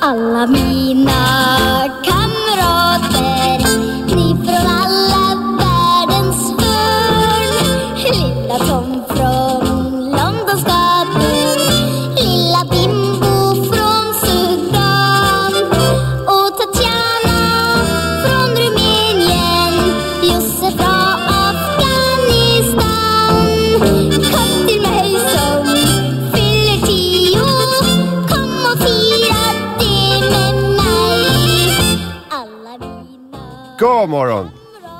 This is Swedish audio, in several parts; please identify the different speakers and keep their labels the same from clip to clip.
Speaker 1: alla mina kamrater Ni från alla världens hörn Lilla Tom från Londons gator Lilla Bimbo från Sudan Och Tatjana från Rumänien Josef från Afghanistan Kom till mig som fyller tio Kom och fira det med mig Alla mina
Speaker 2: God morgon!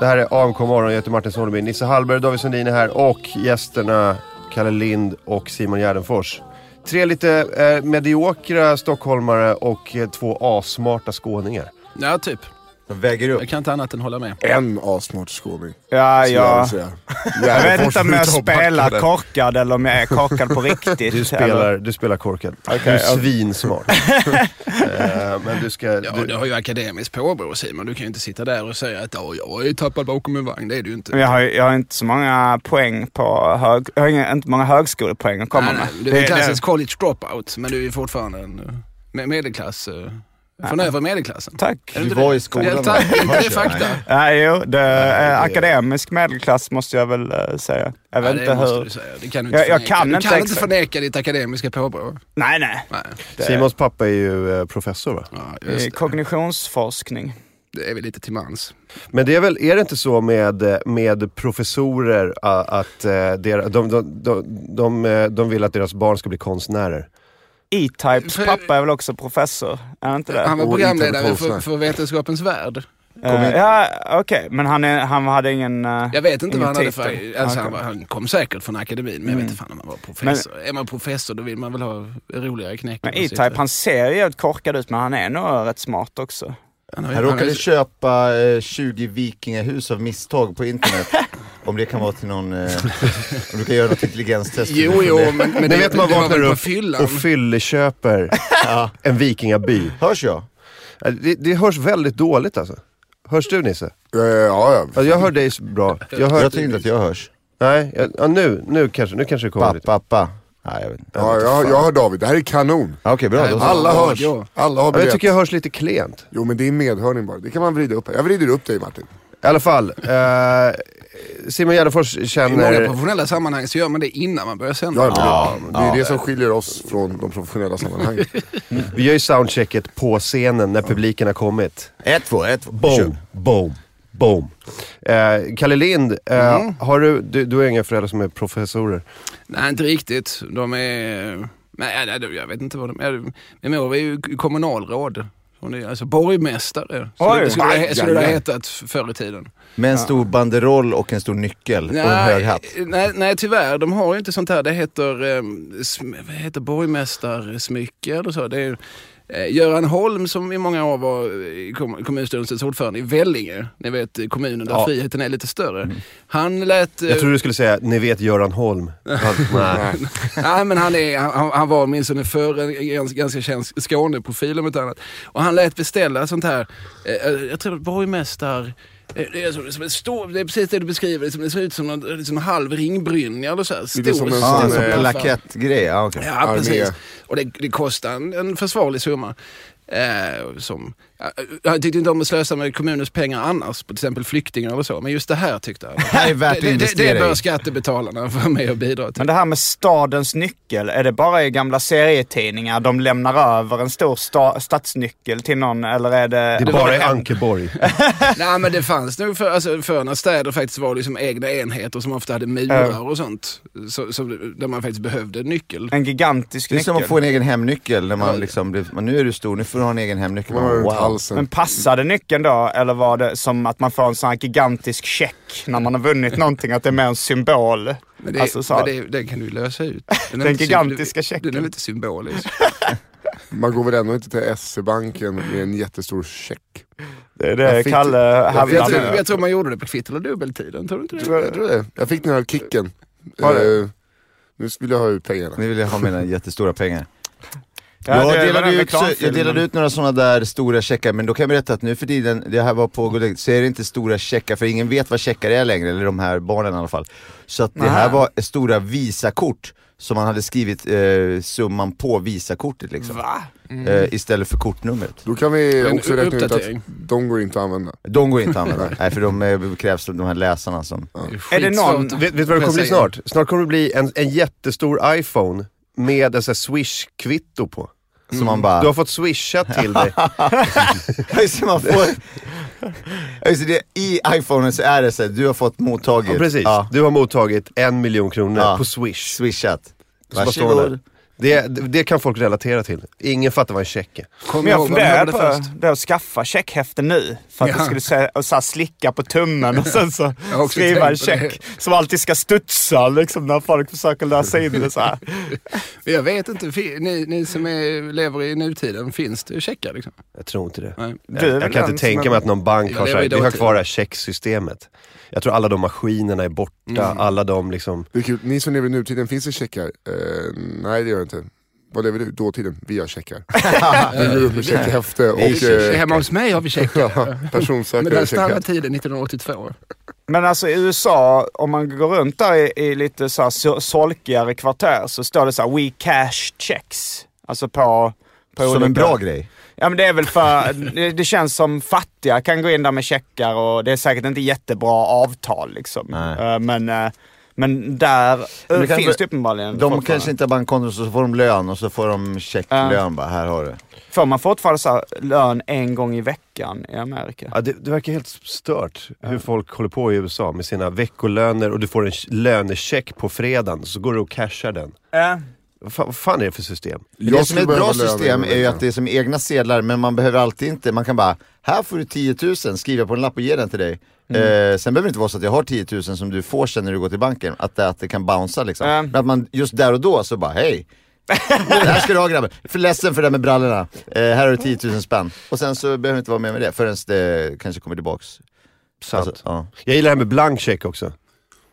Speaker 2: Det här är AMK morgon, jag heter Martin Soneby, Nisse Hallberg, David Sundin är här och gästerna Kalle Lind och Simon Gärdenfors. Tre lite eh, mediokra stockholmare och eh, två assmarta skåningar.
Speaker 3: Ja, typ.
Speaker 4: Väger upp.
Speaker 3: Jag kan inte annat än hålla med.
Speaker 4: En assmart skåning.
Speaker 5: Ja,
Speaker 4: skulle jag
Speaker 5: ja.
Speaker 4: vilja säga.
Speaker 5: Jag vet
Speaker 4: Gärdenfors
Speaker 5: inte om jag
Speaker 4: slutar och backar
Speaker 5: spelar
Speaker 4: där.
Speaker 5: korkad eller om jag är korkad på riktigt.
Speaker 2: Du
Speaker 5: eller-
Speaker 2: spelar, du spelar korkad. du är svinsmart. eh, men du ska...
Speaker 3: Ja,
Speaker 2: du,
Speaker 3: du har ju akademiskt påbrå Simon. Du kan ju inte sitta där och säga att ja, jag är tappad bakom en vagn. Det är du inte.
Speaker 5: Men Jag har, ju- jag har inte så många poäng på hög, jag har inga, inte många högskolepoäng att komma
Speaker 3: nej, nej,
Speaker 5: med.
Speaker 3: du är en
Speaker 5: Det-
Speaker 3: klassisk college dropout, men du är ju fortfarande en eh, me- medelklass. eh, Från övre medelklassen.
Speaker 5: det- Tack.
Speaker 3: Är inte
Speaker 4: Du var
Speaker 3: det?
Speaker 4: i skolan,
Speaker 3: Ja, tack.
Speaker 4: va?
Speaker 3: Det är fakta.
Speaker 5: Ja, jo, det är akademisk medelklass måste jag väl eh, säga. Jag
Speaker 3: Ja,
Speaker 5: vet
Speaker 3: det
Speaker 5: inte
Speaker 3: måste du
Speaker 5: hur...
Speaker 3: säga. Det kan du inte
Speaker 5: Jag- jag
Speaker 3: förneka.
Speaker 5: kan
Speaker 3: du
Speaker 5: inte
Speaker 3: kan inte
Speaker 5: exakt.
Speaker 3: förneka ditt akademiska påbrå.
Speaker 5: Nej, nej.
Speaker 3: Nej.
Speaker 2: Simons pappa är ju eh, professor va?
Speaker 3: Ja,
Speaker 5: Det är
Speaker 3: just det.
Speaker 5: Kognitionsforskning.
Speaker 3: det är vi lite till mans.
Speaker 2: Men det är väl, är det inte så med, eh, med professorer a- att eh, der- de, de, de, de, eh, de vill att deras barn ska bli konstnärer?
Speaker 5: E-Types
Speaker 3: För-
Speaker 5: pappa är väl också professor? Är han inte det?
Speaker 3: Han var
Speaker 4: Och
Speaker 3: programledare för,
Speaker 4: internetkonstnär.
Speaker 3: för Vetenskapens Värld.
Speaker 5: Eh, ja, okej. Men han, är, han hade ingen... eh,
Speaker 3: Jag vet inte
Speaker 5: ingen
Speaker 3: vad han hade
Speaker 5: titel.
Speaker 3: för... Alltså, han,
Speaker 5: Okej. Mm.
Speaker 3: var, han kom säkert från akademin, men jag vet inte fan om han var professor. Är man professor då vill man väl ha roligare knäck.
Speaker 5: Men
Speaker 3: än att
Speaker 5: E-Type,
Speaker 3: sitta-
Speaker 5: han ser ju jävligt korkad ut, men han är nog rätt smart också.
Speaker 3: han har- han
Speaker 4: Han
Speaker 3: har-
Speaker 4: råkade köpa eh, 20 vikingahus av misstag på internet. Om det kan vara till någon... Eh, om du kan göra något intelligenstest.
Speaker 3: Jo, jo, men, men
Speaker 2: Men det vet man
Speaker 3: det var
Speaker 2: vaknar
Speaker 3: väl på
Speaker 2: upp
Speaker 3: fyllan.
Speaker 2: och fylleköper
Speaker 4: Ja.
Speaker 2: en vikingaby.
Speaker 4: Hörs jag?
Speaker 2: Eh, Det, det hörs väldigt dåligt alltså. Hörs du Nisse?
Speaker 6: Ja, ja.
Speaker 2: Alltså, jag hör dig så bra. Jag hör,
Speaker 4: Jag tycker inte att jag hörs.
Speaker 2: Nej, jag, ja, nu, nu kanske, nu kanske det kommer
Speaker 4: Pappa,
Speaker 2: lite.
Speaker 4: pappa. Nej, jag vet inte.
Speaker 6: ja jag, jag hör David, det här är kanon.
Speaker 4: Ja, Okej, bra. Då så.
Speaker 6: Alla hörs,
Speaker 3: Alltså, ja.
Speaker 6: alla har
Speaker 2: Ja, jag
Speaker 6: biljett.
Speaker 2: tycker jag hörs lite klent.
Speaker 6: Jo men det är medhörning bara, det kan man vrida upp. här. Jag vrider upp dig Martin.
Speaker 2: I alla fall, eh, Simon Gärdenfors
Speaker 3: I många
Speaker 2: känner...
Speaker 3: professionella sammanhang så gör man det innan man börjar sända.
Speaker 6: Ja, men det, det är det som skiljer oss från de professionella sammanhangen.
Speaker 2: Vi gör ju soundchecket på scenen när publiken har kommit.
Speaker 4: Ett, två, ett, två. Kör.
Speaker 2: Boom, boom, boom. Eh, Kalle Lind, eh,
Speaker 3: Mm.
Speaker 2: har du, du, du har inga föräldrar som är professorer.
Speaker 3: Nej, inte riktigt. De är... Nej, nej, jag vet inte vad de är. Min mor är ju kommunalråd. Hon är alltså borgmästare. Så
Speaker 5: Oj.
Speaker 3: det skulle, det-
Speaker 6: Aj,
Speaker 3: skulle det ha
Speaker 6: aj, aj.
Speaker 3: hetat förr i tiden.
Speaker 4: Med en stor banderoll och en stor nyckel och en hög hatt.
Speaker 3: nej, nej, tyvärr. De har ju inte sånt här. Det heter, eh, sm- vad heter borgmästarsmycke eller så. Det är, eh, Göran Holm som i många år var eh, kom- kommunstyrelsens ordförande i Vellinge, ni vet eh, kommunen där
Speaker 2: Ja.
Speaker 3: friheten är lite större.
Speaker 4: Mm.
Speaker 3: Han lät... eh,
Speaker 2: Jag trodde du skulle säga, ni vet Göran Holm. Han, nej.
Speaker 3: Nej, men han, är, han, han var åtminstone förr en ganska, ganska känd Skåneprofil om inte annat. Och han lät beställa sånt här, eh, eh, jag tror det var borgmästar... eh, Det är, som, som en stor, det är precis det du beskriver, det, som, det ser ut som en liksom en halv ringbrynja eller så här. Stor,
Speaker 6: Lite som en
Speaker 3: stor
Speaker 4: Ja,
Speaker 6: sån,
Speaker 4: en sån
Speaker 6: eh,
Speaker 3: soffa.
Speaker 4: plakettgrej. Ja, okej.
Speaker 3: Ja,
Speaker 6: Armé.
Speaker 3: precis. Och det, det kostar en, en försvarlig summa. Eh, som, eh, jag tyckte inte om att slösa med kommunens pengar annars, på till exempel flyktingar eller så, men just det här tyckte jag.
Speaker 4: här är värt att
Speaker 3: det, det, det
Speaker 4: investera i.
Speaker 3: bör skattebetalarna vara med och bidra till.
Speaker 5: Men det här med stadens nyckel, är det bara i gamla serietidningar de lämnar över en stor sta- stadsnyckel till någon eller är det...
Speaker 2: Det är bara i Ankeborg.
Speaker 3: Nej men det fanns nog för, alltså, förr när städer faktiskt var liksom egna enheter som ofta hade murar
Speaker 5: Ja.
Speaker 3: och sånt. Så, så, där man faktiskt behövde nyckel.
Speaker 5: En gigantisk
Speaker 4: Det är som
Speaker 5: nyckel.
Speaker 4: att få en egen hemnyckel när man liksom blir, men nu är du stor, nu får du ha en egen hemnyckel.
Speaker 6: Man har
Speaker 4: Man,
Speaker 6: runt
Speaker 4: wow.
Speaker 5: Men
Speaker 6: halsen.
Speaker 5: passade nyckeln då, eller var det som att man får en sån här gigantisk check när man har vunnit någonting, att det är mer en symbol?
Speaker 3: Men det,
Speaker 5: alltså, så
Speaker 3: men
Speaker 5: här,
Speaker 3: det, den kan du ju lösa ut. Den, är
Speaker 5: Den
Speaker 3: inte sym-
Speaker 5: gigantiska checken.
Speaker 3: Den är lite symbolisk.
Speaker 6: Man går väl ändå inte till SE-banken med en jättestor check.
Speaker 5: det, är
Speaker 6: jag
Speaker 5: det
Speaker 6: fick-
Speaker 5: Kalle
Speaker 3: jag,
Speaker 5: hamnar
Speaker 3: tror,
Speaker 5: med.
Speaker 3: jag tror man gjorde det på kvitt eller dubbeltiden, tror du inte det?
Speaker 6: Jag tror det. Jag fick den här kicken.
Speaker 5: Var det?
Speaker 6: Eh, nu vill jag ha ut pengarna.
Speaker 4: Nu vill jag ha mina jättestora pengar.
Speaker 5: Ja, det var
Speaker 4: jag, delade
Speaker 5: den
Speaker 4: ju ut, så- jag
Speaker 5: reklamfilmen.
Speaker 4: delade ut några sådana där stora checkar, men då kan jag berätta att nu för tiden, det här var
Speaker 2: Mm.
Speaker 4: på Gullegg, så är det inte stora checkar, för ingen vet vad checkar är längre, eller de här barnen i alla fall. Så att det här
Speaker 5: Nej.
Speaker 4: var stora visakort som man hade skrivit eh, summan på visakortet liksom.
Speaker 5: Va?
Speaker 2: Mm.
Speaker 4: Eh, istället för kortnumret.
Speaker 6: Då kan vi
Speaker 3: En
Speaker 6: också räkna ut att
Speaker 3: uppdatering.
Speaker 6: de går inte att använda.
Speaker 4: De går inte att använda, nej för de eh, krävs de här läsarna som...
Speaker 5: Är det någon...
Speaker 3: Skitsvårt.
Speaker 2: Vet, vet du vad det kommer bli
Speaker 3: Jag säger-
Speaker 2: snart? Snart kommer det bli en, en jättestor iPhone med en sån här swish-kvitto på.
Speaker 4: Som man bara...
Speaker 2: Mm. Du har fått swisha till dig.
Speaker 4: Ja, just det, man får... Ja, just det, I iPhonen så är det så här, du har fått mottaget.
Speaker 2: Ja, precis.
Speaker 4: Ja,
Speaker 2: Du har mottagit en miljon kronor
Speaker 4: Ja.
Speaker 2: på swish.
Speaker 4: swishat.
Speaker 2: Så bara står där. Det, det kan folk relatera till. Ingen fattar vad en check är.
Speaker 3: Kom
Speaker 5: Men jag
Speaker 3: ihåg vad de hade
Speaker 5: funderade på
Speaker 3: först.
Speaker 5: det att skaffa checkhäften nu. För att
Speaker 3: Ja.
Speaker 5: du skulle se, och så här slicka på tummen och sen så
Speaker 3: Jag har också
Speaker 5: skriva en
Speaker 3: tänkt på det.
Speaker 5: check. Som alltid ska studsa liksom, när folk försöker läsa in det så här.
Speaker 3: Jag vet inte, fi- ni, ni som är, lever i nutiden, finns det checkar liksom?
Speaker 2: Jag tror inte det.
Speaker 3: Nej.
Speaker 5: Du är
Speaker 2: Jag,
Speaker 5: väl
Speaker 2: jag kan
Speaker 5: den
Speaker 2: inte tänka
Speaker 5: som-
Speaker 2: mig att någon bank
Speaker 3: Jag
Speaker 2: har, så
Speaker 3: lever
Speaker 2: här,
Speaker 3: i
Speaker 2: vi har
Speaker 3: dåtid.
Speaker 2: kvar det här checksystemet. Jag tror alla de maskinerna är borta, alla de liksom...
Speaker 6: Det är kul, ni som lever i nutiden, finns det checkar? Eh, nej det gör det inte. Vad lever du? Dåtiden? Vi har checkar. vi går upp med checkhäfte och eh,
Speaker 3: Hemma hos mig har vi checkar.
Speaker 6: ja,
Speaker 3: Men den
Speaker 6: personsökare
Speaker 3: snabba
Speaker 6: checkar.
Speaker 3: tiden 1982.
Speaker 5: Men alltså i USA, om man går runt där i, i lite så här so- solkigare kvarter så står det så här “We cash checks”. Alltså på... på
Speaker 4: Som
Speaker 5: olika-
Speaker 4: en bra grej.
Speaker 5: Ja men det är väl för... det, det känns som fattiga kan gå in där med checkar och det är säkert inte jättebra avtal liksom.
Speaker 4: Nej.
Speaker 5: Eh, Men, eh, men där eh,
Speaker 4: Men det kan
Speaker 5: finns
Speaker 4: väl-
Speaker 5: det uppenbarligen
Speaker 4: De
Speaker 5: fortfarande.
Speaker 4: kanske inte har bankkonto så får de lön och så får de checklön bara, här har du.
Speaker 5: Får man fortfarande så här, lön en gång i veckan i Amerika?
Speaker 2: Ja, det, det verkar helt stört hur folk håller på i USA med sina veckolöner och du får en ch- lönecheck på fredagen så går du och cashar den.
Speaker 5: Ja.
Speaker 2: Vad fan, vad fan är det för system?
Speaker 6: Jag
Speaker 4: det som
Speaker 6: skulle
Speaker 4: är ett
Speaker 6: behöva
Speaker 4: bra
Speaker 6: lön
Speaker 4: system
Speaker 6: i den
Speaker 4: är ju
Speaker 6: veckan.
Speaker 4: att det är som egna sedlar men man behöver alltid inte, man kan bara, här får du 10 000, skriva på en lapp och ge den till dig.
Speaker 5: Mm.
Speaker 4: Eh, sen behöver det inte vara så att jag har 10 000 som du får sen när du går till banken, att det, att det kan bouncea liksom.
Speaker 5: Ja.
Speaker 4: Men att man just där och då så bara, hej! det här ska du ha grabben. För ledsen för det där med brallorna. Eh, här har du 10 000 spänn. Och sen så behöver du inte vara med med det förrän det kanske kommer tillbaks.
Speaker 2: Sant.
Speaker 4: Alltså, ja.
Speaker 2: Jag gillar det här med blank check också.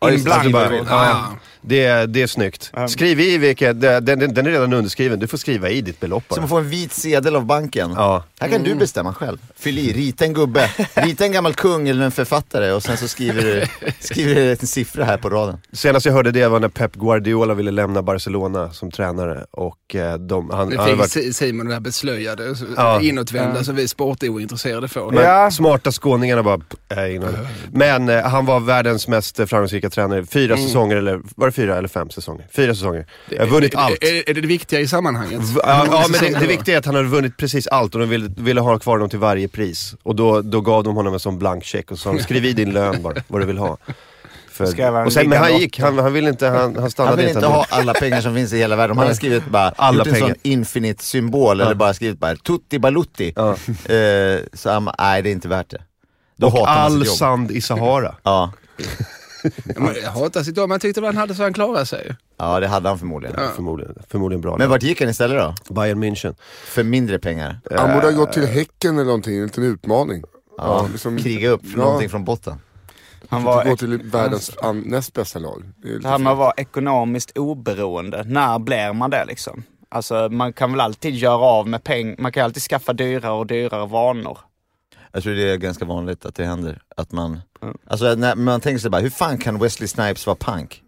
Speaker 5: Ja,
Speaker 2: Att
Speaker 5: just det. alltså
Speaker 2: du alltså, bara-
Speaker 5: Blank.
Speaker 2: ja, det, är- det är snyggt. Skriv i vilket, den, den, den är redan underskriven, du får skriva i ditt belopp
Speaker 4: Så man
Speaker 2: bara.
Speaker 4: får en vit sedel av banken.
Speaker 2: Ja.
Speaker 4: Här kan du bestämma själv. Fyll i, rita en gubbe, rita en gammal kung eller en författare och sen så skriver du, skriver du en siffra här på raden.
Speaker 2: Senast jag hörde det var när Pep Guardiola ville lämna Barcelona som tränare och eh, de, han,
Speaker 3: Det
Speaker 2: han hade
Speaker 3: fick
Speaker 2: varit,
Speaker 3: Si- Simon det där beslöjade, så-
Speaker 2: Ja.
Speaker 3: inåtvända, så vi sportointresserade får.
Speaker 2: men
Speaker 5: Ja.
Speaker 2: smarta skåningarna bara... Äh, innan. Men eh, han var världens mest eh, framgångsrika tränare. Fyra säsonger, eller var det fyra eller fem säsonger? Fyra säsonger. Jag har vunnit allt.
Speaker 3: Är, är det det viktiga i sammanhanget?
Speaker 2: V- Ja, ja, men det, det viktiga är att han hade vunnit precis allt och de ville, ville ha kvar honom till varje pris. Och då, då gav de honom en sån blank check och sa skriv i din lön bara, vad du vill ha. För,
Speaker 5: Ska jag vara en
Speaker 2: och sen, men han
Speaker 5: liggande
Speaker 2: gick, han, han ville inte, han, han stannade
Speaker 4: Han vill inte
Speaker 2: ändå.
Speaker 4: ha alla pengar som finns i hela världen. Han har skrivit bara,
Speaker 2: Alla
Speaker 4: gjort en
Speaker 2: pengar.
Speaker 4: sån infinit symbol eller bara skrivit bara tutti balutti. Eh, så han bara, nej det är inte värt det. Då
Speaker 2: Och
Speaker 4: hatar man
Speaker 2: all
Speaker 4: sitt jobb.
Speaker 2: sand i Sahara.
Speaker 4: Ja.
Speaker 3: Man hatar sitt jobb, man tyckte väl han hade så han klarade sig.
Speaker 4: ja, det hade han förmodligen.
Speaker 2: Förmodligen, förmodligen bra.
Speaker 4: Men vart gick han istället då?
Speaker 2: Bayern München.
Speaker 4: För mindre pengar?
Speaker 6: Han borde ha gått till Häcken eller någonting, en liten utmaning.
Speaker 4: Ja,
Speaker 6: liksom-
Speaker 4: kriga upp
Speaker 6: Ja.
Speaker 4: någonting från botten.
Speaker 5: Han
Speaker 6: Att
Speaker 5: var
Speaker 6: gå till världens an- näst bästa lag. Det är liksom- lite
Speaker 5: Det här med
Speaker 6: fel.
Speaker 5: att vara ekonomiskt oberoende, när blir man det liksom? Alltså man kan väl alltid göra av med pengar, man kan alltid skaffa dyrare och dyrare vanor.
Speaker 4: Jag tror det är ganska vanligt att det händer. Att man, alltså, när man tänker sig bara, hur fan kan Wesley Snipes vara punk?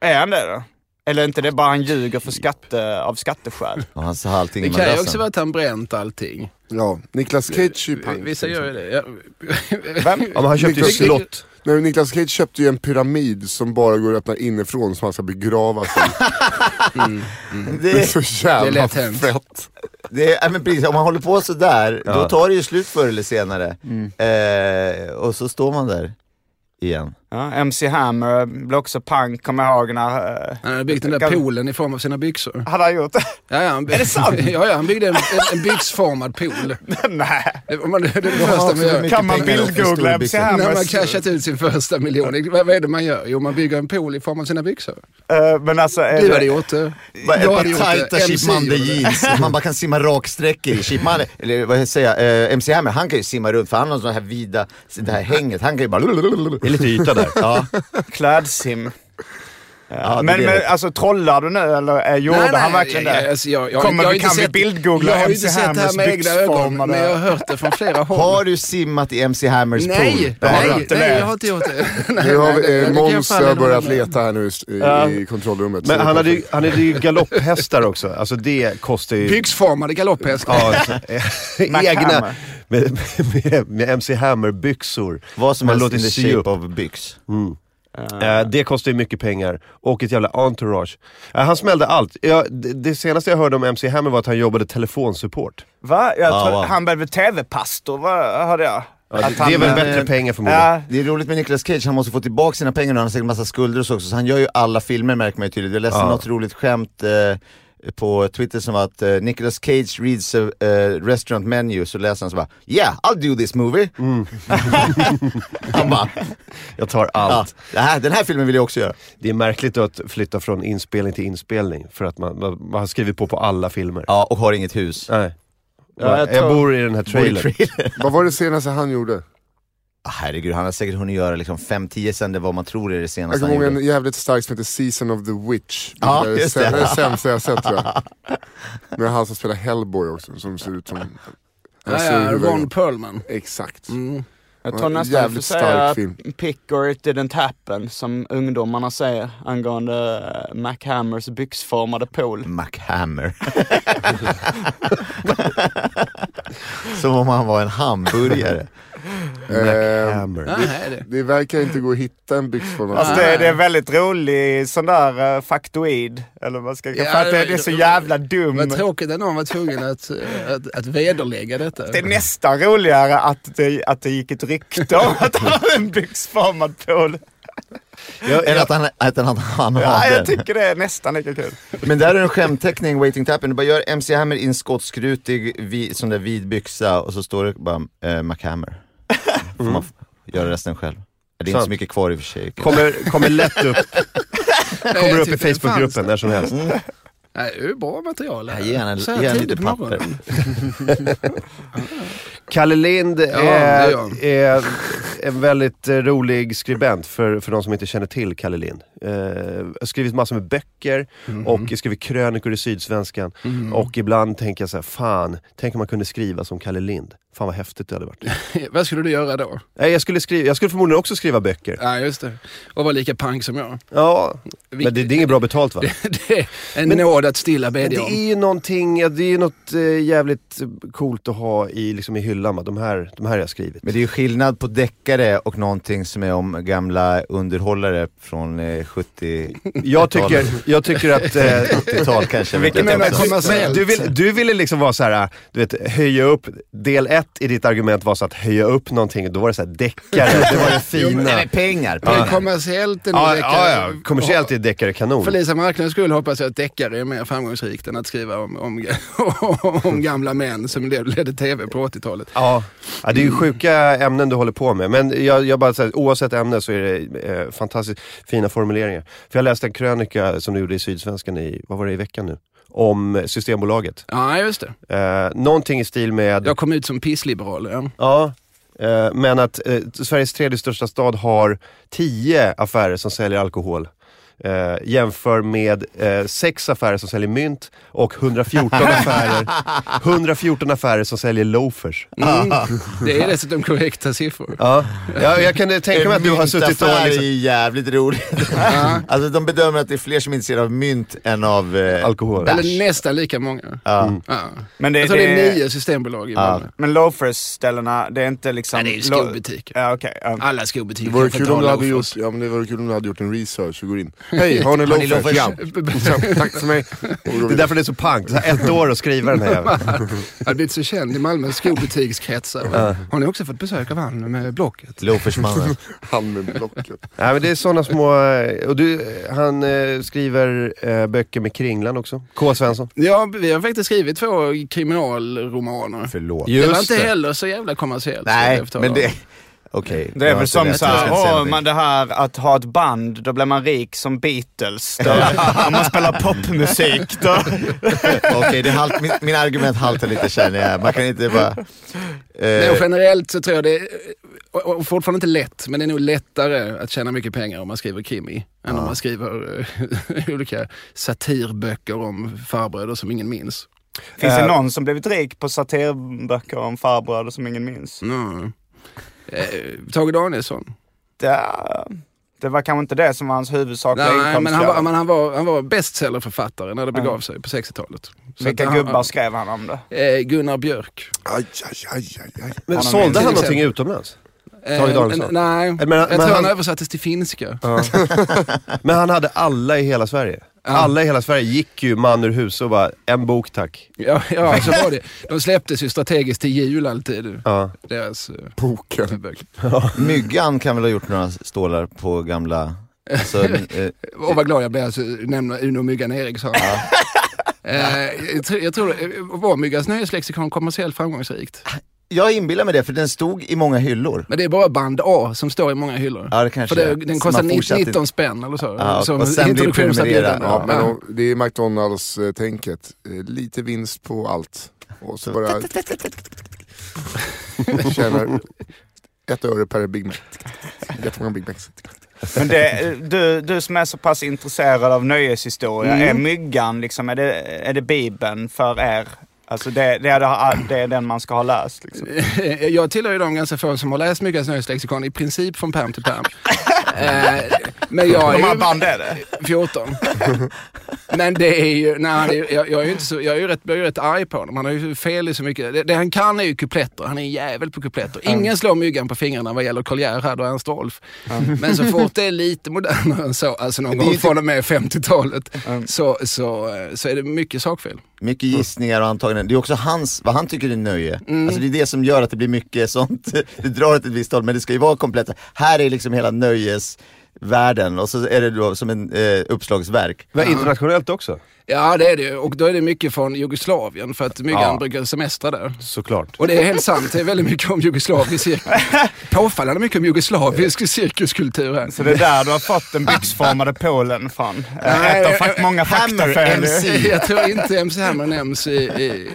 Speaker 5: Är han det då? Eller är inte det bara han ljuger för skatte, av skatteskäl?
Speaker 4: Och han sa allting
Speaker 3: Det
Speaker 4: i
Speaker 3: kan ju
Speaker 4: madrassen.
Speaker 3: också vara att han bränt allting.
Speaker 6: Ja, Niklas Cage är ju punk.
Speaker 3: Vissa gör ju det. Ja.
Speaker 5: Vem?
Speaker 2: Ja, men han köpte ju
Speaker 6: Niklas-
Speaker 2: slott.
Speaker 6: Nej, Niklas Cage köpte ju en pyramid som bara går att öppna inifrån som han ska begravas i. Det är
Speaker 4: Det,
Speaker 6: så
Speaker 3: Det är
Speaker 6: jävla
Speaker 3: lätt hänt.
Speaker 6: fett.
Speaker 4: det, är- ja, men precis, om man håller på sådär, då tar det ju slut förr eller senare.
Speaker 3: Mm.
Speaker 4: Eh, och så står man där igen.
Speaker 5: Ja, MC Hammer blev också punk, kommer jag ihåg när... eh,
Speaker 3: Han hade byggt den där
Speaker 5: Kan-
Speaker 3: poolen i form av sina byxor.
Speaker 5: Hade han gjort det?
Speaker 3: Ja, ja, han by-
Speaker 5: Är det sant?
Speaker 3: ja, ja, han byggde en, en- en byxformad pool.
Speaker 5: Nej.
Speaker 3: Det, var- man, det är det första man gör.
Speaker 4: mycket
Speaker 5: Kan man
Speaker 4: pengar och en stor
Speaker 5: bildgoogla MC
Speaker 4: byxa.
Speaker 3: När man har
Speaker 5: Hammers?
Speaker 3: cashat ut sin första miljon, det- vad, vad är det man gör? Jo, man bygger en pool i form av sina byxor.
Speaker 5: Eh, men alltså... är
Speaker 3: Du
Speaker 5: det-
Speaker 3: hade gjort det.
Speaker 4: Bara ett
Speaker 3: Jag hade
Speaker 4: par
Speaker 3: gjort det.
Speaker 4: tajta
Speaker 3: MC
Speaker 4: Chip Mander
Speaker 3: gjorde det.
Speaker 4: jeans, man bara kan simma raksträckor i. Chip Mander, eller vad säger jag, eh, MC Hammer, han kan ju simma runt för han har sån här vida, det här hänget, han kan ju bara...
Speaker 2: Det är lite yta där.
Speaker 4: Ja.
Speaker 5: Klädsim.
Speaker 4: Ja, det
Speaker 5: men
Speaker 4: är
Speaker 5: men
Speaker 4: det.
Speaker 5: alltså trollar du nu eller eh, gjorde han verkligen
Speaker 3: jag-
Speaker 5: det?
Speaker 3: alltså, jag- jag-
Speaker 5: Kommer
Speaker 3: jag har
Speaker 5: vi,
Speaker 3: inte
Speaker 5: kan vi
Speaker 3: sett-
Speaker 5: bildgoogla
Speaker 3: Jag har ju
Speaker 5: MC
Speaker 3: inte sett det här
Speaker 5: Hammers
Speaker 3: med egna ögon, men jag har
Speaker 5: byxformade?
Speaker 3: hört det från flera håll.
Speaker 4: Har du simmat i MC Hammers pool?
Speaker 3: Nej,
Speaker 4: Det har
Speaker 3: nej,
Speaker 4: du.
Speaker 3: nej, jag har inte gjort det. Nej,
Speaker 6: Nu har
Speaker 3: nej,
Speaker 6: vi,
Speaker 3: det-
Speaker 6: eh,
Speaker 3: det kan jag
Speaker 6: Måns
Speaker 3: fan
Speaker 6: har
Speaker 3: inte
Speaker 6: börjat
Speaker 3: hålla med om.
Speaker 6: leta här nu i, i, i kontrollrummet.
Speaker 2: Men
Speaker 6: Så
Speaker 2: han
Speaker 6: det
Speaker 2: hade, ju,
Speaker 6: kanske-
Speaker 2: han hade ju galopphästar också. Alltså det kostar ju...
Speaker 3: Byxformade galopphästar.
Speaker 2: Ja, alltså, eh,
Speaker 5: Mac
Speaker 2: egna
Speaker 5: Hammer.
Speaker 2: med, med, med MC Hammer-byxor.
Speaker 4: Vad som
Speaker 2: Man
Speaker 4: helst
Speaker 2: låter
Speaker 4: in the
Speaker 2: sy upp.
Speaker 4: shape of byx.
Speaker 2: Eh, det kostar ju mycket pengar och ett jävla entourage. Eh, han smällde allt. Jag, det, det senaste jag hörde om MC Hammer var att han jobbade telefonsupport.
Speaker 5: Va? Jag
Speaker 4: Ja,
Speaker 5: trodde
Speaker 4: wow.
Speaker 5: Han blev väl tv-pastor, vad hörde jag?
Speaker 2: Ja, det,
Speaker 5: Att han,
Speaker 2: det är väl
Speaker 5: eh,
Speaker 2: bättre pengar förmodligen.
Speaker 5: Ja,
Speaker 4: Det är roligt med Nicolas Cage, han måste få tillbaka sina pengar nu. Han har säkert massa skulder och så också, så han gör ju alla filmer märker man ju tydligt. Jag läste något roligt skämt eh, på Twitter som var att eh, Nicolas Cage reads a eh, restaurant menu, så läser han så bara “Yeah, I'll do this movie”. han bara
Speaker 2: Jag tar
Speaker 4: ja,
Speaker 2: allt.
Speaker 4: det här, “Den här filmen vill jag också göra”.
Speaker 2: Det är märkligt då att flytta från inspelning till inspelning för att man, man, man har skrivit på på alla filmer.
Speaker 4: Ja, och har inget hus.
Speaker 2: Nej. jag,
Speaker 5: Ja, jag tror-
Speaker 2: bor i den här trailern.
Speaker 6: Vad var det senaste han gjorde?
Speaker 4: Ah, Herregud, han har säkert hunnit göra liksom 5-10 sen det vad man tror är det
Speaker 6: Jag
Speaker 4: senaste
Speaker 6: kommer
Speaker 4: han
Speaker 6: ihåg en
Speaker 4: gjorde.
Speaker 6: jävligt stark som heter Season of the Witch.
Speaker 4: Ja,
Speaker 6: det, är det
Speaker 4: just
Speaker 6: säm-
Speaker 4: det.
Speaker 6: det sämsta jag sett tror jag. Med han som spelar Hellboy också, som ser ut som... han
Speaker 3: Ja,
Speaker 6: ser
Speaker 3: ja,
Speaker 6: hur-
Speaker 3: Ron Perlman.
Speaker 6: Exakt.
Speaker 5: jag
Speaker 6: Ja,
Speaker 5: tror nästan jag får
Speaker 6: jävligt stark
Speaker 5: säga
Speaker 6: film.
Speaker 5: “Pick or it didn't happen” som ungdomarna säger angående eh, Mac Hammers byxformade pool.
Speaker 4: Mac Hammer. Som om han var en hamburgare.
Speaker 6: Ehm,
Speaker 3: Ja, här är det.
Speaker 6: det verkar inte gå att hitta en byxform.
Speaker 5: Alltså det, det är en väldigt rolig sån där eh, faktoid. Eller vad ska jag
Speaker 3: Ja,
Speaker 5: för att
Speaker 3: det
Speaker 5: det,
Speaker 3: var-
Speaker 5: det är så jävla dum.
Speaker 3: Vad tråkigt att någon var tvungen att, eh, att, att vederlägga detta.
Speaker 5: Det är nästan roligare att det, att det gick ett rykte om att han hade en byxformad pool.
Speaker 2: Jag,
Speaker 4: Eller
Speaker 2: jag,
Speaker 4: att han, att han, han
Speaker 5: Ja,
Speaker 4: har
Speaker 5: jag
Speaker 4: den.
Speaker 5: tycker det är nästan lika kul.
Speaker 4: Men där är en skämtteckning, waiting to happen. Du bara gör MC Hammer i en skotskrutig vi, sån där vid byxa och så står det bara eh, Mac Hammer. Får
Speaker 5: Mm.
Speaker 4: man f- göra resten själv. Det är inte
Speaker 2: Sant.
Speaker 4: så mycket kvar i och för sig.
Speaker 2: kommer, kommer lätt upp,
Speaker 3: Nej,
Speaker 2: kommer
Speaker 3: jag
Speaker 2: upp i
Speaker 3: tyckte det fanns.
Speaker 2: Facebookgruppen när som helst.
Speaker 3: Nej, det är ju bra material. det här.
Speaker 4: Ja, ge han en-
Speaker 3: Så här
Speaker 4: ge han
Speaker 3: tidigt
Speaker 4: lite
Speaker 3: på
Speaker 4: papper.
Speaker 3: morgonen.
Speaker 2: Kalle Lind
Speaker 3: det
Speaker 2: är,
Speaker 3: gör
Speaker 2: är en väldigt eh, rolig skribent för, för de som inte känner till Kalle Lind. Eh, har skrivit massor med böcker
Speaker 3: Mhm. Mm.
Speaker 2: och skrivit krönikor i Sydsvenskan. Och ibland tänker jag så här, fan, tänk om man kunde skriva som Kalle Lind. Fan vad häftigt det hade varit.
Speaker 3: Vad skulle du göra då?
Speaker 2: Nej, jag, skulle skriva, jag skulle förmodligen också skriva böcker.
Speaker 3: Ja, just det. Och vara lika pang som jag.
Speaker 2: Ja,
Speaker 3: Vi-
Speaker 2: men det, det är inget bra betalt va?
Speaker 3: Det är en nåd att stilla
Speaker 2: Men
Speaker 3: bedja
Speaker 2: det
Speaker 3: om.
Speaker 2: är ju någonting, ja, det är ju något eh, jävligt eh, coolt att ha i, liksom i hyllan. va. De här, de här har jag skrivit.
Speaker 4: Men det är ju skillnad på deckare och någonting som är om gamla underhållare från eh, 70...
Speaker 2: Jag tycker, jag tycker att... Eh,
Speaker 4: 80-tal kanske.
Speaker 5: Vilken
Speaker 4: vet jag
Speaker 5: menar
Speaker 4: inte.
Speaker 5: du?
Speaker 3: Kommersiellt.
Speaker 2: du, vill, du ville liksom vara så här, du vet, höja upp. Del ett i ditt argument var så att höja upp någonting och då var det så här deckare, det var det
Speaker 4: Nej,
Speaker 2: fina.
Speaker 4: men pengar.
Speaker 3: Men
Speaker 4: pengar.
Speaker 3: kommersiellt ändå.
Speaker 2: Ja,
Speaker 3: det kan-
Speaker 2: ja, ja, kommersiellt är deckare kanon.
Speaker 3: För Lisa Marklunds skull hoppas jag att deckare är mer framgångsrikt än att skriva om, om, om gamla män som led- ledde tv på 80-talet.
Speaker 2: Ja. ja, det är ju sjuka ämnen du håller på med. Men jag, jag bara säger, oavsett ämne så är det eh, fantastiskt fina formuleringar. För jag läste en krönika som du gjorde i Sydsvenskan i, vad var det i veckan nu? Om Systembolaget.
Speaker 3: Ja, just det.
Speaker 2: Eh, någonting i stil med...
Speaker 3: Jag kom ut som pissliberal. Ja.
Speaker 2: Ja, eh, men att eh, Sveriges tredje största stad har tio affärer som säljer alkohol. Eh, jämför med eh, sex affärer som säljer mynt och 114 affärer, 114 affärer som säljer loafers.
Speaker 3: Mm. Det är dessutom korrekta siffror.
Speaker 2: Ja. Ja, jag kan eh, tänka mig att du har suttit och...
Speaker 4: Myntaffär är
Speaker 2: Liksom,
Speaker 4: ju jävligt roligt. alltså de bedömer att det är fler som är intresserade av mynt än av... Eh,
Speaker 2: Alkohol.
Speaker 4: bärs.
Speaker 3: Eller nästan lika många.
Speaker 4: Ja.
Speaker 3: Ja.
Speaker 5: Men det,
Speaker 3: Jag tror det är
Speaker 5: det,
Speaker 3: nio systembolag i Malmö.
Speaker 5: men loafers-ställena, det är inte liksom...
Speaker 3: Ja, det är ju
Speaker 5: lo-
Speaker 3: skobutiker.
Speaker 5: Ja, okej. ja.
Speaker 3: Alla skobutiker
Speaker 6: Det vore
Speaker 3: kan få
Speaker 6: kul
Speaker 3: ta
Speaker 6: om du hade gjort,
Speaker 3: loafers.
Speaker 6: ja, men det vore kul om du hade gjort en research och går in. Hej, har ni loafers?
Speaker 4: loafers?
Speaker 6: Ja. Så, Tack för mig.
Speaker 2: det är därför det är så pank. Så här, Ett år att skriva den här jäveln.
Speaker 3: Jag har blivit så känd i Malmös skobutikskretsar. Har ni också fått besök av han med Blocket?
Speaker 4: Loafersmannen.
Speaker 6: Han med blocket.
Speaker 2: Nej, men det är sådana små... eh, Och du, han eh, skriver eh, böcker med Kringlan också. K. Svensson.
Speaker 3: Ja, vi har faktiskt skrivit två kriminalromaner.
Speaker 4: Förlåt.
Speaker 3: det var
Speaker 2: Just
Speaker 3: inte
Speaker 2: det.
Speaker 3: heller så jävla kommersiellt.
Speaker 4: Nej,
Speaker 3: som jag
Speaker 4: men
Speaker 3: förtalar.
Speaker 4: det... Okej.
Speaker 5: Det
Speaker 4: jag
Speaker 5: är
Speaker 4: har
Speaker 5: väl
Speaker 4: inte
Speaker 5: som
Speaker 4: rätt,
Speaker 5: så
Speaker 4: jag ska
Speaker 5: här,
Speaker 4: inte säga
Speaker 5: åh,
Speaker 4: någonting.
Speaker 5: men det här att ha ett band, då blir man rik som Beatles. Då, om man spelar popmusik, då...
Speaker 4: Okej, det halt, min, min argument haltar lite känner jag. Man kan inte bara...
Speaker 3: Nej, och
Speaker 4: Eh,
Speaker 3: generellt så tror jag det och, och fortfarande inte lätt, men det är nog lättare att tjäna mycket pengar om man skriver krimi än om man skriver eh, olika satirböcker om farbröder som ingen minns.
Speaker 5: Finns
Speaker 3: Eh,
Speaker 5: det någon som blivit rik på satirböcker om farbröder som ingen minns?
Speaker 3: Mm. Eh, Tage Danielsson.
Speaker 5: Det, det var kanske inte det som var hans huvudsakliga
Speaker 3: Nej, men han
Speaker 5: inkomstkälla.
Speaker 3: var, men han var, han var bestsellerförfattare när det begav sig på 60-talet. Så
Speaker 5: Vilka
Speaker 3: att han-
Speaker 5: gubbar skrev han om det?
Speaker 3: Eh, Gunnar Björk.
Speaker 6: Aj, aj, aj, aj, aj.
Speaker 2: Men
Speaker 5: Han har
Speaker 2: sålde
Speaker 5: med-
Speaker 2: han
Speaker 3: till
Speaker 2: någonting utomlands? Tage Danielsson?
Speaker 3: Eh, nej,
Speaker 2: Men- men
Speaker 3: jag tror
Speaker 2: han-
Speaker 3: han översattes till finska.
Speaker 2: Men han hade alla i hela Sverige. Alla i hela Sverige gick ju man ur hus och bara, en bok tack.
Speaker 3: Ja, ja, så var det. De släpptes ju strategiskt till jul alltid,
Speaker 2: Ja.
Speaker 3: deras eh,
Speaker 6: Boken.
Speaker 3: böcker.
Speaker 4: Myggan kan väl ha gjort några stålar på gamla... Alltså, eh,
Speaker 3: Och vad glad jag blev att nämna Uno Myggan Eriksson. Eh, jag, tror- jag tror, eh, var Myggans nöjeslexikon kommersiellt framgångsrikt?
Speaker 4: jag inbillar mig det, för den stod i många hyllor.
Speaker 3: Men det är bara band A som står i många hyllor.
Speaker 4: Ja, det kanske
Speaker 3: För det,
Speaker 4: är.
Speaker 3: den
Speaker 4: Så
Speaker 3: kostar
Speaker 4: man fortsatte
Speaker 3: 19 spänn eller så.
Speaker 4: Ja,
Speaker 3: som
Speaker 4: och sen blir
Speaker 3: introduktionserbjudande.
Speaker 4: prenumererad.
Speaker 6: Ja, men om- det är McDonalds-tänket. Eh, Lite vinst på allt. Och så bara... Tjänar ett öre per Big Mac. Jättemånga Big Macs.
Speaker 5: Men det, eh, du, du som är så pass intresserad av nöjeshistoria,
Speaker 3: Mm.
Speaker 5: är myggan liksom, är det, är det bibeln för er? Alltså det, det, är, det, det är den man ska ha läst liksom.
Speaker 3: Eh, Jag tillhör ju de ganska få som har läst Myggans nöjeslexikon i princip från pärm till pärm. Eh, men jag är
Speaker 5: Hur många
Speaker 3: ju
Speaker 5: band är det?
Speaker 3: 14. Men det är ju, nej, han är, ju- jag, jag är ju inte så, jag är ju rätt, jag är ju rätt arg på honom. Han har ju fel i så mycket. Det, det han kan är ju kupletter. Han är en jävel på kupletter. Ingen slår myggan på fingrarna vad gäller Karl Gerhard och Ernst Rolf. Men så fort det är lite modernare än så, alltså någon gång från och med 50-talet, så, så, eh, så är det mycket sakfel.
Speaker 4: Mycket gissningar och antaganden. Det är också hans, vad han tycker är nöje. Alltså det är det som gör att det blir mycket sånt. Det drar åt ett visst håll men det ska ju vara komplett. Här är liksom hela nöjesvärlden och så är det då som en eh, uppslagsverk.
Speaker 2: Men internationellt också,
Speaker 3: Ja, det är det ju. Och då är det mycket från Jugoslavien, för att myggan
Speaker 4: Ja.
Speaker 3: brukar semestra där.
Speaker 2: såklart.
Speaker 3: Och det är helt sant, det är väldigt mycket om jugoslavisk cirkus. Påfallande mycket om jugoslavisk cirkuskultur här.
Speaker 5: Så det är där du har fått den byxformade polen från?
Speaker 3: Nej,
Speaker 5: Ett av fakt- många faktafel.
Speaker 4: Hammer, MC.
Speaker 3: Jag tror inte MC Hammer nämns i... i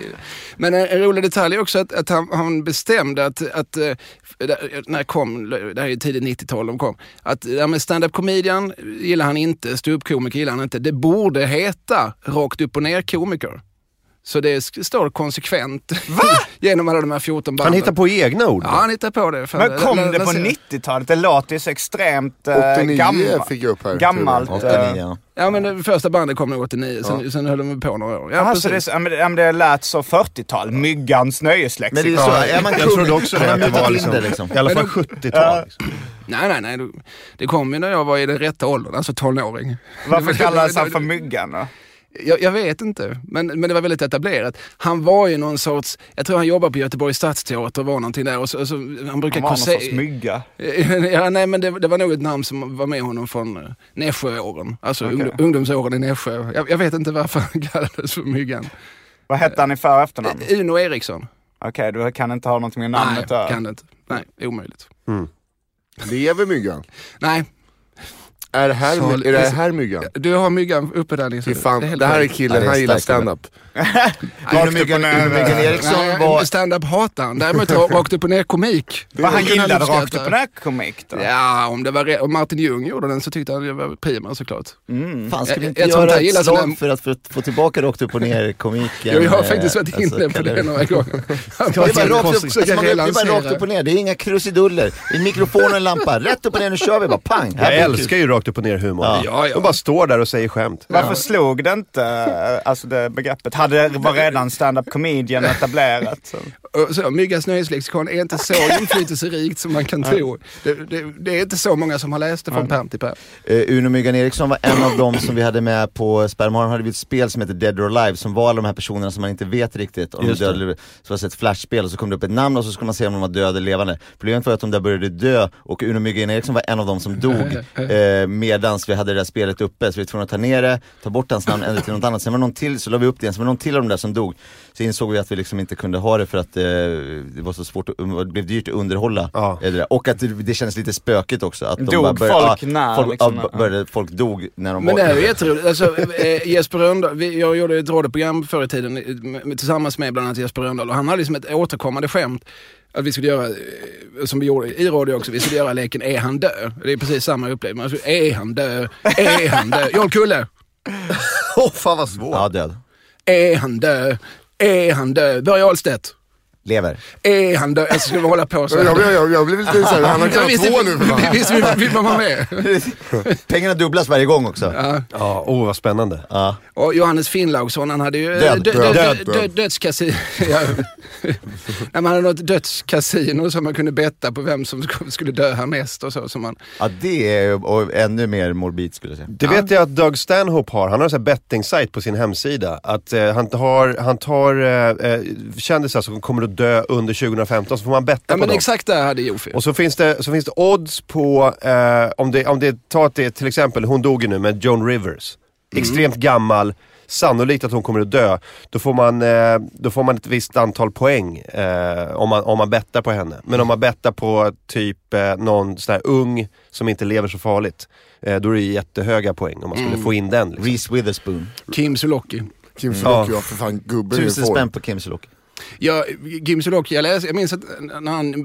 Speaker 3: men en, en rolig detalj är också att, att han, han bestämde att, att eh, där- när kom, det här är ju tidigt 90-tal de kom, att det här med stand-up comedian gillar han inte, ståuppkomiker gillar han inte. Det borde heta rakt upp och ner komiker. Så det sk- står konsekvent genom alla de här 14
Speaker 2: Han
Speaker 3: banden.
Speaker 2: hittar på egna ord.
Speaker 3: Ja, han hittar på det. Fan,
Speaker 5: Men kom
Speaker 3: la-
Speaker 5: det på
Speaker 3: lansera-
Speaker 5: 90-talet? Det låter ju så extremt eh,
Speaker 6: 89
Speaker 5: gammalt.
Speaker 6: fick jag upp här.
Speaker 5: Gammalt.
Speaker 6: tror jag.
Speaker 4: 89, ja.
Speaker 3: Ja, men det första bandet kom nog 89, sen, sen höll de på några år. Ja,
Speaker 5: Jaha,
Speaker 3: precis.
Speaker 5: så det, är så- ja, men det, ja, men det lät så 40-tal. Myggans nöjeslexikon.
Speaker 4: Men det är ju så, är man
Speaker 2: Jag trodde också det.
Speaker 4: har
Speaker 2: Att det var
Speaker 4: mutat in
Speaker 2: liksom,
Speaker 4: det liksom.
Speaker 2: I alla
Speaker 3: Men
Speaker 2: fall
Speaker 3: de-
Speaker 2: 70-tal. Liksom.
Speaker 3: Nej, nej, nej. du- Det kom ju när jag var i den rätta åldern, alltså tonåring.
Speaker 5: Varför kallades han för Myggan då?
Speaker 3: Jag, jag vet inte, men, men det var väldigt etablerat. Han var ju någon sorts, jag tror han jobbade på Göteborgs stadsteater och var någonting där. Och så, och så, han brukar
Speaker 5: Han var någon
Speaker 3: korse-
Speaker 5: sorts mygga.
Speaker 3: Ja, nej, men det, det var nog ett namn som var med honom från eh, Nässjöåren. Alltså ungdom, ungdomsåren i Nässjö. Jag, jag vet inte varför han kallades för Myggan. Eh,
Speaker 5: Vad hette han i för och efternamn?
Speaker 4: Eh,
Speaker 5: Okej,
Speaker 3: Uno Eriksson?
Speaker 5: du kan inte ha någonting med namnet
Speaker 3: nej,
Speaker 5: där.
Speaker 3: kan det inte. Nej, omöjligt.
Speaker 6: Lever myggan?
Speaker 3: Nej,
Speaker 6: Är det här,
Speaker 3: Sal-
Speaker 6: my- är det här myggan?
Speaker 3: du har Myggan uppe där Nisse.
Speaker 6: Fy fan,
Speaker 3: helt
Speaker 6: det här är
Speaker 3: rätt.
Speaker 4: Ja,
Speaker 6: killen,
Speaker 4: det är
Speaker 6: han gillar
Speaker 4: starkt.
Speaker 6: stand-up.
Speaker 4: Uno Myggan Uno Myggan Eriksson var...
Speaker 3: Nej, stand-up hatar han. Däremot har- rakt upp och ner komik.
Speaker 5: Vad han gillade
Speaker 3: uppskatta.
Speaker 5: rakt upp och ner komik då?
Speaker 3: Ja, om det var re- om Martin Ljung gjorde den så tyckte han det var prima såklart.
Speaker 4: Mm. Fan ska vi
Speaker 3: Jag-
Speaker 4: inte
Speaker 3: jag tror inte
Speaker 4: göra
Speaker 3: jag gillar
Speaker 4: ett slag
Speaker 3: sådana-
Speaker 4: för att få- få tillbaka rakt upp och ner komiken?
Speaker 3: Jo, jag har
Speaker 4: eh,
Speaker 3: faktiskt varit inne
Speaker 4: alltså,
Speaker 3: på
Speaker 4: kallar-
Speaker 3: det några gånger.
Speaker 4: Det är bara rakt upp,
Speaker 3: Försöka
Speaker 4: alltså man, det är bara
Speaker 3: relansera.
Speaker 4: rakt upp och ner, det är inga krusiduller. En mikrofon och en lampa, rätt upp och ner, nu kör vi bara, pang! Här
Speaker 2: Jag
Speaker 4: blir det
Speaker 2: älskar ju rakt upp och ner humor.
Speaker 4: Ja.
Speaker 3: Ja, ja.
Speaker 2: De bara står där och säger skämt.
Speaker 5: Varför slog det inte, eh, alltså det begreppet? Hade det var redan stand-up comedian etablerat? Så.
Speaker 3: Och Så, Myggans nöjeslexikon är inte så inflytelserikt som man kan tro. Det, det, det är inte så många som har läst det från pärm till pärm.
Speaker 4: Eh, Uno Myggan Eriksson var en av dem som vi hade med på Spermaharen. hade vi ett spel som heter Dead or Alive som var alla de här personerna som man inte vet riktigt om de är
Speaker 2: Just det.
Speaker 4: döda eller Så var det ett flashspel och så kom det upp ett namn och så skulle man se om de var döda eller levande. Problemet var att de där började dö och Uno Myggan Eriksson var en av dem som dog eh, medans vi hade det där spelet uppe. Så vi var tvungna att ta ner det, ta bort hans namn, ändra till något annat. Sen var det någon till, så la vi upp det igen, sen var det någon till av de där som dog. Så insåg vi att vi liksom inte kunde ha det för att eh, eh, det var så svårt, att- det blev dyrt att underhålla.
Speaker 2: Ja.
Speaker 4: eh, det där. Och att det, det kändes lite spökigt också. Att de
Speaker 5: Dog
Speaker 4: bara började,
Speaker 5: folk när,
Speaker 4: folk,
Speaker 5: liksom,
Speaker 4: ja,
Speaker 5: ja.
Speaker 4: började, folk dog när de
Speaker 3: Men
Speaker 4: var...
Speaker 3: det här är ju jätteroligt. Alltså, eh, Jesper Rönndahl, vi, jag gjorde ett radioprogram förr i tiden eh, med, tillsammans med bland annat Jesper Rönndahl och han hade liksom ett återkommande skämt att vi skulle göra, eh, som vi gjorde i radio också, vi skulle göra leken Är han död? Det är precis samma upplevelse. Alltså, är han död? Är han död? John Kulle,
Speaker 2: Åh, fan vad svårt.
Speaker 4: Ja, död.
Speaker 3: är han död? Är han död? Börje Ahlstedt,
Speaker 4: Lever.
Speaker 3: är han död? Alltså skulle vi hålla på så
Speaker 6: Jag,
Speaker 3: här.
Speaker 6: jag, jag, jag blev lite såhär, han har
Speaker 3: Ja,
Speaker 6: knappt
Speaker 3: visst,
Speaker 6: två nu för fan.
Speaker 3: visst vill- vill man vara med?
Speaker 4: Pengarna dubblas varje gång också.
Speaker 2: Ja, åh vad spännande.
Speaker 4: Ja.
Speaker 3: Och Johannes Finnlaugsson, han hade ju eh,
Speaker 4: Död,
Speaker 3: dö-
Speaker 6: död,
Speaker 3: dö-
Speaker 6: död.
Speaker 3: dö- dödskasino. Ja. Nej, man hade något dödskasino som man kunde betta på vem som sk- skulle dö härnäst och så. Som man,
Speaker 4: Ja, det är ju- och ännu mer morbid skulle jag säga.
Speaker 2: Det vet jag att Doug Stanhope har. Han har en sån här betting-sajt på sin hemsida. Att eh, han tar, han tar eh, eh, kändisar som kommer att dö under 2015, så får man betta
Speaker 3: ja,
Speaker 2: på
Speaker 3: men
Speaker 2: dem.
Speaker 3: exakt det här hade Jofi.
Speaker 2: Och så finns det, så finns det odds på, eh, om det, om det, ta att det är till exempel, hon dog ju nu, men Joan Rivers.
Speaker 3: Mm.
Speaker 2: Extremt gammal, sannolikt att hon kommer att dö. Då får man, eh, då får man ett visst antal poäng eh, om, man, om man bettar på henne. Men om man bettar på typ eh, någon sån här ung som inte lever så farligt. Eh, då är det ju jättehöga poäng om man skulle
Speaker 3: Mm.
Speaker 2: få in den. Liksom.
Speaker 4: Reese Witherspoon.
Speaker 3: Kim Sulocki.
Speaker 6: Kim Sulocki ja. för fan gubben i
Speaker 4: Tusen spänn
Speaker 6: form.
Speaker 4: på Kim Sulocki.
Speaker 3: Jag, Kim Sulocki, jag, läs, jag minns att när han eh,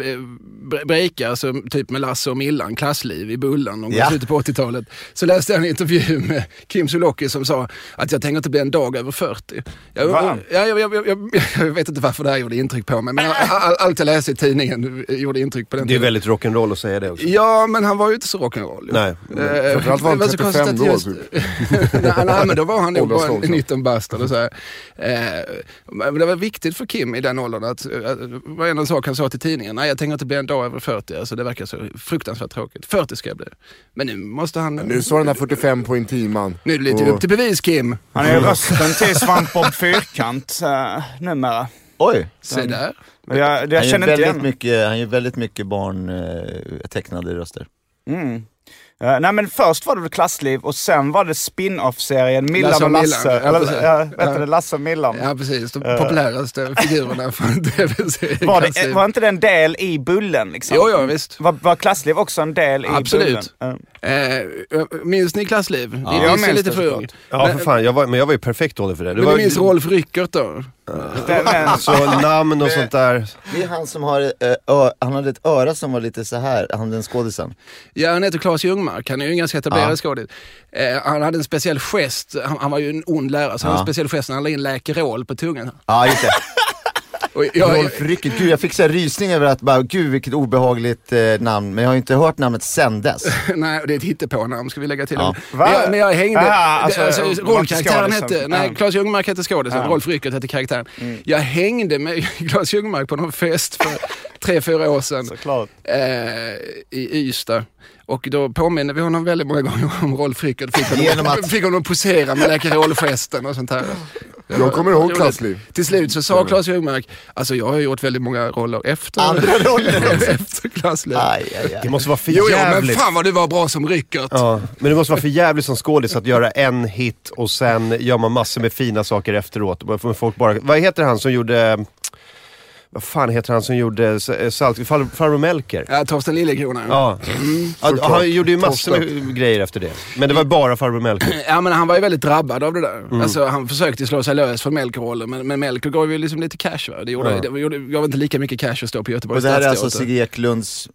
Speaker 3: bre- breakar, så typ med Lasse och Millan, klassliv i Bullan, någon gång i
Speaker 4: Ja.
Speaker 3: slutet på 80-talet. Så läste jag en intervju med Kim Sulocki som sa att jag tänker inte bli en dag över 40. Jag,
Speaker 5: Va?
Speaker 3: ja, jag, jag, jag, jag, jag vet inte varför det här gjorde intryck på mig, men all, all, allt jag läste i tidningen gjorde intryck på den
Speaker 2: Det är
Speaker 3: tiden.
Speaker 2: väldigt rock'n'roll att säga det också.
Speaker 3: Ja, men han var ju inte så rock'n'roll. Eh,
Speaker 2: Nej, men
Speaker 6: framförallt var han 35 då,
Speaker 3: nej, nej, men då var han nog bara
Speaker 6: Åldersnoll, så.
Speaker 3: 19 bast eller så här. Eh, men det var viktigt för Kim i den åldern att, eh, att det var en sak han sa till tidningen, nej jag tänker inte bli en dag över 40, alltså det verkar så fruktansvärt tråkigt. 40 ska jag bli. Men nu måste han...
Speaker 6: Nu
Speaker 3: Nu,
Speaker 6: står den här 45 på intiman.
Speaker 3: är det lite upp till bevis Kim.
Speaker 5: Han är ju rösten till Svampbob Fyrkant uh, numera.
Speaker 4: Oj!
Speaker 3: Se där.
Speaker 5: Och Jag, jag
Speaker 4: Han gör,
Speaker 5: känner inte
Speaker 4: väldigt
Speaker 5: igen
Speaker 4: mycket, han gör väldigt mycket barn eh, tecknade röster.
Speaker 5: Mm. Eh, nej men först var det väl Klassliv och sen var det spin-off-serien Millan
Speaker 3: Lasse
Speaker 5: och
Speaker 3: och
Speaker 5: Lasse.
Speaker 3: Millan, ja, precis.
Speaker 5: Eller ja, vet du
Speaker 3: Ja.
Speaker 5: det? Lasse och Millan.
Speaker 3: Ja precis, de populäraste figurerna från tv-serien.
Speaker 5: Var, det,
Speaker 3: Klassliv.
Speaker 5: var inte det en del i Bullen liksom?
Speaker 3: Jo, ja, visst.
Speaker 5: Var, var Klassliv också en del i
Speaker 3: Absolut.
Speaker 5: Bullen? Eh,
Speaker 3: Eh, minns ni Klassliv? Ja.
Speaker 5: Jag
Speaker 3: Ni minns
Speaker 5: minns
Speaker 3: lite
Speaker 5: det
Speaker 3: för ung.
Speaker 5: såklart.
Speaker 2: Ja, för fan. Jag var, men jag var ju perfekt ålder för det. det
Speaker 3: Men
Speaker 2: var,
Speaker 3: ni minns Rolf Ryckert då?
Speaker 5: det- men-
Speaker 2: Så namn och sånt där.
Speaker 4: Det är han som har, eh, ö, han hade ett öra som var lite så här, han den skådisen.
Speaker 3: Ja, han heter Claes Ljungmark. Han är ju en ganska etablerad
Speaker 4: Ja.
Speaker 3: skådis. Eh, han hade en speciell gest. Han, han var ju en ond lärare, så han hade en speciell gest när han la in Läkerol på tungan.
Speaker 4: Ja just det.
Speaker 3: Och jag,
Speaker 4: Rolf Ryckert. Gud jag fick så här rysning över att bara, gud vilket obehagligt eh, namn. Men jag har ju inte hört namnet sen dess.
Speaker 3: nej, det är ett hittepånamn ska vi lägga till.
Speaker 4: Ja.
Speaker 3: Men, jag,
Speaker 5: Va?
Speaker 3: men jag hängde...
Speaker 5: Ah,
Speaker 3: alltså,
Speaker 5: alltså,
Speaker 3: alltså,
Speaker 5: Rolf
Speaker 3: rollkaraktären
Speaker 5: skådisen.
Speaker 3: hette... Nej,
Speaker 5: Ja. Mm.
Speaker 3: Claes Ljungmark hette skådisen. Rolf Ryckert hette karaktären. Jag hängde med Claes Ljungmark på någon fest för tre, fyra år sedan.
Speaker 5: Såklart.
Speaker 3: eh, i Ystad. Och då påminner vi honom väldigt många gånger om Rolf Rickard. Fick honom,
Speaker 4: Genom att-
Speaker 3: fick honom posera med Läkerol-gesten och sånt här. Det
Speaker 6: Jag
Speaker 3: var
Speaker 6: kommer ihåg
Speaker 3: roligt.
Speaker 6: Klassliv.
Speaker 3: Till slut så sa Claes Ljungmark, alltså jag har gjort väldigt många roller efter,
Speaker 4: Andra rollen också.
Speaker 3: efter Klassliv.
Speaker 4: Aj, aj, aj.
Speaker 2: Det måste vara för
Speaker 3: Jo, jo, men
Speaker 2: jävligt.
Speaker 3: fan vad du var bra som Rickard.
Speaker 2: Ja, men det måste vara för jävligt som skådis att göra en hit och sen gör man massor med fina saker efteråt. Men Folk bara, vad heter han som gjorde... Vad fan heter han som gjorde s- eh, salt... Far, farbror Melker?
Speaker 3: Ja, Torsten Mm. Liljekrona. Ja.
Speaker 2: Ja. ja. Han gjorde ju massor med grejer efter det. Men det var bara farbror Melker.
Speaker 3: men han var ju väldigt drabbad av det där. Alltså, han försökte slå sig lös från Melker-rollen, men, men Melker gav ju liksom lite cash. Va? Det, gjorde,
Speaker 2: Ja.
Speaker 3: det gjorde, gav inte lika mycket cash att stå på
Speaker 4: Och
Speaker 3: Göteborgs
Speaker 4: det här är alltså
Speaker 3: Stadsteater.
Speaker 4: Sigge Eklunds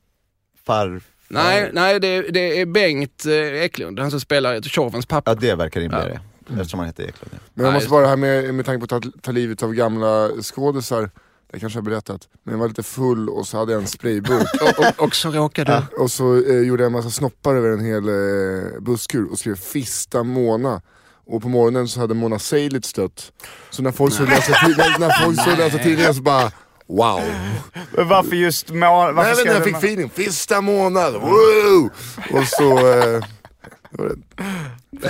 Speaker 4: far...
Speaker 3: Nej, nej det, det är Bengt eh, Eklund, han som spelar Tjorvens pappa.
Speaker 4: Ja det verkar rimligare. Mm. Eftersom han heter Eklund. ja.
Speaker 6: Men jag
Speaker 3: Nej,
Speaker 6: måste bara här med, med tanke på att ta, ta livet av gamla skådisar. Det kanske jag har berättat. Men jag var lite full och så hade jag en sprayburk.
Speaker 3: Och, och, och så råkar du...
Speaker 6: och så eh, gjorde jag en massa snoppar över en hel eh, busskur och skrev Fista Mona. Och på morgonen så hade Mona Seilitz dött. Så när folk såg läsa, tid- när, när folk såg läsa tidningen så bara Wow!
Speaker 5: Varför just mål... Varför
Speaker 6: Nej, men
Speaker 5: skrev
Speaker 6: jag
Speaker 5: du
Speaker 6: fick
Speaker 5: med-
Speaker 6: feeling, fista månad, wow! Och så... Eh, det var det.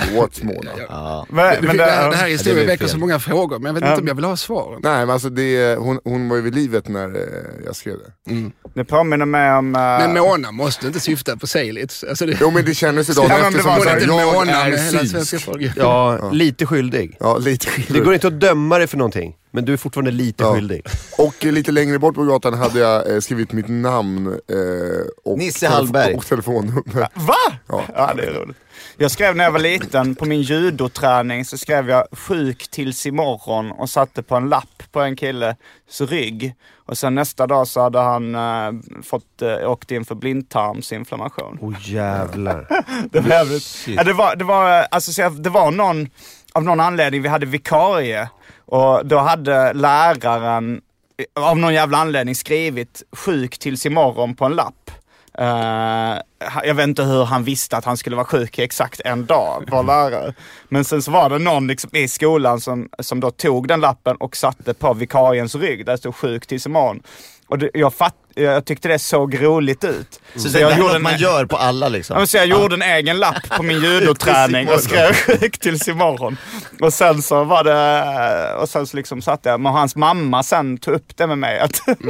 Speaker 6: Förlåt Mona.
Speaker 4: Ja.
Speaker 5: Men,
Speaker 3: det,
Speaker 5: men det,
Speaker 3: det, det här
Speaker 4: det
Speaker 3: historien
Speaker 4: blir
Speaker 3: väcker så
Speaker 4: fel.
Speaker 3: många frågor, men jag vet
Speaker 5: Ja.
Speaker 3: inte om jag vill ha svaren.
Speaker 6: Nej men alltså det, är- hon, hon var ju vid livet när eh, jag skrev det.
Speaker 5: det påminner mig om... eh,
Speaker 3: Men Mona måste inte syfta på Seilitz. Alltså det,
Speaker 6: Jo men det kändes idag
Speaker 5: Ja, men
Speaker 6: efter
Speaker 5: det
Speaker 6: som
Speaker 5: var
Speaker 6: att
Speaker 5: väl
Speaker 6: jag
Speaker 5: inte
Speaker 3: Mona med hela
Speaker 6: är
Speaker 3: svenska
Speaker 6: synsk.
Speaker 3: folket.
Speaker 2: Ja, lite skyldig.
Speaker 6: Ja, lite
Speaker 2: Det går inte att döma dig för någonting, men du är fortfarande lite
Speaker 6: Ja.
Speaker 2: skyldig.
Speaker 6: Och eh, lite längre bort på gatan hade jag eh, skrivit mitt namn eh, och,
Speaker 4: Nisse Hallberg.
Speaker 6: och telefonnummer.
Speaker 5: Va?
Speaker 6: Ja.
Speaker 5: Ja, det är roligt. Jag skrev när jag var liten, på min judoträning, så skrev jag sjuk tills imorgon och satte på en lapp på en killes rygg. Och sen nästa dag så hade han eh, fått, eh, åkt in för blindtarmsinflammation.
Speaker 2: Åh jävlar.
Speaker 5: Det var jävligt. Mm. Ja, det, var, det, var, alltså, så jag- det var någon, av någon anledning, vi hade vikarie och då hade läraren eh, av någon jävla anledning skrivit sjuk tills imorgon på en lapp. Eh, ha- jag vet inte hur han visste att han skulle vara sjuk i exakt en dag, vår lärare. Men sen så var det någon liksom i skolan som, som då tog den lappen och satte på vikariens rygg där det stod sjuk tills imorgon. Och det, jag, fatt, jag tyckte det såg roligt ut.
Speaker 4: Så Mm. det
Speaker 5: jag
Speaker 4: är
Speaker 5: gjorde
Speaker 4: något
Speaker 5: en-
Speaker 4: man gör på alla
Speaker 5: Ja,
Speaker 4: liksom.
Speaker 5: men så jag gjorde en egen lapp på min judoträning och skrev sjuk tills imorgon. Och sen så var det, och sen så liksom satt jag, men hans mamma sen tog upp det med mig. Att,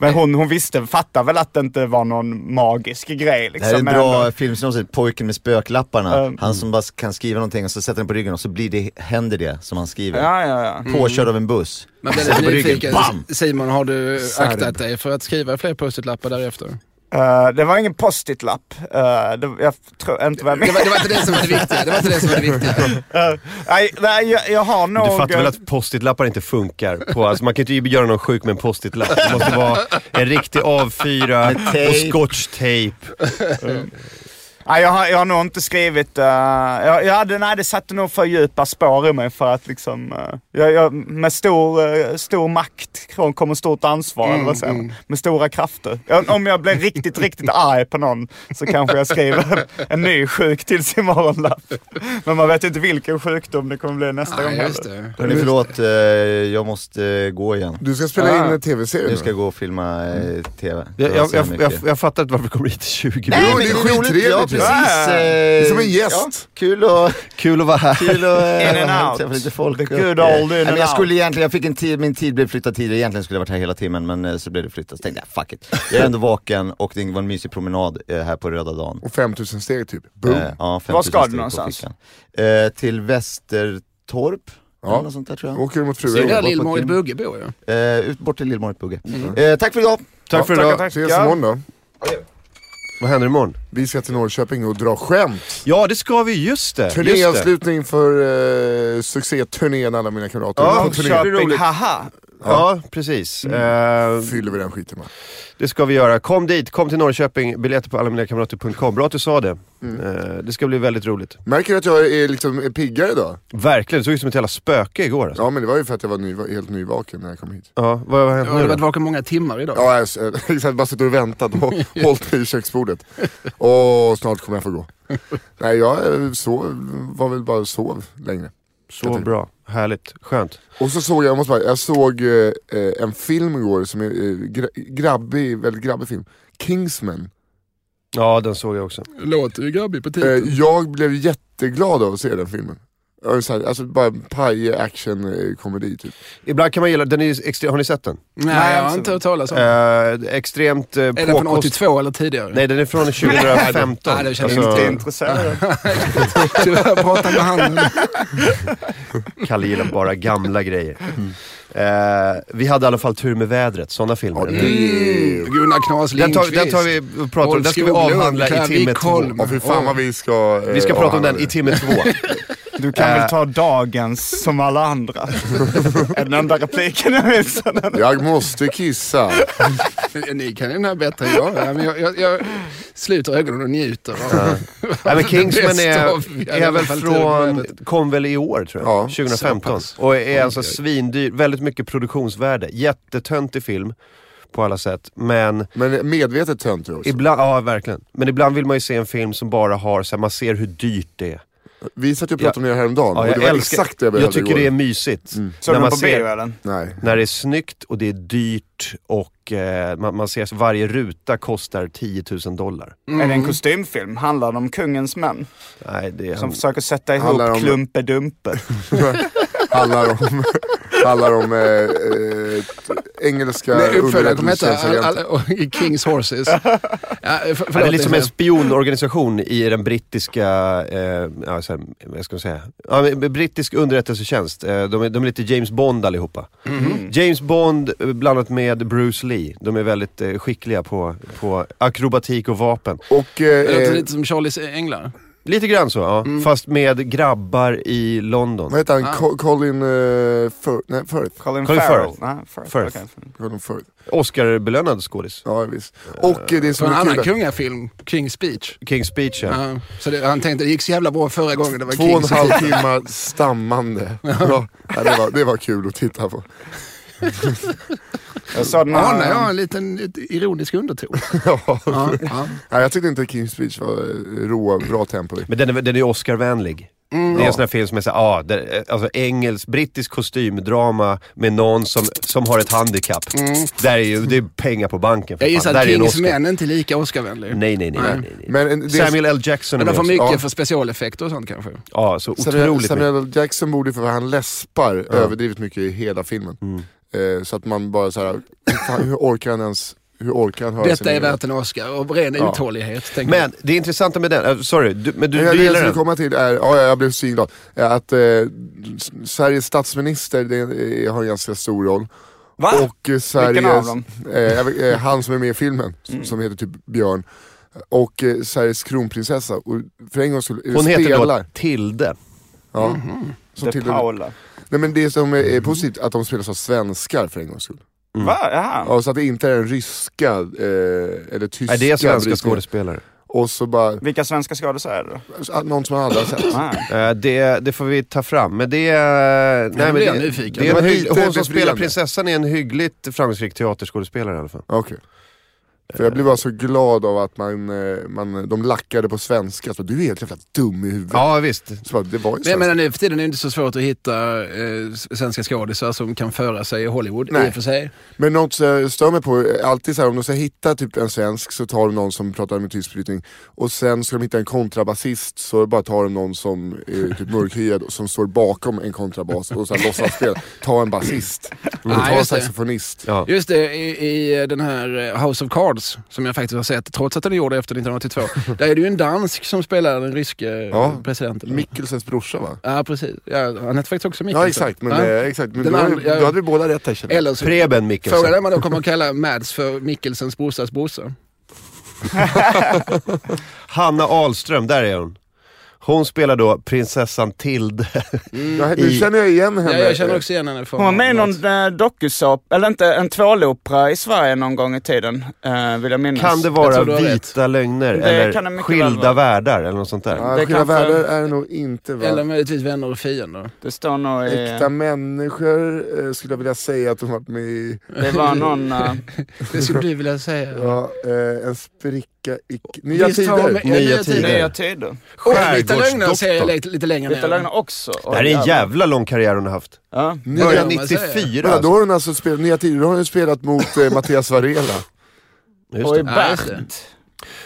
Speaker 5: Men hon, hon visste, fattade väl att det inte var någon magisk grej.
Speaker 4: Det här är
Speaker 5: Liksom,
Speaker 4: en
Speaker 5: men
Speaker 4: bra
Speaker 5: ändå.
Speaker 4: film som heter Pojken med spöklapparna.
Speaker 5: Mm.
Speaker 4: Han som bara kan skriva någonting och så sätter den på ryggen och så blir det, händer det som han skriver.
Speaker 5: Ja, ja, ja.
Speaker 4: Påkörd av en buss.
Speaker 3: Man blir
Speaker 4: Sätter
Speaker 3: lite
Speaker 4: på ryggen,
Speaker 3: nyfiken.
Speaker 4: bam!
Speaker 3: Simon, har du
Speaker 6: Sarb.
Speaker 3: aktat dig för att skriva fler post-it-lappar därefter?
Speaker 5: Eh, det var ingen post-it-lapp. Eh, det- jag tror inte vad jag
Speaker 3: Det var, det var inte det som var det viktiga. Det var inte det som var det viktiga.
Speaker 5: Eh, nej, nej, jag, jag har nog...
Speaker 2: Du fattar väl att post-it-lappar inte funkar? På, alltså man kan inte göra någon sjuk med en post-it-lapp. Det måste vara en riktig A4
Speaker 4: Med tejp.
Speaker 2: och scotchtejp.
Speaker 3: Mm.
Speaker 5: Nej, jag, har, jag har nog inte skrivit... eh, jag, jag hade, nej, det satte nog för djupa spår i mig för att liksom... eh, jag, jag, med stor, eh, stor makt kom- kommer stort ansvar,
Speaker 3: Mm,
Speaker 5: eller vad säger man? Med stora krafter. Jag, om jag blir riktigt, riktigt arg på någon så kanske jag skriver en, en ny sjuk tills imorgon-lapp. Men man vet inte vilken sjukdom det kommer bli nästa gång
Speaker 3: Nej, just
Speaker 5: heller.
Speaker 3: det.
Speaker 4: Hörni, förlåt, eh, jag måste eh, gå igen.
Speaker 6: Du ska spela
Speaker 5: Ah.
Speaker 6: in en tv-serie
Speaker 4: Nu ska
Speaker 6: nu.
Speaker 4: jag gå och filma eh, TV. Det
Speaker 2: Jag,
Speaker 4: var
Speaker 2: jag,
Speaker 4: så
Speaker 2: jag,
Speaker 4: mycket.
Speaker 2: jag, jag fattar inte varför vi kommer hit i 20
Speaker 6: Nej,
Speaker 2: minuter.
Speaker 6: men- det är
Speaker 4: roligt.
Speaker 6: skittrevligt ju.
Speaker 4: Ja, precis.
Speaker 5: Ja.
Speaker 6: är
Speaker 4: eh,
Speaker 6: som en gäst.
Speaker 4: Ja, kul att...
Speaker 2: Kul att vara här.
Speaker 4: Kul att... eh,
Speaker 5: In and
Speaker 4: ha
Speaker 5: out.
Speaker 4: träffat Lite folk
Speaker 5: The
Speaker 4: och,
Speaker 5: good
Speaker 4: eh,
Speaker 5: old in
Speaker 4: nej,
Speaker 5: and
Speaker 4: men jag
Speaker 5: out.
Speaker 4: skulle egentligen, jag fick en tid, min tid blev flyttad tidigare. Egentligen skulle jag varit här hela timmen men eh, så blev det flyttat. Så tänkte jag, fuck it. Jag är ändå vaken och det var en mysig promenad eh, här på röda dagen.
Speaker 6: Och 5000 steg typ. Boom.
Speaker 4: Eh, ja, 50
Speaker 5: Var ska du
Speaker 4: steg på
Speaker 5: någonstans?
Speaker 4: fickan. Eh, till Västertorp.
Speaker 6: Ja.
Speaker 4: Eller något sånt där tror jag.
Speaker 6: Åker mot
Speaker 3: Det är där
Speaker 6: frugan.
Speaker 3: Lill-Marit Bugge bor ju.
Speaker 4: Eh, ut bort till Lillmåret Bugge.
Speaker 5: Mm.
Speaker 4: Eh, tack för idag!
Speaker 2: Tack för
Speaker 5: Tackar,
Speaker 2: idag.
Speaker 5: tackar.
Speaker 6: Ses imorgon då.
Speaker 2: Vad händer imorgon?
Speaker 6: Vi ska till Norrköping och dra skämt.
Speaker 2: Ja, det ska vi. Just det. Just det.
Speaker 6: Turnéavslutning för eh, succéturnén Alla mina kamrater.
Speaker 2: Ja,
Speaker 6: På turné
Speaker 2: kör.
Speaker 5: Köping, haha.
Speaker 2: Ja, precis. Eh,
Speaker 6: fyller vi den skiten med.
Speaker 2: Det ska vi göra. Kom dit, kom till Norrköping. Biljetter på allaminakamrater.com. Bra att du sa det. Eh, Det ska bli väldigt roligt.
Speaker 6: Märker du att jag är liksom är piggare idag?
Speaker 2: Alltså- Verkligen, det såg ut som ett jävla spöke igår. Alltså.
Speaker 6: Ja men det var ju för att jag var ny, helt nyvaken när jag kom hit.
Speaker 2: Ja. vad vad har hänt
Speaker 3: Har du
Speaker 2: nu
Speaker 3: varit
Speaker 2: då?
Speaker 3: vaken många timmar idag?
Speaker 6: Ja, jag har bara suttit och väntat och hållit mig i köksbordet. Och snart kommer jag få gå. Nej, jag eh, sov, var väl bara och sov längre.
Speaker 2: Så bra. Härligt. Skönt.
Speaker 6: Och så såg jag, jag, måste bara, jag såg eh, eh, en film igår som är eh, gra- grabbig, väldigt grabbig film. Kingsman.
Speaker 2: Ja, den såg jag också.
Speaker 3: Låter ju grabbig på
Speaker 6: Eh,
Speaker 3: titeln.
Speaker 6: jag blev jätteglad av att se den filmen. Jag var så här, Alltså bara paj action eh, komedi typ.
Speaker 2: Ibland kan man gilla den. Är ju extre- har ni sett den?
Speaker 3: Nej, jag har inte hört talas om. Är
Speaker 2: Eh, extremt eh,
Speaker 3: den från
Speaker 2: påkost-
Speaker 3: 82 eller tidigare?
Speaker 2: Nej, den är från 2015.
Speaker 3: Nej, det känner jag
Speaker 5: Inte
Speaker 2: alltså,
Speaker 5: intresserad.
Speaker 3: Tyvärr pratar med
Speaker 2: Mm.
Speaker 3: handen.
Speaker 2: Kalle gillar bara gamla grejer. Eh, vi hade i alla fall tur med vädret, sådana filmer.
Speaker 3: Mm. Gunnar Knas
Speaker 2: Den tar,
Speaker 3: Lindqvist.
Speaker 2: den tar vi och pratar om. Den ska vi
Speaker 3: Wolfskog,
Speaker 2: avhandla i
Speaker 3: Lund,
Speaker 2: timme två.
Speaker 3: Kärvikholm.
Speaker 6: Ja fy fan vad vi ska... eh,
Speaker 2: Vi ska prata om den
Speaker 6: avhandla
Speaker 2: i
Speaker 6: det.
Speaker 2: timme två.
Speaker 5: Du kan
Speaker 3: eh.
Speaker 5: väl ta dagens som alla andra. Är den enda repliken jag minns.
Speaker 6: Jag måste kissa.
Speaker 3: Ni kan ju den här bättre än jag. Nej, men jag, jag, jag sluter ögonen och njuter. av-
Speaker 2: Nej, men
Speaker 3: Det
Speaker 2: Kingsman
Speaker 3: bästa
Speaker 2: är,
Speaker 3: av- i
Speaker 2: är
Speaker 3: alla
Speaker 2: väl
Speaker 3: fall tur med
Speaker 2: från,
Speaker 3: vädret.
Speaker 2: kom väl i år tror jag,
Speaker 6: Ja,
Speaker 2: 2015.
Speaker 3: så pass.
Speaker 2: Och är alltså
Speaker 3: Oj, oj.
Speaker 2: svindyr, väldigt mycket produktionsvärde. Jättetöntig film på alla sätt. Men
Speaker 6: Men medvetet töntig också.
Speaker 2: ibland, ja verkligen. Men ibland vill man ju se en film som bara har, så här, man ser hur dyrt det är.
Speaker 6: Vi satt ju och pratade om det här häromdagen
Speaker 2: Ja,
Speaker 6: och det var exakt det jag behövde
Speaker 2: Jag tycker
Speaker 6: igår.
Speaker 2: det är mysigt.
Speaker 3: Mm.
Speaker 5: Så
Speaker 2: När
Speaker 5: de
Speaker 2: man
Speaker 5: på
Speaker 2: ser-
Speaker 5: bio eller?
Speaker 6: Nej.
Speaker 2: När det är snyggt och det är dyrt och eh, man, man ser att varje ruta kostar 10 000 dollar.
Speaker 5: Är det en kostymfilm? Handlar det om kungens män?
Speaker 2: Nej, det är...
Speaker 5: Som försöker sätta
Speaker 6: Handlar
Speaker 5: ihop
Speaker 6: om-
Speaker 5: klumpedumper.
Speaker 6: Handlar om, handlar om eh, eh, t- engelska
Speaker 3: Nej, uppföljaren kommer heta all, all,
Speaker 6: underrättelseagenter.
Speaker 3: all, Kings Horses. ja, för, förlåt,
Speaker 2: Ja, det är liksom en
Speaker 3: Nisse.
Speaker 2: spionorganisation i den brittiska, eh, ja, så här, vad ska man säga, ja, men brittisk underrättelsetjänst. Eh, de, är, de är lite James Bond allihopa. James Bond eh, blandat med Bruce Lee. De är väldigt eh, skickliga på, på akrobatik och vapen.
Speaker 6: Och
Speaker 3: Det
Speaker 6: eh,
Speaker 3: låter
Speaker 6: eh,
Speaker 3: lite som Charlies änglar.
Speaker 2: Lite grann så, ja. fast med grabbar i London.
Speaker 6: vad heter han?
Speaker 3: Ah.
Speaker 6: Co- Colin, eh, Fir- nej, Firth?
Speaker 5: Colin,
Speaker 2: Colin
Speaker 5: Farrell.
Speaker 2: Firth.
Speaker 5: Nej, Firth.
Speaker 2: Firth.
Speaker 5: okej.
Speaker 6: Colin Firth.
Speaker 2: Oscarbelönad skådis.
Speaker 6: Ja visst. Och eh, det
Speaker 3: Från
Speaker 6: som
Speaker 2: Mm,
Speaker 3: en
Speaker 6: är
Speaker 3: annan
Speaker 6: kul,
Speaker 3: kungafilm, King's Speech.
Speaker 2: King's Speech ja.
Speaker 3: Ja, så det, han tänkte det gick så jävla bra förra gången det var
Speaker 6: två och en
Speaker 3: Kings.
Speaker 6: halv timme stammande. Ja, ja, det, var, det var kul att titta på.
Speaker 5: Jag sa
Speaker 2: Ah,
Speaker 5: den
Speaker 3: Anar
Speaker 5: här...
Speaker 3: jag
Speaker 2: Mm.
Speaker 3: en liten ett ironisk underton?
Speaker 6: Ja.
Speaker 3: ja, ja.
Speaker 6: Nej, jag tyckte inte att King's Speech var eh, råa, bra tempo i.
Speaker 2: Men den är, den är ju Oscarvänlig. det är en sån här film som är såhär, ah, där, alltså engelsk, brittisk kostymdrama med någon som, som har ett handikapp. Där är ju, det är pengar på banken. för
Speaker 3: Jag
Speaker 2: fan.
Speaker 3: gissar
Speaker 2: där
Speaker 3: att
Speaker 2: är en
Speaker 3: Kings
Speaker 2: Oscar.
Speaker 3: män är inte lika Oscarvänlig.
Speaker 2: Nej, nej, nej. nej. nej, nej.
Speaker 6: Men en- det som-
Speaker 2: Samuel L. Jackson är
Speaker 3: Men de
Speaker 2: med.
Speaker 3: får mycket
Speaker 6: Ja.
Speaker 3: för specialeffekter och sånt kanske.
Speaker 2: Ja, så
Speaker 6: Samuel,
Speaker 2: otroligt mycket.
Speaker 6: Samuel L. Jackson borde ju för han läspar överdrivet mycket i hela filmen.
Speaker 2: Mm.
Speaker 6: Eh, så att man bara såhär, fan, hur orkar han ens, hur orkar han höra sin
Speaker 3: Detta är
Speaker 6: egen-
Speaker 3: värt en Oscar och ren
Speaker 6: Ja.
Speaker 3: uthållighet. tänker jag.
Speaker 2: Men det intressanta med den, eh, sorry, du, men du,
Speaker 6: Men jag,
Speaker 2: du
Speaker 6: det jag
Speaker 2: gillar
Speaker 6: skulle
Speaker 2: den?
Speaker 6: komma till är, ja jag blev svinglad, Eh, att eh, s- Sveriges statsminister det, eh, har en ganska stor roll.
Speaker 5: Va?
Speaker 6: Och eh, Sveriges,
Speaker 5: av dem?
Speaker 6: eh, jag vet- eh, han som är med i filmen, som, som heter typ Björn. Och eh, Sveriges kronprinsessa, och för en gång skulle,
Speaker 2: Hon heter
Speaker 6: spelar.
Speaker 2: då Mhm. Tilde.
Speaker 6: Ja. Som
Speaker 5: De
Speaker 6: till, nej
Speaker 5: Paula.
Speaker 6: men det som är, är positivt, att de spelas av svenskar för en gångs skull.
Speaker 2: Mm.
Speaker 5: Va? Jaha.
Speaker 6: Ja, så att det inte är den ryska eh, eller tyska
Speaker 2: Nej, det är svenska
Speaker 6: brytningen.
Speaker 2: skådespelare.
Speaker 6: Och så bara,
Speaker 5: Vilka svenska skådisar är det då?
Speaker 6: så att någon som man aldrig har sett.
Speaker 5: Ah.
Speaker 2: Eh, det, det får vi ta fram, men det är... Nej, men
Speaker 3: blir jag
Speaker 2: det,
Speaker 3: nyfiken.
Speaker 2: det är
Speaker 6: Det
Speaker 2: en
Speaker 6: var
Speaker 2: hygg,
Speaker 6: lite
Speaker 2: hon som spelar
Speaker 6: befriande.
Speaker 2: prinsessan är en hyggligt framgångsrik teaterskådespelare i alla fall.
Speaker 6: Okej. För jag blev bara så glad av att man, eh, man, de lackade på svenska, så du är helt jävla dum i huvudet.
Speaker 2: Ja, visst.
Speaker 6: Så bara, det var ju
Speaker 3: Men jag
Speaker 6: svenska.
Speaker 3: menar nu för tiden är det inte så svårt att hitta eh, s- svenska skådisar som kan föra sig i Hollywood
Speaker 6: Nej.
Speaker 3: i och för sig.
Speaker 6: Men något som jag stör mig på, är alltid så här, om de ska hitta typ en svensk så tar de någon som pratar med tysk brytning och sen ska de hitta en kontrabasist så bara tar de någon som är typ mörkhyad och som står bakom en kontrabas och sen låtsas spela. Ta en basist. Eller
Speaker 3: Ja,
Speaker 6: ta en
Speaker 3: just det.
Speaker 6: saxofonist.
Speaker 2: Ja.
Speaker 3: Just det, i, i den här eh, House of Cards som jag faktiskt har sett, trots att den gjorde efter 1982. där är det ju en dansk som spelar den ryske eh,
Speaker 6: Ja.
Speaker 3: presidenten.
Speaker 6: Mikkelsens brorsa va?
Speaker 3: ja, precis. Ja, han heter faktiskt också Mikkelsen.
Speaker 6: Ja exakt, men,
Speaker 3: Ja.
Speaker 6: eh, exakt. men
Speaker 3: Den
Speaker 6: då, hade,
Speaker 3: andra-
Speaker 6: då hade vi båda rätt här känner jag.
Speaker 3: Eller så,
Speaker 2: Preben
Speaker 3: frågan är
Speaker 2: Mikkelsen.
Speaker 3: om man då kommer att kalla Mads för Mikkelsens brorsas brorsa.
Speaker 2: Hanna Ahlström, där är hon. Hon spelar då prinsessan Tilde.
Speaker 6: Ja, nu
Speaker 2: i-
Speaker 6: känner jag igen
Speaker 3: Ja,
Speaker 6: henne.
Speaker 3: jag känner också igen henne från...
Speaker 5: Hon var med i
Speaker 3: något.
Speaker 5: någon eh, dokusåp, eller inte, en tvålopera i Sverige någon gång i tiden, eh, vill jag minnas.
Speaker 2: Kan det
Speaker 3: Mm. Jag
Speaker 2: vara
Speaker 3: tror du har
Speaker 2: vita lögner
Speaker 5: Det kan det
Speaker 2: eller
Speaker 5: mycket
Speaker 2: skilda
Speaker 5: väl vara.
Speaker 2: världar eller något sånt där?
Speaker 6: Ja,
Speaker 5: Det
Speaker 6: skilda
Speaker 5: kanske-
Speaker 6: världar är det nog inte va?
Speaker 3: Eller möjligtvis vänner och fiender.
Speaker 5: Det står nog i...
Speaker 6: Äkta människor eh, skulle jag vilja säga att de varit med i.
Speaker 5: Det var någon... eh,
Speaker 3: Det skulle du vilja säga.
Speaker 6: Ja, eh, en spricka i k- nya
Speaker 3: Visst har
Speaker 6: tider.
Speaker 3: hon med-
Speaker 2: Nya
Speaker 3: Nya
Speaker 2: Tider.
Speaker 3: tider.
Speaker 5: Nya tider.
Speaker 3: Och Vita lögner
Speaker 2: Skärgårdsdoktorn.
Speaker 3: ser jag lite, lite längre
Speaker 5: Vita
Speaker 3: ner.
Speaker 5: lögner också.
Speaker 2: Det här är en jävla lång karriär hon har haft.
Speaker 5: Ja.
Speaker 6: Nya,
Speaker 2: Början
Speaker 3: man säga.
Speaker 2: 94
Speaker 6: ja, då
Speaker 2: alltså.
Speaker 6: har hon alltså spelat, nya tider, då har hon spelat mot eh, Mattias Varela.
Speaker 2: Just
Speaker 5: Och i
Speaker 2: det.
Speaker 3: Ja, just det.
Speaker 5: Bert.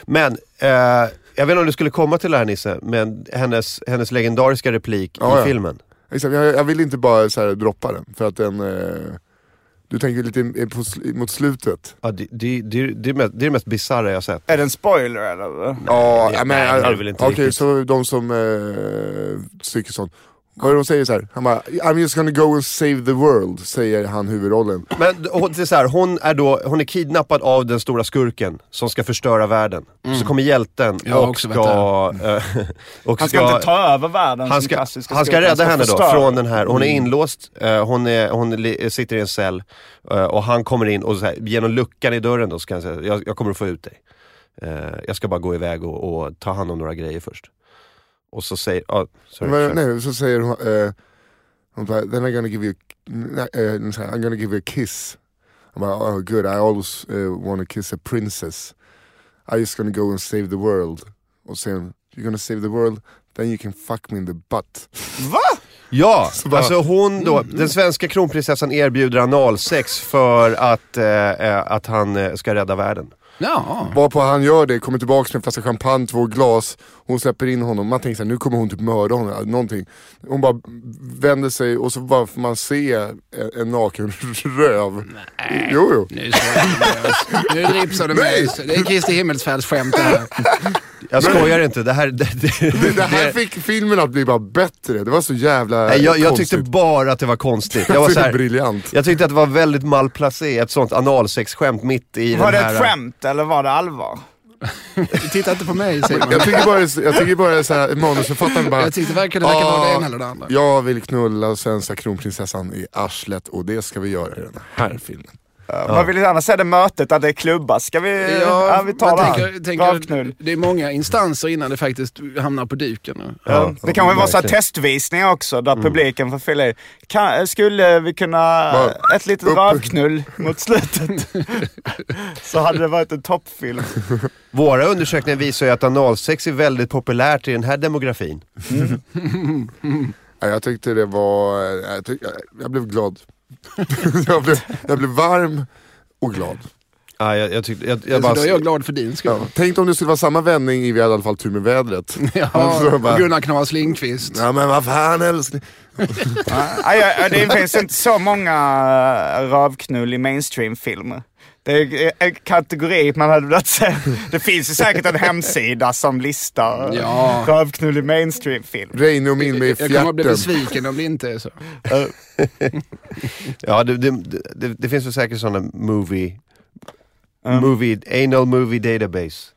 Speaker 2: Men, eh, jag vet inte om du skulle komma till det här Nisse, men hennes, hennes legendariska replik
Speaker 6: Ja,
Speaker 2: i
Speaker 6: ja.
Speaker 2: filmen.
Speaker 6: Exakt, jag, jag vill inte bara så här, droppa den, för att den... Eh, du tänker lite eh, på, sl- mot slutet.
Speaker 2: Ja, det, det, det, det, är det mest- det är det mest bisarra jag har sett.
Speaker 5: Är det en spoiler eller?
Speaker 6: Ja,
Speaker 2: det-
Speaker 6: ja,
Speaker 2: nej, det är
Speaker 6: men...
Speaker 2: det väl inte
Speaker 6: Okej,
Speaker 2: riktigt.
Speaker 6: så de som... Eh, tycker sånt. Vad är det de säger så här? Han bara, I'm just gonna go and save the world, säger han huvudrollen.
Speaker 2: Men hon, det är så här, hon, är då, hon är kidnappad av den stora skurken som ska förstöra världen. Så
Speaker 5: Mm.
Speaker 2: kommer hjälten
Speaker 3: Jag har
Speaker 2: och
Speaker 3: också
Speaker 2: ska...
Speaker 3: varit
Speaker 2: eh, och
Speaker 5: Han ska inte ta över världen
Speaker 2: han
Speaker 5: som
Speaker 2: ska,
Speaker 5: klassiska
Speaker 2: han ska
Speaker 5: skurken.
Speaker 2: rädda henne då
Speaker 5: förstöra. Mm.
Speaker 2: från den här, hon är inlåst, eh, hon, är, hon li, sitter i en cell eh, och han kommer in och så här, genom luckan i dörren då så kan han säga, jag, jag kommer att få ut dig. Eh, jag ska bara gå iväg och, och ta hand om några grejer först. Och så säger, ja, sorry,
Speaker 6: Men,
Speaker 2: kör.
Speaker 6: nej, så säger hon, eh, hon bara, then I'm gonna give you, nej, eh, hon säger, I'm gonna give you a kiss. I'm bara, oh good, I always eh, wanna kiss a princess. I'm just gonna go and save the world. Och sen, you're gonna save the world, Then you can fuck me in the butt.
Speaker 5: Va?
Speaker 2: Ja, alltså hon då, den svenska kronprinsessan erbjuder analsex för att, eh, eh, att han eh, ska rädda världen.
Speaker 3: Ja.
Speaker 6: Varpå han gör det, kommer tillbaka med en flaska champagne, två glas. Hon släpper in honom, man tänker såhär, nu kommer hon typ mörda honom eller någonting. Hon bara vänder sig och så bara får man se en, en naken röv. Jo, jo.
Speaker 3: Nu, så nu dripsar du mig. Det är Kristi himmelsfärdsskämt det här.
Speaker 2: Jag skojar inte, det här... Det, det,
Speaker 6: Det, det här fick filmen att bli bara bättre, det var så jävla
Speaker 2: Nej, jag, jag
Speaker 6: konstigt.
Speaker 2: tyckte bara att det var konstigt. Jag,
Speaker 6: Jag
Speaker 2: var så
Speaker 6: tyckte det var
Speaker 2: här,
Speaker 6: briljant.
Speaker 2: jag tyckte att det var väldigt malplacerat, ett sånt analsexskämt mitt i
Speaker 5: Var det
Speaker 2: den här...
Speaker 5: ett skämt eller var det allvar?
Speaker 3: Titta inte på mig Simon.
Speaker 6: Jag tycker bara, jag tycker bara såhär, manusförfattaren bara...
Speaker 3: Jag tyckte verkligen det verkar vara det ena eller det
Speaker 6: "Ah,
Speaker 3: andra.
Speaker 6: Jag vill knulla svenska kronprinsessan i arslet och det ska vi göra i den här filmen.
Speaker 5: Man vill gärna se det mötet där det klubbas. Ska vi, ja, vi ta det
Speaker 3: man
Speaker 5: här?
Speaker 3: tänker, tänker,
Speaker 5: Rakknull.
Speaker 3: det är många instanser innan det faktiskt hamnar på duken. nu.
Speaker 5: Ja, det kanske var så här
Speaker 2: verkligen. Mm.
Speaker 5: testvisningar också där publiken får fylla i. Kan, skulle vi kunna...
Speaker 6: Bara-
Speaker 5: ett litet
Speaker 6: upp-
Speaker 5: rövknull mot slutet. så hade det varit en toppfilm.
Speaker 2: Våra undersökningar visar ju att analsex är väldigt populärt i den här demografin.
Speaker 6: Nej, Jag tyckte det var, eh, jag, tyck, jag blev glad. jag, blev, jag blev varm och glad.
Speaker 2: Ja, jag, jag, tyckte, jag, jag
Speaker 3: Så
Speaker 2: bara...
Speaker 3: då är jag glad för din
Speaker 6: Ja.
Speaker 3: skull.
Speaker 6: Tänk om det skulle vara samma vändning i Vi hade i alla fall tur med vädret. Så jag
Speaker 3: Ja,
Speaker 6: bara,
Speaker 3: Gunnar Knas Lindqvist.
Speaker 6: Ja men vad fan älskling.
Speaker 5: Nej, ja, ja, det finns inte så många eh, rövknull i mainstreamfilmer. Det är eh, en kategori man hade velat se. Det finns ju säkert en hemsida som listar eh,
Speaker 3: Ja.
Speaker 5: rövknull i mainstreamfilm.
Speaker 6: Reine och Min med i
Speaker 3: Jag kommer att bli
Speaker 6: fjärten.
Speaker 3: besviken om det inte är så.
Speaker 2: Ja, det, det, det, det finns väl säkert sådana movie... Movie, anal movie database.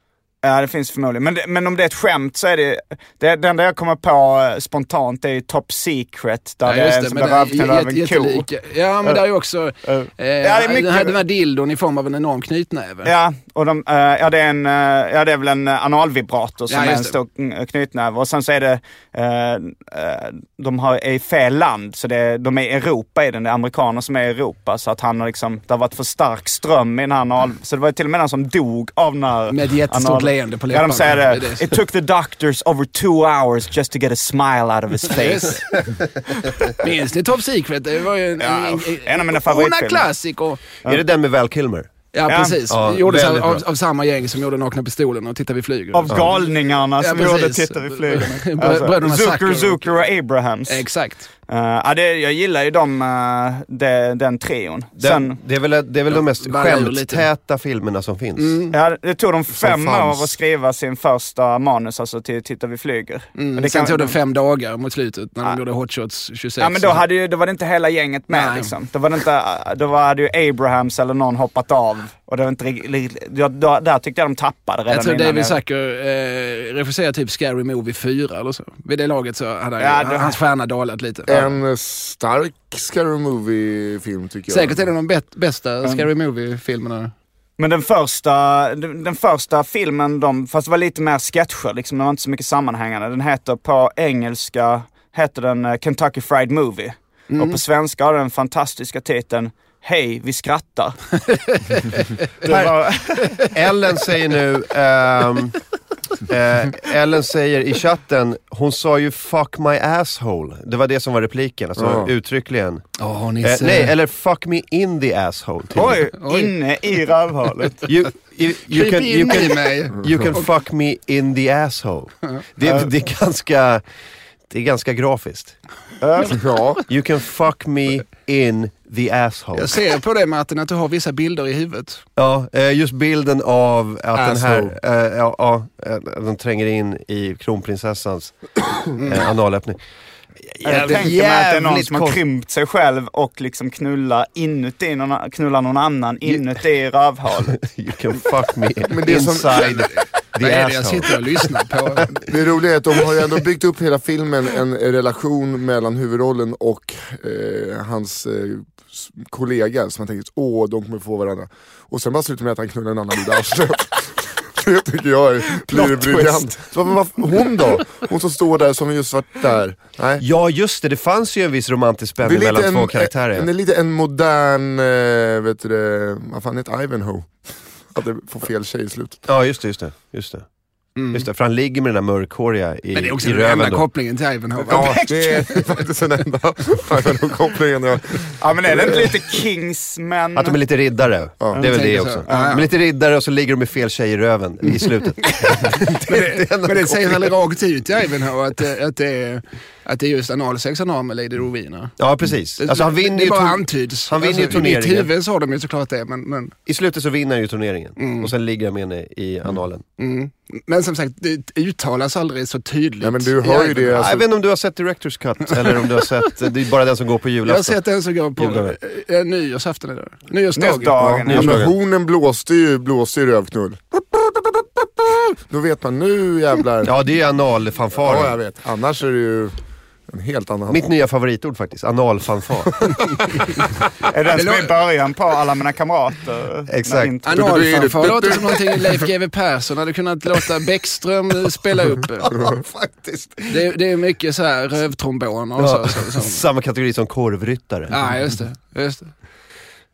Speaker 5: Ja, det finns förmodligen. Men, det- men om det är ett skämt så är det... Det, det enda jag kommer på eh, spontant är ju Top Secret där det är en som blir rövknullad av en ko.
Speaker 3: jättelika. Ja, men det är ju också eh,
Speaker 5: är mycket-
Speaker 3: den, här, den här dildon i form av en enorm knytnäve.
Speaker 5: Ja, och de, eh, ja, det är en, eh, ja, det är väl en eh, analvibrator som
Speaker 3: Ja,
Speaker 5: är
Speaker 3: just
Speaker 5: en
Speaker 3: det.
Speaker 5: stor kn- knytnäve. Och sen så är det, eh, eh, de har, är i fel land, så det, är- de är i Europa i den. Det är amerikaner som är i Europa. Så att han har liksom, det har varit för stark ström i den här anal... Så det var ju till och med någon som dog av den här
Speaker 3: Med ett jättestort
Speaker 5: anal-
Speaker 3: leende på
Speaker 5: Ja,
Speaker 3: läpparna.
Speaker 5: de säger
Speaker 3: Det
Speaker 5: det.
Speaker 3: är det.
Speaker 5: It took the doctors over two hours just to get a smile out of his face.
Speaker 3: Yes. Minns ni Top Secret? Det var ju en,
Speaker 5: Ja,
Speaker 3: en,
Speaker 5: en av mina favoritfilmer.
Speaker 3: Ona Classico.
Speaker 2: Är det den med Val Kilmer?
Speaker 3: Ja,
Speaker 5: Ja.
Speaker 3: precis.
Speaker 2: Ja,
Speaker 3: Gjordes av,
Speaker 2: väldigt bra.
Speaker 3: av, av samma gäng som gjorde Nakna Pistolen och Titta vi flyger.
Speaker 5: Av galningarna som
Speaker 3: Ja,
Speaker 5: gjorde
Speaker 3: precis.
Speaker 5: Titta vi flyger.
Speaker 3: Brö- bröderna
Speaker 5: Alltså, Zucker,
Speaker 3: Zucker.
Speaker 5: Zucker och Abrahams.
Speaker 3: Exakt.
Speaker 5: Eh, ja, det, jag gillar ju de, eh, de, den trion.
Speaker 2: Den,
Speaker 5: Sen,
Speaker 2: det är väl, det är väl de mest
Speaker 3: varierar lite.
Speaker 2: skämttäta filmerna som finns.
Speaker 5: ja, det tog dem fem
Speaker 6: fanns.
Speaker 5: år att skriva sin första manus, alltså till Titta vi flyger. Och
Speaker 3: Mm,
Speaker 5: det
Speaker 3: sen
Speaker 5: kan-
Speaker 3: tog det fem dagar mot slutet när de
Speaker 5: Ja.
Speaker 3: gjorde Hot Shots 26.
Speaker 5: Ja men då, hade ju, då var det inte hela gänget med
Speaker 3: Nej.
Speaker 5: liksom. Då, var det inte, då var- hade ju Abrahams eller någon hoppat av. Och det var inte riktigt, då, då, där tyckte jag de tappade redan
Speaker 3: jag tror
Speaker 5: innan.
Speaker 3: David
Speaker 5: jag-
Speaker 3: Zucker eh, regisserade typ Scary Movie 4 eller så. Vid det laget så hade han,
Speaker 5: Ja, det-
Speaker 3: hans stjärna dalat lite.
Speaker 6: En eh, stark Scary Movie-film tycker jag.
Speaker 3: Säkert är det de bet- bästa Scary Movie-filmerna.
Speaker 5: Men den första, den, den första filmen, de, fast det var lite mer sketcher, liksom, det var inte så mycket sammanhängande. Den heter på engelska, heter den eh, Kentucky Fried Movie.
Speaker 2: Mm.
Speaker 5: Och på svenska har den fantastiska titeln Hej, vi skrattar. det var,
Speaker 2: Ellen säger nu... ehm, eh, Ellen säger i chatten, hon sa ju 'fuck my asshole'. Det var det som var repliken, alltså
Speaker 6: Ja.
Speaker 2: uttryckligen.
Speaker 3: Åh,
Speaker 2: Eh,
Speaker 3: Nisse.
Speaker 2: nej, eller 'fuck me in the asshole' till
Speaker 5: oj,
Speaker 3: Oj.
Speaker 5: inne i rövhålet.
Speaker 2: You, you, you,
Speaker 3: Kryp
Speaker 2: can, you,
Speaker 3: in i
Speaker 2: can,
Speaker 3: mig.
Speaker 2: you can fuck me in the asshole. Det, det, är, ganska, det är ganska grafiskt.
Speaker 6: Ja,
Speaker 2: You can fuck me in the asshole.
Speaker 3: Jag ser på dig Martin att du har vissa bilder i huvudet.
Speaker 2: Ja, eh, just bilden av att
Speaker 6: Asshole.
Speaker 2: den här, eh, ja, ja, eh, den tränger in i kronprinsessans eh, analöppning.
Speaker 5: Jag
Speaker 2: Jävligt-
Speaker 5: tänker mig att det är någon som har
Speaker 2: jävligt
Speaker 5: krympt sig själv och liksom knullar inuti, någon, knullar någon annan inuti rövhålet.
Speaker 2: konst- You can fuck me
Speaker 6: Men det är som-
Speaker 2: inside
Speaker 3: Vad
Speaker 2: the
Speaker 3: är det jag
Speaker 2: asshole.
Speaker 3: sitter och lyssnar på?
Speaker 6: det roliga är att de har ju ändå byggt upp hela filmen en relation mellan huvudrollen och eh, hans eh, s- kollega. Så man tänker, åh de kommer få varandra. Och sen bara slutar med att han knullar en annan i arslet. Det tycker jag är blir
Speaker 5: twist.
Speaker 6: briljant. Så, men vad, hon då? Hon som står där som just varit där. Nej.
Speaker 2: Ja just det, det fanns ju en viss romantisk
Speaker 6: Det är
Speaker 2: spänning
Speaker 6: lite
Speaker 2: mellan
Speaker 6: en,
Speaker 2: två karaktärer.
Speaker 6: En, det är lite en modern, eh, vet du det, vad fan heter Ivanhoe? Att det får fel tjej i slutet.
Speaker 2: Ja just det, just det. Just det. Just det, för han ligger med den där mörkhåriga i,
Speaker 3: Men det är också
Speaker 2: i
Speaker 3: den enda
Speaker 2: röven. då.
Speaker 3: kopplingen till Ivanhoe.
Speaker 6: Ja, det är faktiskt den enda Ivanhoe-kopplingen jag...
Speaker 5: Ja men är det inte lite Kingsman?
Speaker 2: Att de är lite riddare. Det är väl det
Speaker 3: tänker så.
Speaker 2: också.
Speaker 3: Ja, ja.
Speaker 2: De är lite riddare och så ligger de med fel tjej i röven i slutet.
Speaker 3: Men det, men det säger väl rakt ut i Ivanhoe att, eh, att, det, är, att det är just analsex han har med Lady Rowena.
Speaker 2: Ja, precis. Alltså, han vinner
Speaker 3: det
Speaker 2: ju
Speaker 3: bara
Speaker 2: turn-
Speaker 3: antyds.
Speaker 2: Han vinner ju
Speaker 3: alltså, I mitt
Speaker 2: turneringen.
Speaker 3: huvud så har de ju såklart det, men, men,
Speaker 2: I slutet så vinner han ju turneringen.
Speaker 3: Mm.
Speaker 2: Och sen ligger han med henne i analen.
Speaker 3: men som sagt, det uttalas aldrig så tydligt.
Speaker 6: Ja, men du
Speaker 3: i
Speaker 6: hör ju
Speaker 3: Ivanhoe.
Speaker 6: det. Alltså,
Speaker 2: Jag vet inte om du har sett Directors Cut eller om du har sett, det är bara den som går på
Speaker 3: Jag har
Speaker 2: julafton.
Speaker 3: sett en som går på
Speaker 2: Juldagen.
Speaker 3: eh, nyårsafton eller nyårsdagen.
Speaker 5: Nyårsdagen.
Speaker 6: ja, men
Speaker 2: Nyårsdagen.
Speaker 6: hornen blåste ju, blåste ju rövknull. Då vet man, nu jävlar.
Speaker 2: Ja, det är ju
Speaker 6: Ja, jag
Speaker 2: analfanfaren.
Speaker 6: vet. Annars är det ju en helt annan...
Speaker 2: Mitt nya favoritord faktiskt, analfanfar.
Speaker 5: Är det den som är i början på Alla mina kamrater?
Speaker 2: Exakt.
Speaker 5: När inte-
Speaker 3: Analfanfar låter som någonting Leif GW Persson hade kunnat låta Bäckström eh, spela upp.
Speaker 2: faktiskt.
Speaker 3: Det, är- det är mycket så här rövtromboner och så. så, så.
Speaker 2: Samma kategori som korvryttare.
Speaker 3: Ja, just det. Just det.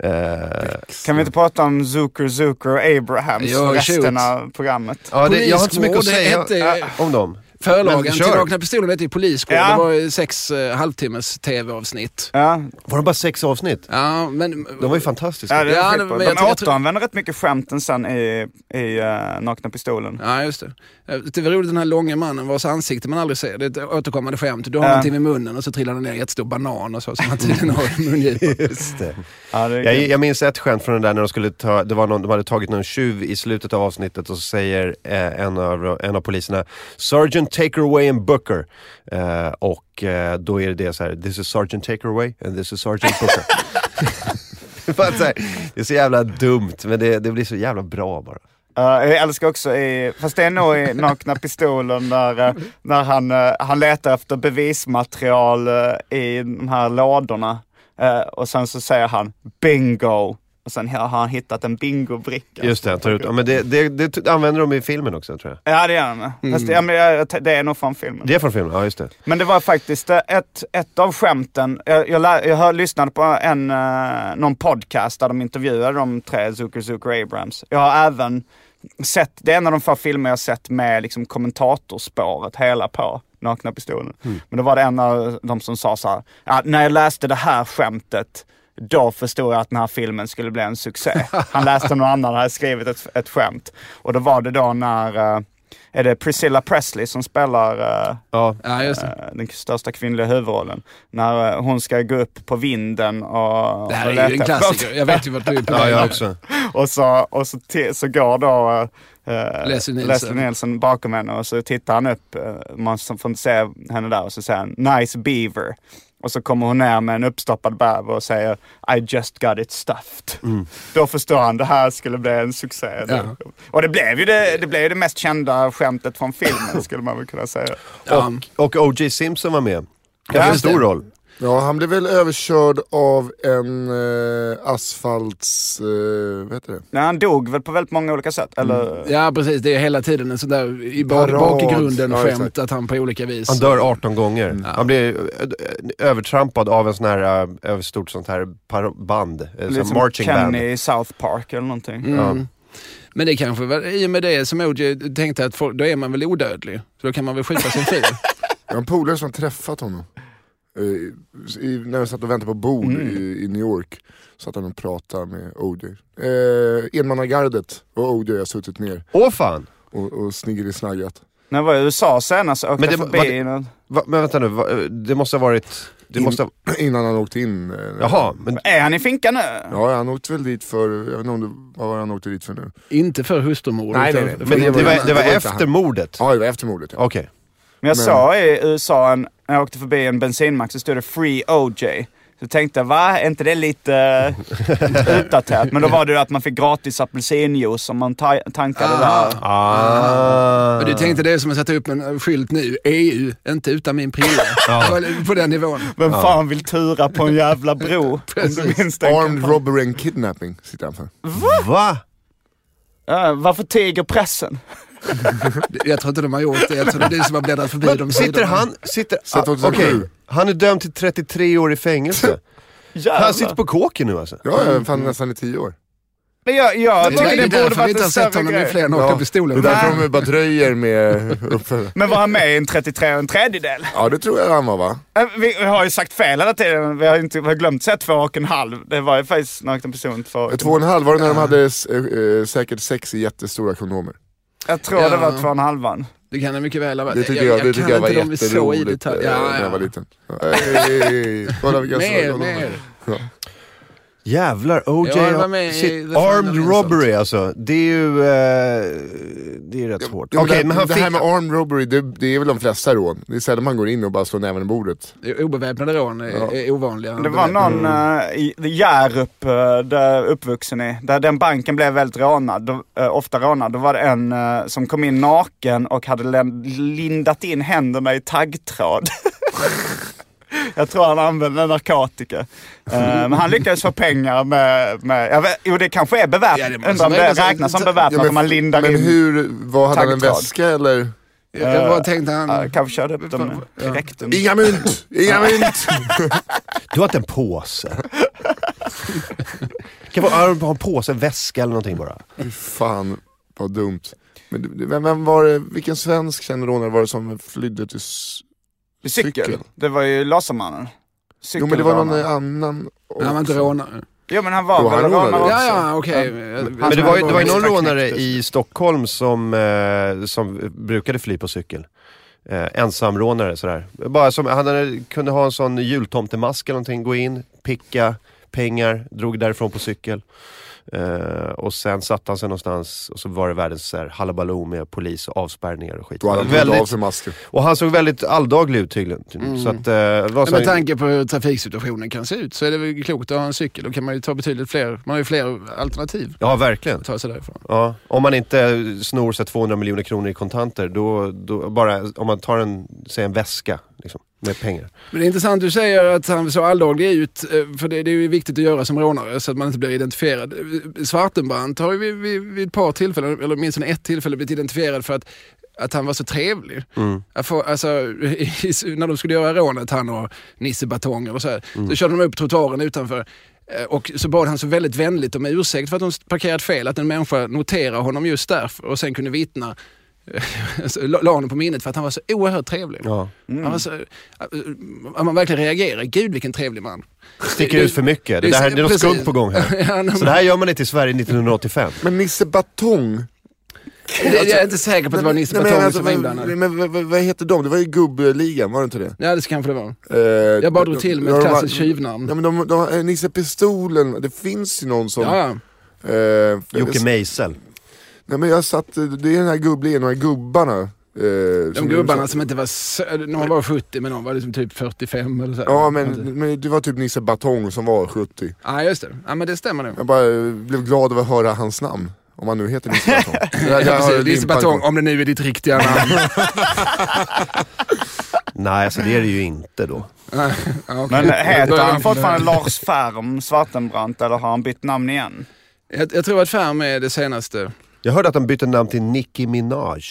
Speaker 2: Eh,
Speaker 5: Kan vi inte prata om Zucker, Zucker och Abrahams
Speaker 3: Jo,
Speaker 5: och resten
Speaker 3: shoot.
Speaker 5: av programmet?
Speaker 2: ja, det, jag har inte så mycket att
Speaker 3: Poliskår,
Speaker 2: säga Äh,
Speaker 3: det hette-
Speaker 2: om dem. Men
Speaker 3: Förlagen till
Speaker 2: kör.
Speaker 3: Nakna Pistolen hette ju Poliskår.
Speaker 5: Ja.
Speaker 3: Det var ju sex eh, halvtimmes tv-avsnitt.
Speaker 5: Ja,
Speaker 2: Var de bara sex avsnitt?
Speaker 3: Ja, men...
Speaker 2: De var ju fantastiska.
Speaker 5: ja, det
Speaker 3: Ja,
Speaker 5: är
Speaker 3: det-
Speaker 5: skit
Speaker 3: men
Speaker 5: på. De
Speaker 3: jag tror- jag tror-
Speaker 5: återanvänder rätt mycket skämten sen i, i eh, Nakna Pistolen.
Speaker 3: Ja, just det. Eh, Det var roligt den här långa mannen vars ansikte man aldrig ser. Det är ett återkommande skämt. Du har
Speaker 5: Ja.
Speaker 3: någonting vid munnen och så trillar det ner en jättestor banan och så som han tydligen har i mungipan.
Speaker 2: Just det.
Speaker 5: Ja, det är
Speaker 2: Jag,
Speaker 5: kul.
Speaker 2: jag minns ett skämt från den där när de skulle ta, det var någon, de hade tagit någon tjuv i slutet av avsnittet och så säger eh, en, av, en av poliserna Sergeant take her away and Booker. Eh, och eh, då är det det så här, this is Sergeant take her away and this is Sergeant Booker. Bara så här, det är så jävla dumt men det, det blir så jävla bra bara.
Speaker 5: Eh, jag älskar också i, fast det är nog i Nakna Pistolen när, eh, när han, eh, han letar efter bevismaterial eh, i de här lådorna. Eh, och sen så säger han bingo. Och sen har han hittat en bingobricka.
Speaker 2: Just det, han tar ut, ja, men det, det, det använder de i filmen också tror jag.
Speaker 5: Ja det gör han. Fast, ja, men, jag- jag- det är nog från filmen.
Speaker 2: Det är från filmen, ja just det.
Speaker 5: Men det var faktiskt eh, ett, ett av skämten. Jag, jag, lär, jag hör, lyssnade på en, eh, någon podcast där de intervjuade de tre, Zucker, Zucker och Abrams. Jag har även sett, det är en av de få filmer jag sett med liksom, kommentatorspåret hela på Nakna Pistolen. Men då var det en av de som sa så här, ja, när jag läste det här skämtet då förstod jag att den här filmen skulle bli en succé. Han läste någon annan hade skrivit ett, ett skämt. Och då var det då när, eh, är det Priscilla Presley som spelar eh,
Speaker 2: Ja.
Speaker 3: Ja, just det.
Speaker 5: Eh, den största kvinnliga huvudrollen. När eh, hon ska gå upp på vinden och...
Speaker 3: Det här
Speaker 5: och
Speaker 3: är ju en
Speaker 5: leta
Speaker 3: klassiker. Jag vet ju vart du är på
Speaker 2: Ja,
Speaker 3: väg.
Speaker 2: jag också.
Speaker 5: Och så, och så, ti- så går då eh,
Speaker 3: Leslie Nielsen.
Speaker 5: Leslie Nielsen bakom henne och så tittar han upp. eh, Man som får inte se henne där och så säger han “Nice beaver”. Och så kommer hon ner med en uppstoppad bäver och säger “I just got it stuffed”. Då förstår han, det här skulle bli en succé.
Speaker 3: Mm. Ja.
Speaker 5: Och det blev ju det, det, blev ju det mest kända skämtet från filmen skulle man väl kunna säga.
Speaker 3: Ja.
Speaker 2: Och O.J. Simpson var med.
Speaker 5: Ja,
Speaker 2: Ganska
Speaker 5: just
Speaker 2: stor
Speaker 3: det.
Speaker 2: roll.
Speaker 6: Ja, han blev väl överkörd av en eh, asfalts... Eh, vad heter det?
Speaker 5: Nej, han dog väl på väldigt många olika sätt. Eller,
Speaker 3: Ja precis, det är hela tiden en sån där i bak,
Speaker 6: Parad.
Speaker 3: bakgrunden
Speaker 6: Ja, exakt.
Speaker 3: skämt att han på olika vis...
Speaker 2: Han dör 18 gånger. Han blir ö- ö- övertrampad av en sån här, ö, över stort sånt här par- band. eh,
Speaker 3: Liksom
Speaker 2: sån
Speaker 5: Lite som
Speaker 2: marching
Speaker 5: Kenny
Speaker 2: band.
Speaker 5: i South Park eller någonting.
Speaker 2: Ja.
Speaker 3: Mm. Men det kanske var i och med det som OJ tänkte att folk, då är man väl odödlig. Så då kan man väl skjuta sin fru.
Speaker 6: Jag har en polare som har träffat honom. Eh, i, när vi satt och väntade på bord
Speaker 2: Mm.
Speaker 6: i, i New York. Satt han och pratade med OJ. Eh, Enmannagardet och OJ har suttit ner
Speaker 2: Åh fan!
Speaker 6: och, och sniggelisnaggat.
Speaker 5: När jag var i USA senast så åkte
Speaker 2: Men
Speaker 5: jag
Speaker 2: det var-
Speaker 5: förbi någon...
Speaker 2: Va, men vänta nu, va, eh, det måste ha varit... Det
Speaker 6: In-
Speaker 2: måste ha,
Speaker 6: Innan han åkte in. eh,
Speaker 2: jaha, men
Speaker 5: Är han i finkan nu?
Speaker 6: Ja, han åkte väl dit för, jag vet inte om det, vad var han åkte dit för nu?
Speaker 3: inte för hustrumord.
Speaker 6: Nej,
Speaker 3: utan
Speaker 6: nej, nej.
Speaker 3: för-
Speaker 2: men det, var,
Speaker 6: var-
Speaker 2: det var
Speaker 6: det var inte
Speaker 2: efter
Speaker 6: han.
Speaker 2: mordet?
Speaker 6: Ja, det var efter mordet. Ja.
Speaker 2: Okej.
Speaker 5: Men jag
Speaker 6: Men-
Speaker 5: såg i USA, en, när jag åkte förbi en bensinmack så stod det “Free OJ”. Så tänkte jag, va? Är inte det lite eh, utdaterat? Men då var det ju att man fick gratis apelsinjuice om man ta- tankade
Speaker 3: Ah.
Speaker 5: där.
Speaker 2: Ah.
Speaker 3: Men du tänkte det är som att sätta upp en skylt nu, EU, inte utan min prilla. På- På den nivån.
Speaker 5: Vem fan vill tura på en jävla bro? om du minns den
Speaker 6: Armed
Speaker 5: kampanjen.
Speaker 6: robbery and kidnapping sitter han för.
Speaker 2: Va?
Speaker 5: Ja, Varför tiger pressen?
Speaker 3: Jag tror inte de har gjort det. Jag tror det är du som har bläddrat förbi de
Speaker 2: Sitter
Speaker 3: sidorna.
Speaker 2: han... Sitter, ah,
Speaker 6: Satt också
Speaker 2: okej.
Speaker 6: sju.
Speaker 2: Han är dömd till 33 år i fängelse.
Speaker 5: Jävlar.
Speaker 2: Han sitter på kåken nu alltså?
Speaker 6: Mm. Ja, jag fann nästan i tio år.
Speaker 5: Men jag, jag
Speaker 3: Jag tycker
Speaker 5: tycker
Speaker 3: det är
Speaker 5: det, borde
Speaker 3: därför vi
Speaker 5: varit
Speaker 3: inte har
Speaker 5: en
Speaker 3: sett
Speaker 5: större
Speaker 3: honom i
Speaker 5: grej.
Speaker 3: fler än
Speaker 6: Ja,
Speaker 3: Nakna
Speaker 6: det
Speaker 3: Pistolen.
Speaker 6: är därför de är bara dröjer med uppföljare.
Speaker 5: Men var han med i en 33 och en tredjedel?
Speaker 6: Ja det tror jag han var va?
Speaker 5: Äh, Vi vi har ju sagt fel hela tiden. Vi har, inte, vi har glömt säga två och en halv. Det var ju faktiskt nakna person två och en
Speaker 6: Två och en halv var det när de hade eh, eh, säkert sex i jättestora kondomer.
Speaker 5: Jag tror
Speaker 3: Ja.
Speaker 5: det var två och en halvan.
Speaker 3: Det kan det mycket väl ha varit.
Speaker 6: Det tycker jag, det tycker jag var
Speaker 3: kan inte dem så i
Speaker 6: jätteroligt eh,
Speaker 3: detalj. Ja,
Speaker 6: när jag var
Speaker 3: ja.
Speaker 6: liten. Ey, Kolla vilka som
Speaker 3: Mer,
Speaker 6: var
Speaker 3: mer.
Speaker 2: Jävlar,
Speaker 3: Ja,
Speaker 2: OJ.
Speaker 3: det var med i
Speaker 2: shit,
Speaker 3: The Final
Speaker 2: armed
Speaker 3: Insult.
Speaker 2: robbery alltså. Det är ju... Eh, det är rätt svårt.
Speaker 6: Ja,
Speaker 2: Okej,
Speaker 6: men det,
Speaker 2: men han
Speaker 6: det
Speaker 2: fick...
Speaker 6: här med armed robbery, det, det är väl de flesta rån. Det är sällan man går in och bara slår näven i bordet.
Speaker 3: Eh, Obeväpnade rån är, är ovanliga.
Speaker 5: Det var någon
Speaker 6: Mm.
Speaker 5: eh, i Hjärup, eh, där uppvuxen i, där den banken blev väldigt rånad, då, eh, ofta rånad. Då var det en eh, som kom in naken och hade lin- lindat in händerna i taggtråd. Jag tror han använde narkotika. Eh, Men han lyckades få pengar med... med jag vet, jo, det kanske är
Speaker 3: Ja,
Speaker 5: beväpnat.
Speaker 3: det måste
Speaker 5: Undrar om det
Speaker 3: räknas.
Speaker 5: räknas som beväpnat om man lindar
Speaker 6: men
Speaker 5: in...
Speaker 6: hur, vad hade han en
Speaker 5: taggtråd.
Speaker 6: väska eller?
Speaker 3: Jag
Speaker 2: Eh,
Speaker 3: bara tänkte han...
Speaker 6: Mm.
Speaker 5: Ja, kanske körde upp dem direkt. under-
Speaker 6: Inga mynt! Inga mynt!
Speaker 2: Du har inte en påse. kan vara arm, ha en påse, en väska eller någonting bara.
Speaker 6: Fy fan vad dumt. Men det- det- vem, vem var det, vilken svensk känd rånare var det som flydde till... s-
Speaker 5: Cykel.
Speaker 6: Cykel.
Speaker 5: Det var ju Lasermannen.
Speaker 6: Jo men det var någon
Speaker 5: Cykelrånaren.
Speaker 6: annan.
Speaker 3: Men han var inte
Speaker 6: också.
Speaker 3: rånare.
Speaker 5: Jo men han var
Speaker 6: Jo,
Speaker 5: väl
Speaker 6: han
Speaker 5: rånare
Speaker 6: rånade.
Speaker 5: också.
Speaker 3: Ja, ja, okej.
Speaker 2: Men
Speaker 6: Alltså,
Speaker 2: det
Speaker 5: som
Speaker 2: var ju,
Speaker 5: hade
Speaker 2: det var ju någon
Speaker 5: varit
Speaker 2: rånare
Speaker 5: knäckt,
Speaker 2: i Stockholm som, eh, som brukade fly på cykel. Eh, ensamrånare sådär. Bara som, han hade, kunde ha en sån jultomtemask eller någonting, gå in, picka pengar, drog därifrån på cykel. Eh, och sen satte han sig någonstans och så var det världens så här, halabaloo med polis och avspärrningar och skit.
Speaker 6: Då hade han tagit av sig Mm.
Speaker 2: väldigt,
Speaker 6: masken.
Speaker 2: och han såg väldigt alldaglig ut tydligen. Så att, eh, det var
Speaker 3: Men
Speaker 2: så
Speaker 3: med tanke på hur trafiksituationen kan se ut så är det väl klokt att ha en cykel. Då kan man ju ta betydligt fler, man har ju fler alternativ
Speaker 2: ja, verkligen.
Speaker 3: att ta sig därifrån.
Speaker 2: Ja, om man inte snor sig 200 miljoner kronor i kontanter, då, då bara, om man tar en, säg en väska liksom, med pengar.
Speaker 3: Men det är intressant du säger att han såg alldaglig ut, eh, för det, det är ju viktigt att göra som rånare så att man inte blir identifierad. Eh, Svartenbrandt har ju vid, vid, vid ett par tillfällen, eller åtminstone ett tillfälle, blivit identifierad för att, att han var så trevlig. Att få- Alltså, i, i- när de skulle göra rånet, han och Nisse Batonger och så här, så körde de upp trottoaren utanför. eh, Och så bad han så väldigt vänligt om ursäkt för att de parkerat fel, att en människa noterar honom just därför och sen kunde vittna. Så la la honom på minnet för att han var så oerhört trevlig.
Speaker 2: Ja.
Speaker 3: Han var så, att Alltså, äh, man verkligen reagerar. Gud vilken trevlig man.
Speaker 2: Sticker ut för mycket. Det,
Speaker 3: det-
Speaker 2: där, det är något
Speaker 3: precis.
Speaker 2: skumt på gång här.
Speaker 3: Ja, nej,
Speaker 2: Så det här gör man inte i Sverige 1985.
Speaker 6: Men Nisse Batong,
Speaker 3: men det- jag är inte säker på att det var Nisse
Speaker 6: Nej, men
Speaker 3: Batong
Speaker 6: alltså,
Speaker 3: som var
Speaker 6: vad-
Speaker 3: inblandad.
Speaker 6: Men vad- vad- vad hette de? Det var ju gubbligan, var det inte det?
Speaker 3: Ja, det kanske det var.
Speaker 6: Eh,
Speaker 3: Jag bara drog
Speaker 6: de-
Speaker 3: till med
Speaker 6: ja,
Speaker 3: ett
Speaker 6: de var-
Speaker 3: klassiskt
Speaker 6: Ja,
Speaker 3: tjuvnamn.
Speaker 6: men de, de, eh, Nisse Pistolen, det finns ju någon som...
Speaker 3: Ja, ja.
Speaker 6: Eh,
Speaker 2: Jocke
Speaker 6: jag-
Speaker 2: Meisel.
Speaker 6: Nej men jag satt, det är den här gubbligan, de här gubbarna. Eh,
Speaker 3: De gubbarna som inte var... sö- Någon var 70 men någon var liksom typ 45 eller så. här.
Speaker 6: Ja men, men det var typ Nisse Batong som var 70.
Speaker 3: Ja, just det. Ja, men det stämmer nog.
Speaker 6: Jag bara eh, blev glad över att höra hans namn. Om han nu heter Nisse Batong. Jag- jag
Speaker 3: Ja,
Speaker 6: har
Speaker 3: precis. Nisse
Speaker 6: limpan
Speaker 3: Batong,
Speaker 6: kvar.
Speaker 3: om det nu är ditt riktiga namn.
Speaker 2: Nej, alltså det är det ju inte då.
Speaker 3: Ja, okej.
Speaker 5: Men eh,
Speaker 3: Då
Speaker 5: heter
Speaker 3: börjar
Speaker 5: han
Speaker 3: vi från
Speaker 5: fortfarande
Speaker 3: början.
Speaker 5: Lars Färm Svartenbrandt eller har han bytt namn igen?
Speaker 3: jag, jag tror att Färm är det senaste.
Speaker 2: Jag hörde att de bytte namn till Nicki Minaj.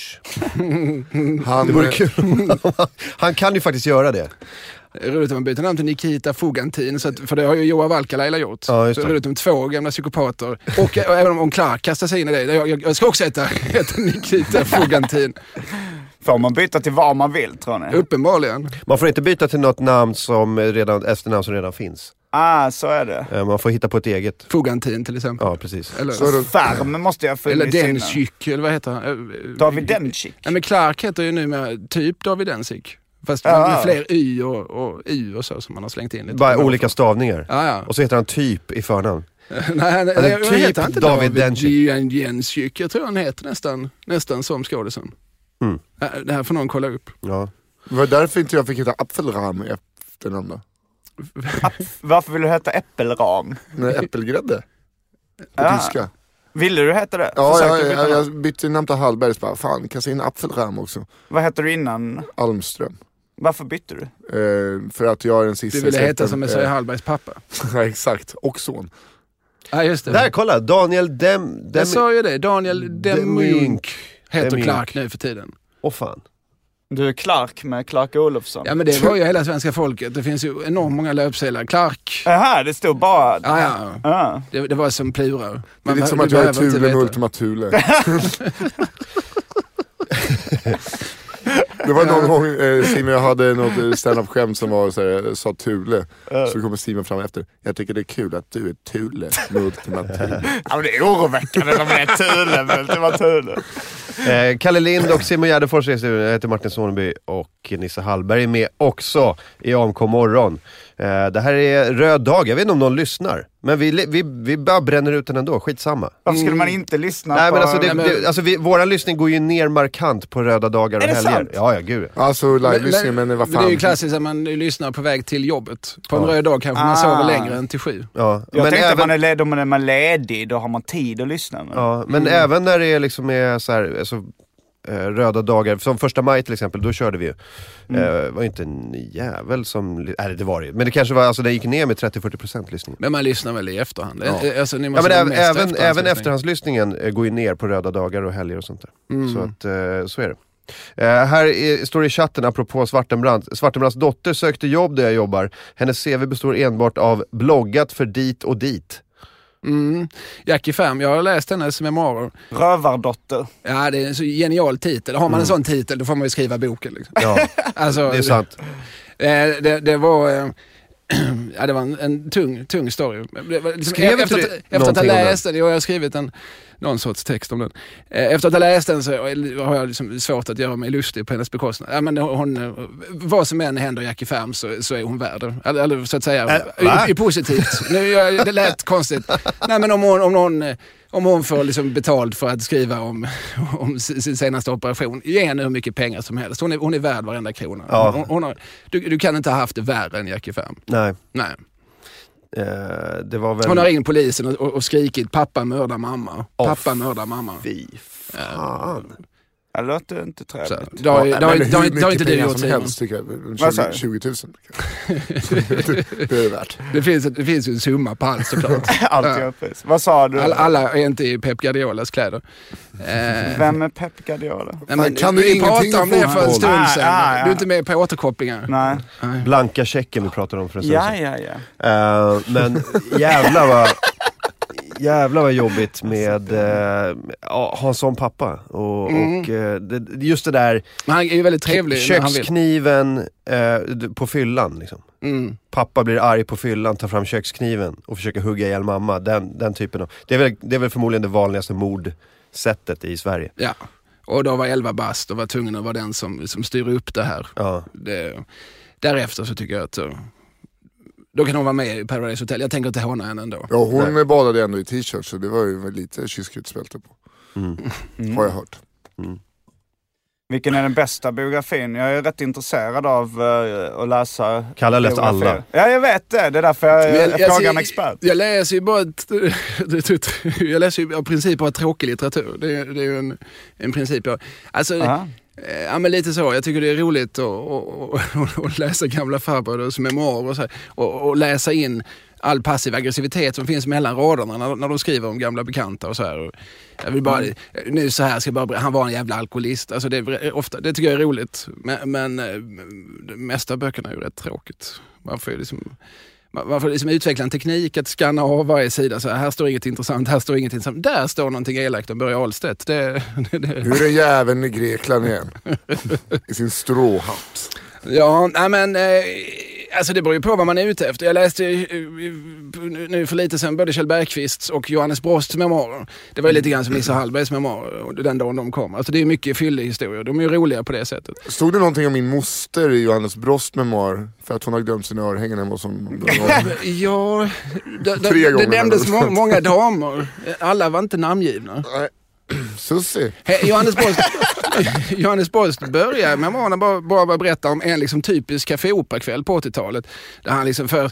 Speaker 6: Han,
Speaker 2: Det vore
Speaker 6: eh,
Speaker 2: kul om han- Han kan ju faktiskt göra det.
Speaker 3: Roligt att man byter namn till Nikita Fogantin, så att, för det har ju Joa Valkalaila gjort.
Speaker 2: Ja, just
Speaker 3: så
Speaker 2: det.
Speaker 3: roligt om två gamla psykopater. Och, och även om Clark kastar sig in i det. Jag, jag, jag ska också heta, heta Nikita Fogantin.
Speaker 5: Får man byta till vad man vill tror ni?
Speaker 3: Uppenbarligen.
Speaker 2: Man får inte byta till något namn som redan, efternamn som redan finns.
Speaker 5: Ah, så är det.
Speaker 2: Eh, Man får hitta på ett eget.
Speaker 3: Fogantin till exempel.
Speaker 2: Ja, precis.
Speaker 3: Eller,
Speaker 6: så då,
Speaker 5: Färm måste jag ha
Speaker 3: eller
Speaker 5: funnits innan.
Speaker 3: Dencyk, eller vad heter han?
Speaker 5: David Dencik.
Speaker 3: Nej men Clark heter ju numera typ David Dencik. Fast
Speaker 5: Ja.
Speaker 3: med fler y och, och y och så som man har slängt in. lite.
Speaker 2: Bara olika stavningar.
Speaker 3: Ja, ja.
Speaker 2: Och så heter han typ i förnamn.
Speaker 3: Nej, nej,
Speaker 2: Eller
Speaker 3: nej,
Speaker 2: typ
Speaker 3: heter han inte
Speaker 2: David
Speaker 3: David
Speaker 2: Dencik.
Speaker 3: Dencik. Dencik. Jag tror han heter nästan, nästan som skådisen.
Speaker 2: Mm.
Speaker 3: Ja, Det här får någon kolla upp.
Speaker 2: Ja.
Speaker 6: det var därför inte jag fick heta Apfelram i efternamn då.
Speaker 5: Varför vill du heta Äppelram?
Speaker 6: Nej, äppelgrädde. På
Speaker 5: Ah.
Speaker 6: tyska.
Speaker 5: Ville du heta det?
Speaker 6: Ja, jag,
Speaker 5: Försökte du byta
Speaker 6: jag,
Speaker 5: namn?
Speaker 6: jag bytte namn till Hallberg så bara, fan kasta in Apfelram också.
Speaker 5: Vad hette du innan?
Speaker 6: Almström.
Speaker 5: Varför bytte du?
Speaker 6: Eh, för att jag är den sista
Speaker 3: Du ville
Speaker 6: i
Speaker 3: heta
Speaker 6: släkten.
Speaker 3: som Messiah Hallbergs pappa.
Speaker 6: Ja, exakt. Och son.
Speaker 3: Ja, just det.
Speaker 2: Där, kolla! Daniel Dem... Dem
Speaker 3: jag sa ju det. Daniel Demunk heter
Speaker 2: Demjunk.
Speaker 3: Clark nu för tiden.
Speaker 2: Åh fan.
Speaker 5: Du är Clark med Clark Olofsson.
Speaker 3: Ja men det var ju hela svenska folket. Det finns ju enormt många löpsedlar. Clark.
Speaker 6: Äh.
Speaker 5: Jaha, det stod bara...
Speaker 6: Ah.
Speaker 5: Ah.
Speaker 3: Ja, ja.
Speaker 5: Ja.
Speaker 3: Det, det var som Plura. Man
Speaker 6: Det är lite
Speaker 3: be-
Speaker 6: som
Speaker 3: du
Speaker 6: att jag är
Speaker 3: behöver inte
Speaker 6: Thule med
Speaker 3: veta.
Speaker 6: Ultima Thule. Det var någon gång eh, Simon jag hade något eh, standup-skämt som var så här, eh, sa Thule. Så kommer Simon fram efter. Jag tycker det är kul att du är Thule med Ultima Thule.
Speaker 5: Ja, men det är oroväckande när man är Thule, men det var Thule.
Speaker 2: Eh, Kalle Lind och Simon Gärdenfors är i studion. Jag heter Martin Soneby och Nisse Hallberg är med också i AMK morgon. Eh, det här är röd dag. Jag vet inte om någon lyssnar. Men vi, vi, vi bara bränner ut den ändå. Skitsamma.
Speaker 5: Varför skulle man inte lyssna
Speaker 2: Mm. Nej,
Speaker 5: på...
Speaker 2: men alltså, det,
Speaker 3: men-
Speaker 2: det, alltså vi, våra lyssning går ju ner markant på röda dagar och
Speaker 5: Är det
Speaker 2: helger.
Speaker 5: sant?
Speaker 2: Ja, ja, gud.
Speaker 6: Alltså live-lyssning men, vad
Speaker 3: Det är ju
Speaker 6: fan.
Speaker 3: klassiskt att man lyssnar på väg till jobbet. På en röd dag kanske man sover
Speaker 5: Ah.
Speaker 3: längre än till sju.
Speaker 2: Ja. men
Speaker 5: Jag tänkte
Speaker 2: även,
Speaker 5: att man är, led, om man är ledig, då har man tid att lyssna. Men...
Speaker 2: ja, men
Speaker 3: Mm.
Speaker 2: även när det är liksom är så här, alltså, eh, röda dagar, som första maj till exempel, då körde vi ju.
Speaker 3: Mm.
Speaker 2: Eh, Det var ju inte en jävel som... ly- Nej, det var det ju. Men det kanske var, alltså det gick ner med 30-40% lyssning.
Speaker 3: Men man lyssnar väl i efterhand?
Speaker 2: Ja.
Speaker 3: Alltså, ni
Speaker 2: Ja, men
Speaker 3: måste vara
Speaker 2: även,
Speaker 3: mest
Speaker 2: även, även
Speaker 3: efterhandslyssning.
Speaker 2: efterhandslyssningen eh, går ju ner på röda dagar och helger och sånt där.
Speaker 3: Mm.
Speaker 2: Så, att, eh, så är det. Eh, här är, står det i chatten apropå Svartenbrandt. Svartenbrandts dotter sökte jobb där jag jobbar. Hennes CV består enbart av bloggat för dit och dit.
Speaker 3: Mm. Jackie Färm, jag har läst hennes memoarer.
Speaker 5: Rövardotter.
Speaker 3: Ja, det är en så genial titel. Har man en sån titel då får man ju skriva boken. Liksom.
Speaker 2: Mm. Ja,
Speaker 3: Alltså,
Speaker 2: det är sant.
Speaker 3: eh, det, det var... eh, Ja, det var en, en tung, tung story. Det var Liksom,
Speaker 2: Skrev
Speaker 3: e-
Speaker 2: inte
Speaker 3: efter,
Speaker 2: du
Speaker 3: att, efter att ha
Speaker 2: någonting om
Speaker 3: läst den, jag har skrivit en, någon sorts text om den. Eh, Efter att ha läst den så har jag liksom svårt att göra mig lustig på hennes bekostnad. Ja, men hon, eh, vad som än händer Jackie Färm så, så är hon värd det. Eller, eller så att säga,
Speaker 2: Äh, va?
Speaker 3: i, i positivt. Nu, gör jag, det lät konstigt. Nej, men om hon, om hon, eh, om hon får liksom betalt för att skriva om, om s- sin senaste operation, ge henne hur mycket pengar som helst. Hon är, hon är värd varenda krona.
Speaker 2: Ja.
Speaker 3: Hon, hon har, du, du kan inte ha haft det värre än Jackie Färm.
Speaker 2: Nej,
Speaker 3: Nej.
Speaker 2: eh, det var väl...
Speaker 3: Hon har ringt polisen och, och, och skrikit pappa mördar mamma.
Speaker 2: Åh,
Speaker 3: Pappa mördar mamma.
Speaker 2: Fy fan.
Speaker 5: Det låter inte
Speaker 3: Så,
Speaker 5: trevligt.
Speaker 3: det har, ju-
Speaker 6: Ja,
Speaker 3: det har, ju-
Speaker 6: nej, men
Speaker 3: det har,
Speaker 6: hur
Speaker 3: ju- det har
Speaker 6: mycket
Speaker 3: inte du
Speaker 6: pengar
Speaker 3: gjort
Speaker 6: som
Speaker 3: Simon.
Speaker 6: helst tycker jag.
Speaker 5: Vad sa
Speaker 6: 20,
Speaker 5: du?
Speaker 6: 20 000. det är det värt.
Speaker 3: Det finns, ett- det finns ju en summa på allt såklart.
Speaker 5: Allt jag pris. Vad sa du?
Speaker 3: Alla, alla är inte i Pep Guardiolas kläder. Eh,
Speaker 5: Vem är Pep Guardiola?
Speaker 3: Nej, men,
Speaker 6: kan du
Speaker 3: vi
Speaker 6: ingenting
Speaker 3: pratade om
Speaker 6: om
Speaker 3: det för en
Speaker 6: fotboll?
Speaker 3: stund
Speaker 5: Nej,
Speaker 3: sedan.
Speaker 5: nej,
Speaker 3: Du är
Speaker 5: nej.
Speaker 3: inte med på återkopplingar.
Speaker 5: Nej.
Speaker 2: Blanka checken vi pratade om för en stund
Speaker 5: Ja,
Speaker 2: sedan.
Speaker 5: ja, ja.
Speaker 2: Eh, men jävlar vad, jävlar vad jobbigt
Speaker 3: Alltså,
Speaker 2: med eh, ja, ha en sån pappa. Och, och, eh, det, just det där
Speaker 3: Men han är ju väldigt Mm. trevlig när han vill.
Speaker 2: kökskniven eh, d- på fyllan. Liksom.
Speaker 3: Mm.
Speaker 2: Pappa blir arg på fyllan, tar fram kökskniven och försöker hugga ihjäl mamma. Den, den typen av, det, är väl, det är väl förmodligen det vanligaste mordsättet i Sverige.
Speaker 3: Ja. Och då var 11 bast och var tvungen att vara den som, som styr upp det här.
Speaker 2: Ja.
Speaker 3: Det, därefter så tycker jag att eh, då kan hon vara med i Paradise Hotel. Jag tänker inte håna henne
Speaker 5: Eh,
Speaker 3: ändå.
Speaker 6: Ja, hon badade ändå i t-shirt så det var ju lite kyskhudssvälte på.
Speaker 2: Mm.
Speaker 6: Har jag hört.
Speaker 5: Mm. Vilken är den bästa biografin? Jag är rätt intresserad av eh, att läsa
Speaker 2: Kalle har läst
Speaker 5: biografier.
Speaker 2: alla.
Speaker 5: Ja, jag vet det. Det är därför jag,
Speaker 3: Men
Speaker 5: jag, frågar en
Speaker 3: ser-
Speaker 5: expert.
Speaker 3: Jag läser ju bara... Ett, jag läser ju av princip bara tråkig litteratur. Det, är- det är ju en, en princip jag... Alltså,
Speaker 5: Aha.
Speaker 3: Eh, Ja men lite så. Jag tycker det är roligt att och, och, och, att läsa gamla farbröders memoarer och, så här, och, och läsa in all passiv aggressivitet som finns mellan raderna när, när de skriver om gamla bekanta och så här. Och Jag vill bara, nu så här, ska jag bara, ber- han var en jävla alkoholist. Alltså det, är ofta, det tycker jag är roligt. Men, men eh, det mesta av böckerna är ju rätt tråkigt. Man får ju liksom, man man får liksom utveckla en teknik att skanna av varje sida. Så här, här står inget intressant, här står inget intressant. Där står någonting elakt om Börje Ahlstedt. Det, det, det.
Speaker 6: Nu är den jäveln i Grekland igen. I sin stråhatt.
Speaker 3: Ja, nej men eh, alltså det beror ju på vad man är ute efter. Jag läste ju, eh, nu- nu för lite sedan både Kjell Bergqvists och Johannes Brosts memoarer. Det var ju lite grann som Nisse Hallbergs memoarer och den dagen de kom. Alltså det är ju mycket fylliga historier. De är ju roliga på det sättet.
Speaker 6: Stod det någonting om min moster i Johannes Brost memoar? För att hon har glömt sina örhängen hemma hos honom.
Speaker 3: Ja, det, det,
Speaker 6: Tre
Speaker 3: det
Speaker 6: gånger
Speaker 3: nämndes
Speaker 6: eller
Speaker 3: må,
Speaker 6: något.
Speaker 3: många damer. Alla var inte namngivna.
Speaker 6: Sussi.
Speaker 3: He, Johannes Brost, Johannes Brost börjar memoarerna bara, bara med att berätta om en liksom typisk Café Opera-kväll på 80-talet. Där han liksom för...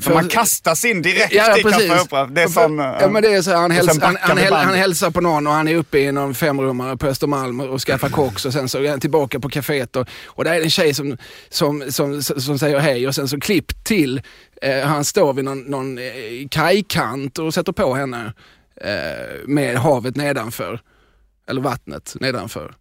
Speaker 3: för
Speaker 5: Man kastas in direkt
Speaker 3: Ja,
Speaker 5: i
Speaker 3: precis.
Speaker 5: Café Opera. Det är eh,
Speaker 3: Och för-
Speaker 5: sån...
Speaker 3: ja, men det är så här, han,
Speaker 5: och
Speaker 3: häls,
Speaker 5: sen
Speaker 3: han,
Speaker 5: backar
Speaker 3: han,
Speaker 5: vi
Speaker 3: häl,
Speaker 5: bandet.
Speaker 3: han hälsar på någon och han är uppe i någon femrummare på Östermalm och och skaffar koks och sen så är han tillbaka på kaféet och, och där är det en tjej som, som, som, som säger hej och sen så klipp till eh, han står vid någon, någon eh, kajkant och sätter på henne eh, med havet nedanför. Eller vattnet nedanför.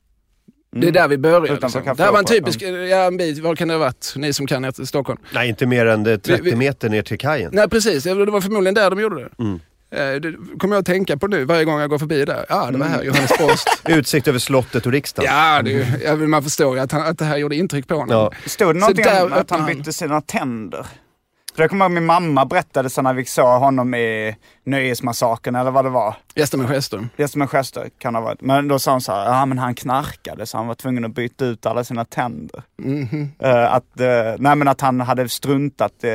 Speaker 3: Det är där vi börjar.
Speaker 5: Utanför
Speaker 3: Liksom.
Speaker 5: Café
Speaker 3: Det här var en
Speaker 5: Opera.
Speaker 3: typisk, ja en bit, vad kan det ha varit? Ni som kan ett- Stockholm.
Speaker 2: Nej, inte mer än det 30
Speaker 3: Vi- vi-
Speaker 2: meter ner till kajen.
Speaker 3: Nej precis, det var förmodligen där de gjorde det.
Speaker 5: Mm.
Speaker 3: Eh, Det kommer jag att tänka på nu varje gång jag går förbi där. Ja, det var
Speaker 5: Mm.
Speaker 3: här Johannes Brost.
Speaker 2: Utsikt över slottet och riksdagen.
Speaker 3: ja, det, är ju- ja, men man förstår ju att, han, att det här gjorde intryck på honom.
Speaker 2: Ja.
Speaker 5: Stod
Speaker 3: Så
Speaker 5: det någonting
Speaker 3: där
Speaker 5: om att
Speaker 3: öppnade
Speaker 5: han
Speaker 3: han.
Speaker 5: bytte sina tänder? För jag kommer ihåg min mamma berättade så när vi såg honom i Nöjesmassakern eller vad det var.
Speaker 3: Gäster med gester.
Speaker 5: Det som en gester kan ha varit. Men då sa hon så här, ja men han knarkade så han var tvungen att byta ut alla sina tänder.
Speaker 3: Mhm.
Speaker 5: Eh, att, eh, nej men att han hade struntat. eh,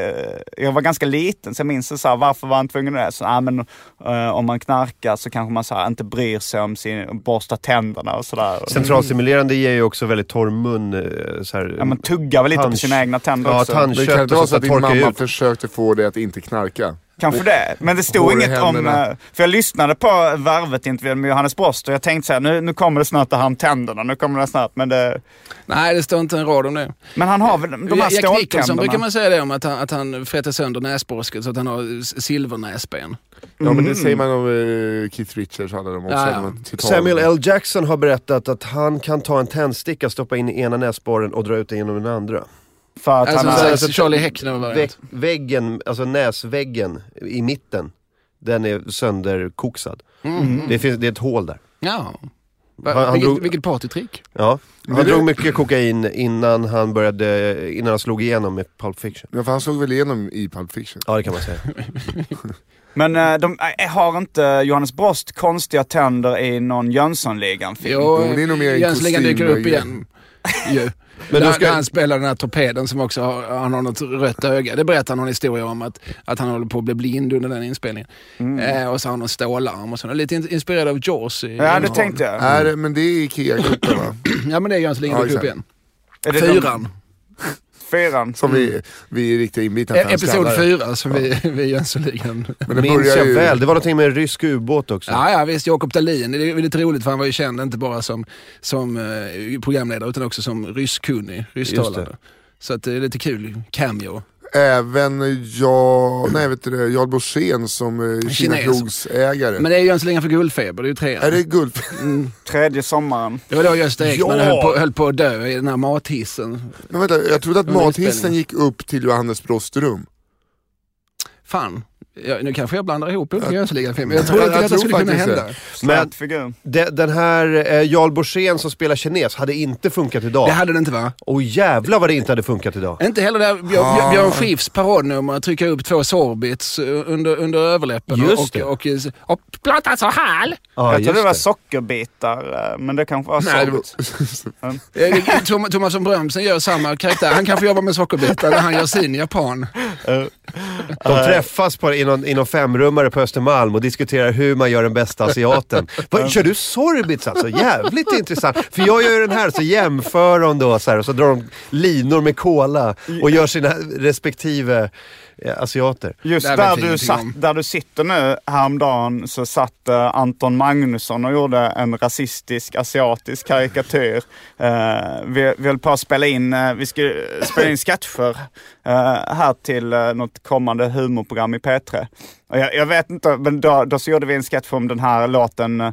Speaker 5: jag var ganska liten så jag minns det så här, varför var han tvungen att det? Så, "Ja, men, eh, om man knarkar så kanske man så här, inte bryr sig om sin borsta tänderna och sådär.
Speaker 2: Mm. Centralstimulerande ger ju också väldigt torr mun. eh, Så här,
Speaker 5: Ja, men tuggar väl lite på
Speaker 2: Punch.
Speaker 5: sina egna tänder
Speaker 2: Ja,
Speaker 5: också.
Speaker 2: tand-
Speaker 6: Men det
Speaker 2: Kött
Speaker 6: kan
Speaker 2: och
Speaker 6: inte vara så att
Speaker 2: sånt
Speaker 6: din
Speaker 2: där torkar
Speaker 6: mamma
Speaker 2: ut.
Speaker 6: försökte få dig att inte knarka?
Speaker 5: Kanske det. Men det stod
Speaker 6: Hår i
Speaker 5: inget om...
Speaker 6: händerna.
Speaker 5: eh, För jag lyssnade på Värvet-intervjun med Johannes Brost och jag tänkte så här, nu, nu kommer det snart det här om tänderna. Nu kommer det snart. Men, det,
Speaker 3: Nej, det står inte en rad om det.
Speaker 5: men han har väl de här
Speaker 3: Jack Nicholson
Speaker 5: ståltänderna?
Speaker 3: brukar man säga det om, att han, att han frättar sönder näsborsten så att han har s- silvernäsben.
Speaker 6: Ja men det säger man om eh, Keith Richards och alla de också.
Speaker 3: Ja, ja.
Speaker 6: de har totalt-
Speaker 2: Samuel L. Jackson har berättat att han kan ta en tändsticka, stoppa in i ena näsborren och dra ut den genom den andra.
Speaker 5: För att
Speaker 3: Alltså,
Speaker 5: han
Speaker 3: så
Speaker 5: har,
Speaker 3: här, Charlie Häckner var
Speaker 2: Vä-
Speaker 3: variant.
Speaker 2: väggen, alltså näsväggen i mitten, den är sönderkoksad.
Speaker 5: Mm.
Speaker 2: Det, finns, det är ett hål där.
Speaker 3: Mm. Ja. Va,
Speaker 2: Han- han
Speaker 3: vilket,
Speaker 2: drog-
Speaker 3: vilket partytrick.
Speaker 2: Ja.
Speaker 6: Men
Speaker 2: Han
Speaker 6: det-
Speaker 2: drog mycket kokain innan han, började, innan han slog igenom med Pulp Fiction.
Speaker 6: Ja, för han slog väl igenom i Pulp Fiction?
Speaker 2: Ja, det kan man säga.
Speaker 5: men eh, de eh, har inte Johannes Brost konstiga tänder i någon Jönssonligan-film?
Speaker 3: Jo,
Speaker 6: men det är nog mer en
Speaker 3: Jönsligan
Speaker 6: kostym
Speaker 3: dyker upp
Speaker 6: och-
Speaker 3: igen. Ju.
Speaker 2: Men
Speaker 3: Men
Speaker 2: då
Speaker 3: där,
Speaker 2: ska-
Speaker 3: där han spelar den här torpeden som också har, han har något rött öga. Det berättar någon historia om att, att han håller på att bli blind under den inspelningen.
Speaker 6: Mm.
Speaker 3: Eh, och så har han någon stålarm och sådär. Lite in, inspirerad av Jaws. i-
Speaker 5: Ja,
Speaker 3: i
Speaker 5: det
Speaker 3: någon
Speaker 5: tänkte jag.
Speaker 6: Är det, men det är Ikea-kuppen va?
Speaker 3: roll. Ja, men det är Jönsligan
Speaker 6: Ja,
Speaker 3: dyker upp
Speaker 6: exakt.
Speaker 3: igen.
Speaker 5: Är det de-
Speaker 3: Fyran.
Speaker 5: fyran. Mm.
Speaker 6: Som vi, vi är riktiga inbitna
Speaker 3: Mm. E- Episod
Speaker 6: fanskallare.
Speaker 3: fyra som vi, vi i Jönssonligan.
Speaker 6: Men det
Speaker 2: Minns
Speaker 6: börjar
Speaker 2: jag
Speaker 6: ju...
Speaker 2: väl. Det var någonting med en rysk ubåt också.
Speaker 3: Ja, ja visst. Jakob Dahlin. Det är lite roligt för han var ju känd inte bara som, som eh, programledare utan också som ryskkunnig, rysktalande. Så att det är lite kul cameo.
Speaker 6: Även jag, nej vet du det, Jarl Borssén som eh, Kina
Speaker 3: Kines.
Speaker 6: Krogs ägare.
Speaker 3: Men Mm. det är ju Jönssonligan för guldfeber, det är ju trean.
Speaker 6: Är det guld?
Speaker 5: Tredje sommaren.
Speaker 3: Det var då Gösta Ekman
Speaker 2: Ja!
Speaker 3: höll, på, höll på att dö i den här mathissen.
Speaker 6: Men vänta, jag trodde att
Speaker 3: Det var en
Speaker 6: mathissen
Speaker 3: inspelning.
Speaker 6: gick upp till Johannes Brosts rum.
Speaker 3: Fan, jag, nu kanske jag blandar ihop olika Jönssonligan-filmer. Jag
Speaker 6: jag-
Speaker 3: tror inte
Speaker 6: jag
Speaker 3: detta
Speaker 6: tror
Speaker 3: skulle kunna
Speaker 6: faktiskt
Speaker 3: hända.
Speaker 6: det.
Speaker 2: Men
Speaker 5: Slät figur.
Speaker 2: de, den här eh, Jarl Borssén som spelar kines hade inte funkat idag.
Speaker 3: Det hade det inte va?
Speaker 2: Och jävlar vad det inte hade funkat idag.
Speaker 3: Inte heller det här Björn, Björn Skifs parodnummer, att trycka upp två sorbits eh, under, under överläppen.
Speaker 2: Just
Speaker 3: och,
Speaker 2: det.
Speaker 3: och, och, och prata så här. Eh,
Speaker 2: Ja,
Speaker 5: jag
Speaker 2: just
Speaker 5: trodde det var
Speaker 2: det.
Speaker 5: sockerbitar, eh, men det kanske var
Speaker 6: Nej, det
Speaker 5: sorbet.
Speaker 6: var,
Speaker 3: Eh, det- Tom- Thomas von Brömsen gör samma karaktär. Han kanske jobbar med sockerbitar när han gör sin japan.
Speaker 2: De träffas på, i, någon, i någon femrummare på Östermalm och diskuterar hur man gör den bästa asiaten. Vad, kör du sorbits alltså? Jävligt intressant. För jag gör ju den här, så jämför de då så här, och så drar de linor med cola och gör sina respektive eh, asiater.
Speaker 5: Just
Speaker 3: Det här
Speaker 5: där
Speaker 3: vet jag
Speaker 5: du,
Speaker 3: ingenting
Speaker 5: satt,
Speaker 3: om.
Speaker 5: där du sitter nu häromdagen så satt eh, Anton Magnusson och gjorde en rasistisk asiatisk karikatyr. Eh, vi, vi höll på att spela in, eh, vi skulle spela in sketcher eh, här till uh, något kommande humorprogram i P3. Och jag, jag vet inte, men då, då så gjorde vi en sketch om den här låten uh,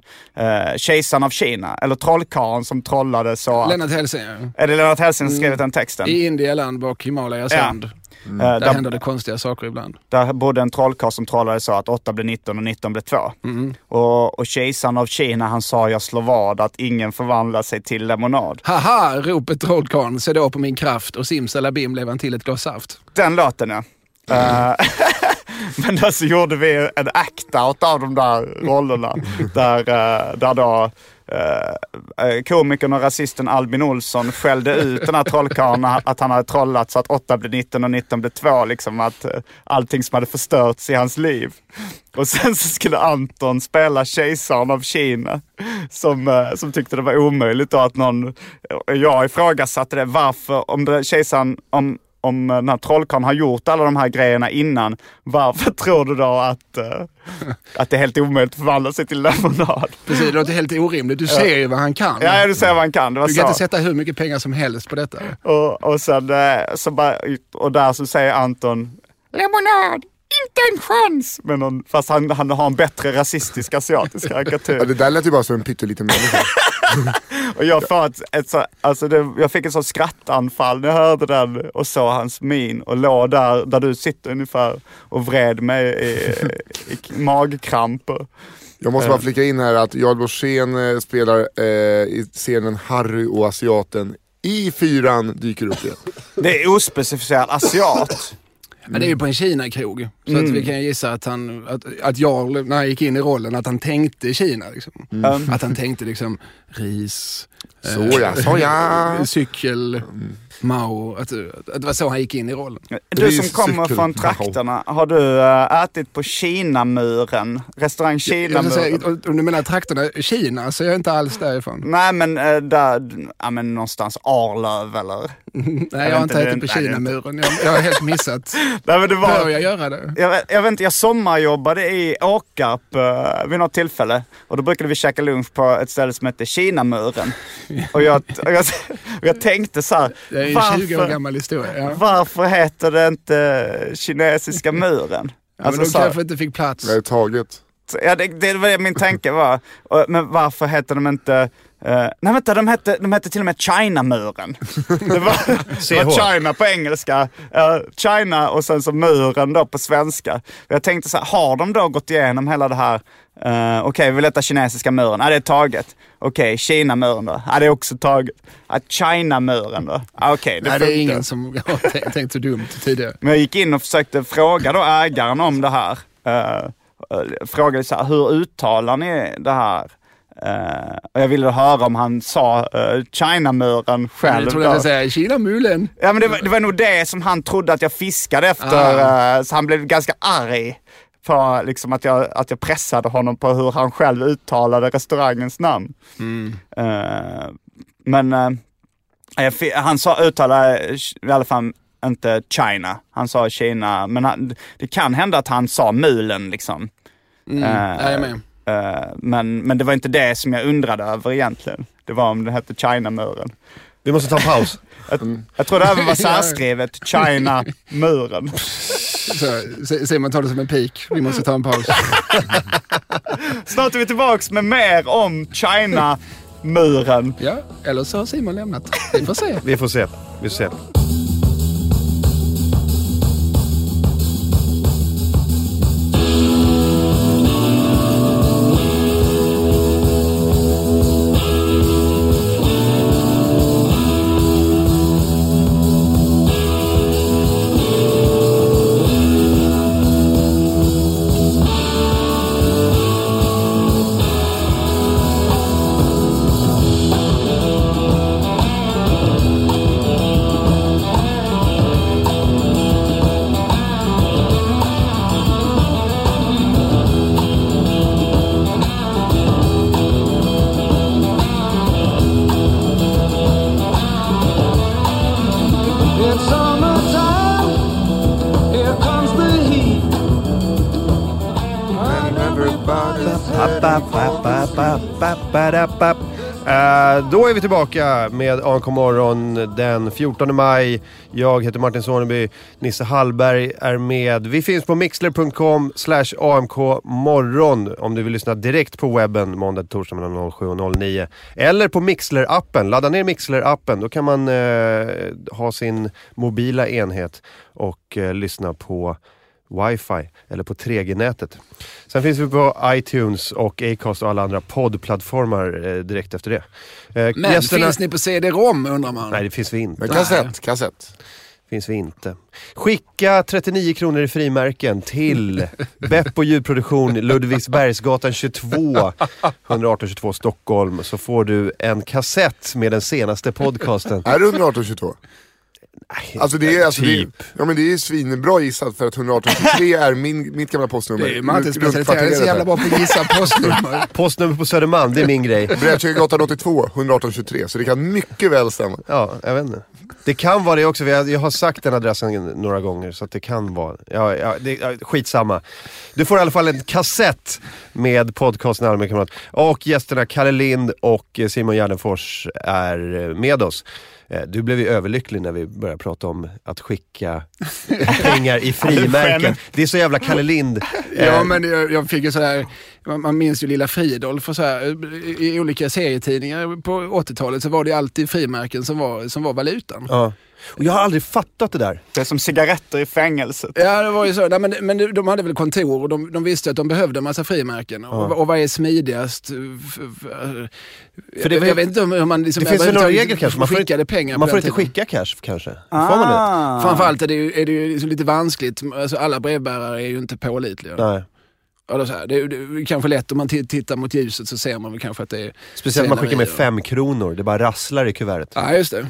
Speaker 5: Kejsaren av Kina, eller Trollkarlen som trollade så. att-
Speaker 3: Lennart Hellsing, ja.
Speaker 5: Är det Lennart Hellsing som skrivit den texten?
Speaker 3: i India land bak Himalayas
Speaker 5: Ja.
Speaker 3: sand.
Speaker 5: Eh,
Speaker 3: Där
Speaker 5: där-
Speaker 3: händer det konstiga saker ibland.
Speaker 5: Där bodde en trollkarl som trollade så att 8 blev 19 och 19 blev 2. Och, och kejsaren av Kina han sa jag slår vad att ingen förvandlar sig till lemonad.
Speaker 3: Haha, ropet trollkarlen, se då på min kraft och simsalabim blev han till ett glas saft.
Speaker 5: Den låten ja. Eh, Men då så gjorde vi en act-out av de där rollerna. där, eh, där då eh, eh, komikern och rasisten Albin Olsson skällde ut den här trollkarlen att han hade trollat så att 8 blev 19 och 19 blev 2. Liksom att eh, allting som hade förstörts i hans liv. Och sen så skulle Anton spela kejsaren av Kina som, eh, som tyckte det var omöjligt då att någon, eh, jag ifrågasatte det, varför, om det, kejsaren, om, om eh, den här trollkarlen har gjort alla de här grejerna innan, varför tror du då att, eh, att det är helt omöjligt att förvandla sig till lemonad?
Speaker 3: Precis, det låter helt orimligt. Du ser ju vad han kan.
Speaker 5: Ja, ja, du ser vad han kan. Det var
Speaker 3: Du kan
Speaker 5: så.
Speaker 3: inte sätta hur mycket pengar som helst på detta.
Speaker 5: Och, och sen eh, så bara, och där så säger Anton, lemonad! inte en chans! Men hon, fast han, han har en bättre rasistisk asiatisk
Speaker 6: Ja,
Speaker 5: karikatyr.
Speaker 6: det där lät ju bara som en pytteliten människa.
Speaker 5: Och jag, får ett, ett så, alltså det, jag fick ett sånt skrattanfall när jag hörde den och såg hans min och låg där, där du sitter ungefär och vred mig i, i magkramp.
Speaker 6: Jag måste bara flika in här att Jarl Borssén eh, spelar eh, i scenen Harry och asiaten. I fyran dyker upp det.
Speaker 5: Det är ospecificerad asiat.
Speaker 3: Ja, det är ju på en Kina-krog. Så
Speaker 5: Mm.
Speaker 3: att vi kan gissa att han, att, att Jarl, när han gick in i rollen, att han tänkte Kina. Liksom.
Speaker 5: Mm.
Speaker 3: Att han tänkte liksom ris, eh,
Speaker 6: Såja, såja.
Speaker 3: cykel,
Speaker 5: Mm.
Speaker 3: Mao. Att, att det var så han gick in i rollen.
Speaker 6: Det är
Speaker 5: Du
Speaker 6: ju
Speaker 5: som kommer
Speaker 6: cykel-
Speaker 5: från trakterna, har du eh, ätit på Kinamuren? Restaurang
Speaker 3: Jag ska
Speaker 5: Kinamuren?
Speaker 3: säga, om du menar trakterna Kina så är jag inte alls därifrån.
Speaker 5: Nej men eh, där, ja men någonstans Arlöv eller?
Speaker 3: Nej, jag har inte
Speaker 5: inte,
Speaker 3: ätit på
Speaker 5: nej, det är
Speaker 3: Kinamuren. Jag, jag har helt missat.
Speaker 5: Nej men det var...
Speaker 3: Bör jag göra det?
Speaker 5: Jag vet, jag vet inte, jag sommarjobbade i Åkarp uh, vid något tillfälle och då brukade vi käka lunch på ett ställe som hette Kinamuren. Och jag, och jag, och jag tänkte så här,
Speaker 3: Det är en 20 år
Speaker 5: varför,
Speaker 3: gammal historia. Ja.
Speaker 5: varför heter det inte Kinesiska muren? Alltså
Speaker 3: Ja, men de
Speaker 5: så här-
Speaker 3: kanske inte fick plats.
Speaker 6: Det är taget.
Speaker 5: Ja, det, det var det min tanke var. Och- Men varför heter de inte... eh, nej vänta, de hette, de hette till och med China-muren. Det var, det var
Speaker 2: CH.
Speaker 5: China på engelska, eh, China och sen så muren då på svenska. Jag tänkte så här, har de då gått igenom hela det här, eh, okej vi letar kinesiska muren, ja det är taget. Okej, Kina-muren då, ja det är också taget. Ja, China-muren då, ja, okej
Speaker 3: Nej, det
Speaker 5: funkar.
Speaker 3: är ingen som har tänkt- tänkt så dumt tidigare.
Speaker 5: Men jag gick in och försökte fråga då ägaren om det här. Eh, eh, frågade så här, hur uttalar ni det här? Eh, och jag ville höra om han sa uh, Chinamuren själv.
Speaker 3: Jag trodde jag
Speaker 5: då.
Speaker 3: skulle säga Kinamulen.
Speaker 5: Ja, men det, var, det var nog det som han trodde att jag fiskade efter,
Speaker 3: Ah.
Speaker 5: eh, så han blev ganska arg på liksom, att, jag, att jag pressade honom på hur han själv uttalade restaurangens namn.
Speaker 3: Mm.
Speaker 5: Eh, men eh, jag fi- han sa, uttalade eh, i alla fall inte China, han sa Kina, men han, det kan hända att han sa mulen liksom.
Speaker 3: Mm.
Speaker 5: Eh,
Speaker 3: ja, jag med.
Speaker 5: Eh, men, men det var inte det som jag undrade över egentligen. Det var om den hette China-muren.
Speaker 2: Vi måste ta en paus.
Speaker 5: Jag tror det även var
Speaker 3: Ja.
Speaker 5: särskrivet China-muren.
Speaker 3: Så, Se- Simon tar det som en pik. Vi måste ta en paus.
Speaker 5: Snart är vi tillbaks med mer om China-muren.
Speaker 3: Ja, eller så har Simon lämnat. Vi får se.
Speaker 2: Vi får se. Vi får se.
Speaker 7: It's summertime. Here comes the heat. And everybody's
Speaker 2: Eh, Då är vi tillbaka med ANK morgon den 14 maj. Jag heter Martin Soneby, Nisse Hallberg är med. Vi finns på mixler.com slash amkmorgon om du vill lyssna direkt på webben måndag till torsdag mellan 07 och 09. Eller på Mixler-appen, ladda ner Mixler-appen. Då kan man eh, ha sin mobila enhet och eh, lyssna på wifi eller på 3G-nätet. Sen finns vi på iTunes och Acast och alla andra poddplattformar eh, direkt efter det. Eh,
Speaker 3: Men finns ni på CD-ROM undrar man?
Speaker 2: Nej, det finns vi inte.
Speaker 6: Men kassett, kassett.
Speaker 2: Finns vi inte. Skicka 39 kronor i frimärken till Beppo ljudproduktion, Ludvigsbergsgatan 22, 118 22 Stockholm. Så får du en kassett med den senaste podcasten.
Speaker 6: Är du 11822? Alltså det är, alltså det
Speaker 3: typ.
Speaker 6: är, ja men det är svinbra gissat för att 11823 är min, mitt gamla postnummer.
Speaker 3: Det är Martins
Speaker 6: Runt
Speaker 3: specialitet. Det är så
Speaker 6: kvarteret
Speaker 3: jävla
Speaker 6: här.
Speaker 3: bra på att gissa postnummer.
Speaker 2: Postnummer på Södermalm, det är min grej.
Speaker 6: Brädkyrkogatan 82, 11823. Så det kan mycket väl stämma.
Speaker 2: Ja, jag vet inte. Det kan vara det också. vi har- Jag har sagt den adressen några gånger så att det kan vara... Ja, ja, det, ja, skitsamma. Du får i alla fall en kassett med podcasten Allmän Kamrat. Och gästerna Kalle Lind och eh, Simon Gärdenfors är eh, med oss. Eh, Du blev ju överlycklig när vi började prata om att skicka pengar i frimärken. Det är så jävla Kalle Lind. Eh,
Speaker 3: Ja, men jag, jag fick ju så här, man, man minns ju Lilla Fridolf och så här, i, i olika serietidningar på 80-talet så var det ju alltid frimärken som var, som var valutan.
Speaker 2: ja. Och jag har aldrig fattat det där.
Speaker 5: Det är som cigaretter i fängelset.
Speaker 3: Ja, det var ju så. Nej, men, men de hade väl kontor och de, de visste att de behövde en massa frimärken. Och, och vad är smidigast? F- f-
Speaker 2: För det
Speaker 3: jag,
Speaker 2: var-
Speaker 3: vet inte hur man... Liksom,
Speaker 2: Det finns väl några
Speaker 3: överhuvudtaget
Speaker 2: regler kanske? Man får,
Speaker 3: skickade
Speaker 2: inte,
Speaker 3: pengar
Speaker 2: man
Speaker 3: på
Speaker 2: får
Speaker 3: den
Speaker 2: inte
Speaker 3: tiden.
Speaker 2: skicka
Speaker 3: Ah.
Speaker 2: cash kanske? Får man det?
Speaker 3: Framförallt är det ju, är det ju liksom lite vanskligt. Alltså, alla brevbärare är ju inte pålitliga.
Speaker 2: Nej.
Speaker 3: Eller så här, det, är, det är kanske lätt om man t- tittar mot ljuset så ser man väl kanske att det är...
Speaker 2: Speciellt när man skickar med
Speaker 3: scenerier.
Speaker 2: fem kronor, det bara rasslar i kuvertet.
Speaker 3: Ja, just det.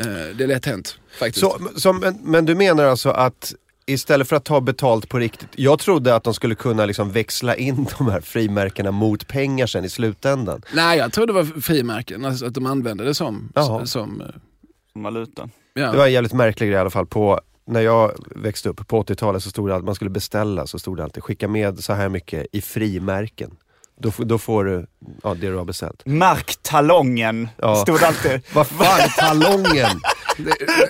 Speaker 3: Eh, Det är lätt hänt faktiskt.
Speaker 2: Så, så, men, men du menar alltså att istället för att ta betalt på riktigt. Jag trodde att de skulle kunna liksom växla in de här frimärkena mot pengar sen i slutändan.
Speaker 3: Nej, jag tror det var frimärken, alltså att de använde det som...
Speaker 2: Jaha.
Speaker 3: som eh,
Speaker 5: Valutan.
Speaker 3: ja.
Speaker 2: Det var en jävligt märklig grej i alla fall. På, när jag växte upp på 80-talet så stod det att man skulle beställa så stod det alltid skicka med så här mycket i frimärken. Då, f- då får du ja, det du har beställt.
Speaker 5: Märk talongen,
Speaker 2: Ja.
Speaker 5: stod det alltid.
Speaker 2: Vad fan, talongen!
Speaker 3: det,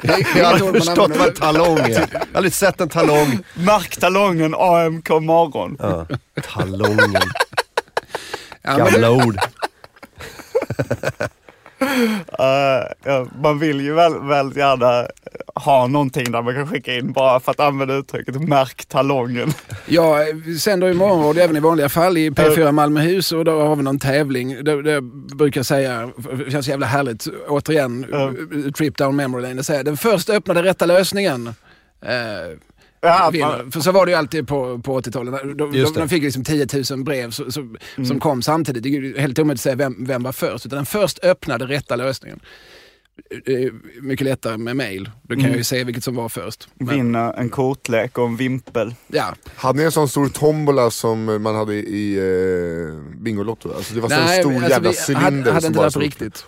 Speaker 3: det, det,
Speaker 2: Jag har
Speaker 3: ett ord man
Speaker 2: aldrig förstått
Speaker 3: använder.
Speaker 2: vad en talong är. Jag har aldrig sett en talong.
Speaker 5: Märk talongen AMK morgon.
Speaker 2: Ja, talongen,
Speaker 3: Ja, men det-
Speaker 2: gamla ord.
Speaker 5: Eh, ja, man vill ju väl, väl gärna ha någonting där man kan skicka in bara för att använda uttrycket märk talongen.
Speaker 3: Jag sänder ju morgonråd även i vanliga fall i P4 Malmöhus och då har vi någon tävling. Där, där brukar jag säga, det känns så jävla härligt, återigen, trip down memory lane. Jag säger, den först öppnade rätta lösningen. Eh,
Speaker 5: Ja, att man,
Speaker 3: vinner. För så var det ju alltid på, på 80-talet. De, de,
Speaker 2: Just det.
Speaker 3: de fick liksom 10 000 brev så, så, som kom samtidigt. Det är ju helt omöjligt att säga vem, vem var först. Utan den först öppnade rätta lösningen. Eh, Mycket lättare med mail. Då kan jag ju se vilket som var först. Men,
Speaker 5: vinner en kortlek och en vimpel.
Speaker 3: ja.
Speaker 6: Hade ni en sån stor tombola som man hade i eh, Bingolotto? Alltså det var en stor
Speaker 3: alltså,
Speaker 6: jävla
Speaker 3: vi hade,
Speaker 6: cylinder
Speaker 3: hade
Speaker 6: som
Speaker 3: inte
Speaker 6: bara
Speaker 3: det på
Speaker 6: stod-
Speaker 3: riktigt.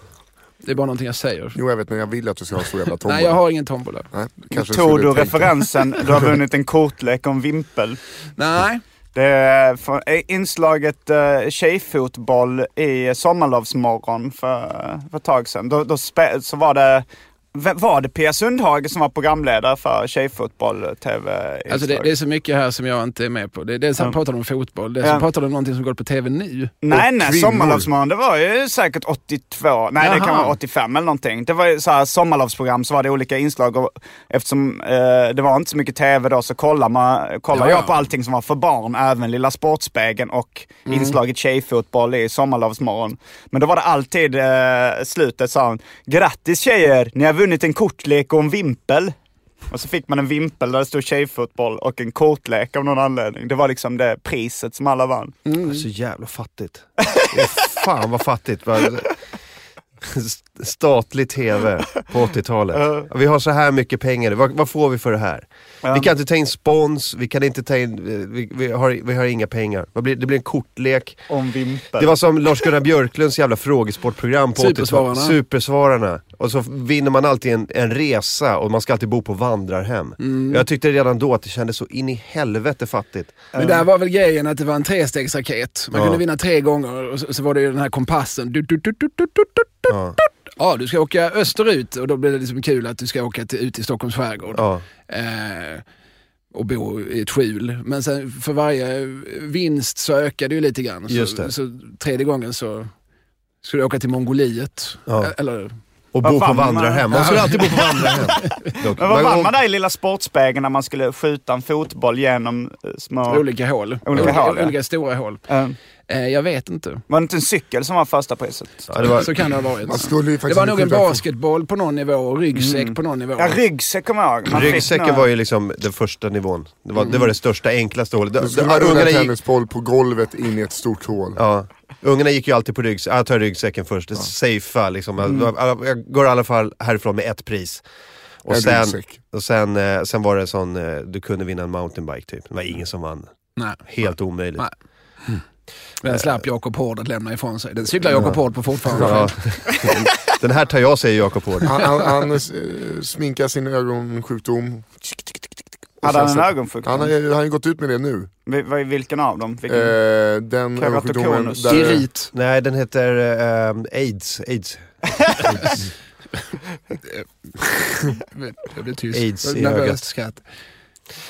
Speaker 3: Det är bara någonting jag säger.
Speaker 6: Jo jag vet men jag vill att du ska ha en stor jävla tombola.
Speaker 3: Nej, jag har ingen tombola.
Speaker 6: Nej, kanske
Speaker 5: Tog
Speaker 6: skulle
Speaker 5: du
Speaker 6: tänka.
Speaker 5: referensen, du har vunnit en kortlek och en vimpel.
Speaker 3: Nej,
Speaker 5: Det är från eh, inslaget uh, tjejfotboll i Sommarlovsmorgon för, för ett tag sedan. Då, då spe, så var det, v- var det Pia Sundhage som var programledare för tjejfotboll-tv?
Speaker 3: alltså det, det är så mycket här som jag inte är med på. Det, dels han pratar om fotboll, dels
Speaker 5: Ja.
Speaker 3: han pratar om någonting som går på tv nu.
Speaker 5: Nej,
Speaker 6: Och
Speaker 5: nej,
Speaker 6: kvinnor.
Speaker 5: Sommarlovsmorgon det var ju säkert 82, nej det kan
Speaker 3: Jaha.
Speaker 5: vara 85 eller någonting. Det var ju så här sommarlovsprogram så var det olika inslag och eftersom eh, det var inte så mycket tv då så kollade, man, kollade
Speaker 3: Ja, ja.
Speaker 5: jag på allting som var för barn, även Lilla Sportspegeln och inslaget Tjejfotboll i Sommarlovsmorgon. Men då var det alltid eh, slutet sa hon, grattis tjejer, ni har vunnit en kortlek och en vimpel. Och så fick man en vimpel där det stod tjejfotboll och en kortlek av någon anledning. Det var liksom det priset som alla vann.
Speaker 3: Mm.
Speaker 2: Så jävla fattigt. Fan vad fattigt. Vad- Statlig TV på 80-talet. Vi har så här mycket pengar. Vad, vad får vi för det här? Vi kan inte ta in spons, vi kan inte ta in... eh, Vi, vi, har, vi har inga pengar. Vad blir, det blir en kortlek.
Speaker 5: Om vimpel.
Speaker 2: Det var som Lars-Gunnar Björklunds jävla frågesportprogram på 80-talet.
Speaker 3: Supersvararna.
Speaker 2: Supersvararna. Och så vinner man alltid en, en resa och man ska alltid bo på vandrarhem.
Speaker 5: Mm.
Speaker 2: Jag tyckte redan då att det kändes så in i helvete fattigt.
Speaker 3: Men där var väl grejen att det var en trestegsraket. Man
Speaker 2: Ja.
Speaker 3: kunde vinna tre gånger och så, så var det ju den här kompassen. Du, du, du, du, du, du, du.
Speaker 2: Ja.
Speaker 3: Ja, du ska åka österut och då blir det liksom kul att du ska åka till, ut i Stockholms skärgård.
Speaker 2: Ja.
Speaker 3: Eh, och bo i ett skjul. Men sen för varje vinst så ökar det ju lite grann. Så,
Speaker 2: Just det.
Speaker 3: så tredje gången så ska du åka till Mongoliet. Eh,
Speaker 2: Ja.
Speaker 3: Eller,
Speaker 2: Och
Speaker 5: Vad
Speaker 2: bo på
Speaker 5: fan, man-
Speaker 2: vandrarhem. Man skulle alltid bo på vandrarhem. Dock.
Speaker 5: Men vad vann man där i Lilla Sportspegeln när man skulle skjuta en fotboll genom eh, små...
Speaker 3: Olika hål.
Speaker 5: Olika hål, ja.
Speaker 3: olika stora hål.
Speaker 5: Eh,
Speaker 3: Eh, jag vet inte.
Speaker 5: var det inte en cykel som var första priset?
Speaker 2: Ja, det var,
Speaker 3: Så kan det ha varit.
Speaker 6: Man skulle ju
Speaker 3: Det
Speaker 6: faktiskt
Speaker 3: var nog en
Speaker 6: inte skjuta-
Speaker 3: basketboll på någon nivå och ryggsäck
Speaker 2: Mm.
Speaker 3: på någon nivå.
Speaker 5: Ja, ryggsäck kommer jag ihåg. Man fick
Speaker 2: ryggsäcken
Speaker 5: några- Mm.
Speaker 2: var ju liksom den första nivån. Det var det, var det största, enklaste hålet.
Speaker 6: Då skulle
Speaker 2: De-
Speaker 6: man rulla
Speaker 2: Ungarna
Speaker 6: en
Speaker 2: gick,
Speaker 6: tennisboll på golvet in i ett stort hål.
Speaker 2: ja, ungarna gick ju alltid på ryggsäcken. Jag tar ryggsäcken först, ja. safea liksom.
Speaker 5: Mm.
Speaker 2: Jag- Jag, jag går i alla fall härifrån med ett pris. Och,
Speaker 6: En
Speaker 2: sen,
Speaker 6: ryggsäck.
Speaker 2: och sen, eh, sen var det sån, eh, du kunde vinna en mountainbike typ. Det var ingen som vann.
Speaker 3: Nej.
Speaker 2: Helt omöjligt.
Speaker 3: Nej. Den slapp Jakob Hård att lämna ifrån sig. Den cyklar Jakob Hård på fortfarande.
Speaker 2: Ja. Den här tar jag, säger Jakob Hård.
Speaker 6: Han, han, han eh, sminkar sin ögonsjukdom. Och
Speaker 5: Hade
Speaker 6: sen
Speaker 5: han en
Speaker 6: så-
Speaker 5: ögonsjukdom?
Speaker 6: Han har ju han har ju gått ut med det nu.
Speaker 5: Vi- vi- Vilken av dem? Vilken?
Speaker 6: Eh, den ögonsjukdomen
Speaker 5: Keratokonus.
Speaker 6: där...
Speaker 3: Irit.
Speaker 2: Nej, den heter eh, eh, aids. AIDS.
Speaker 3: Jag blev tyst.
Speaker 4: Aids i ögat.
Speaker 3: Nervöst skratt.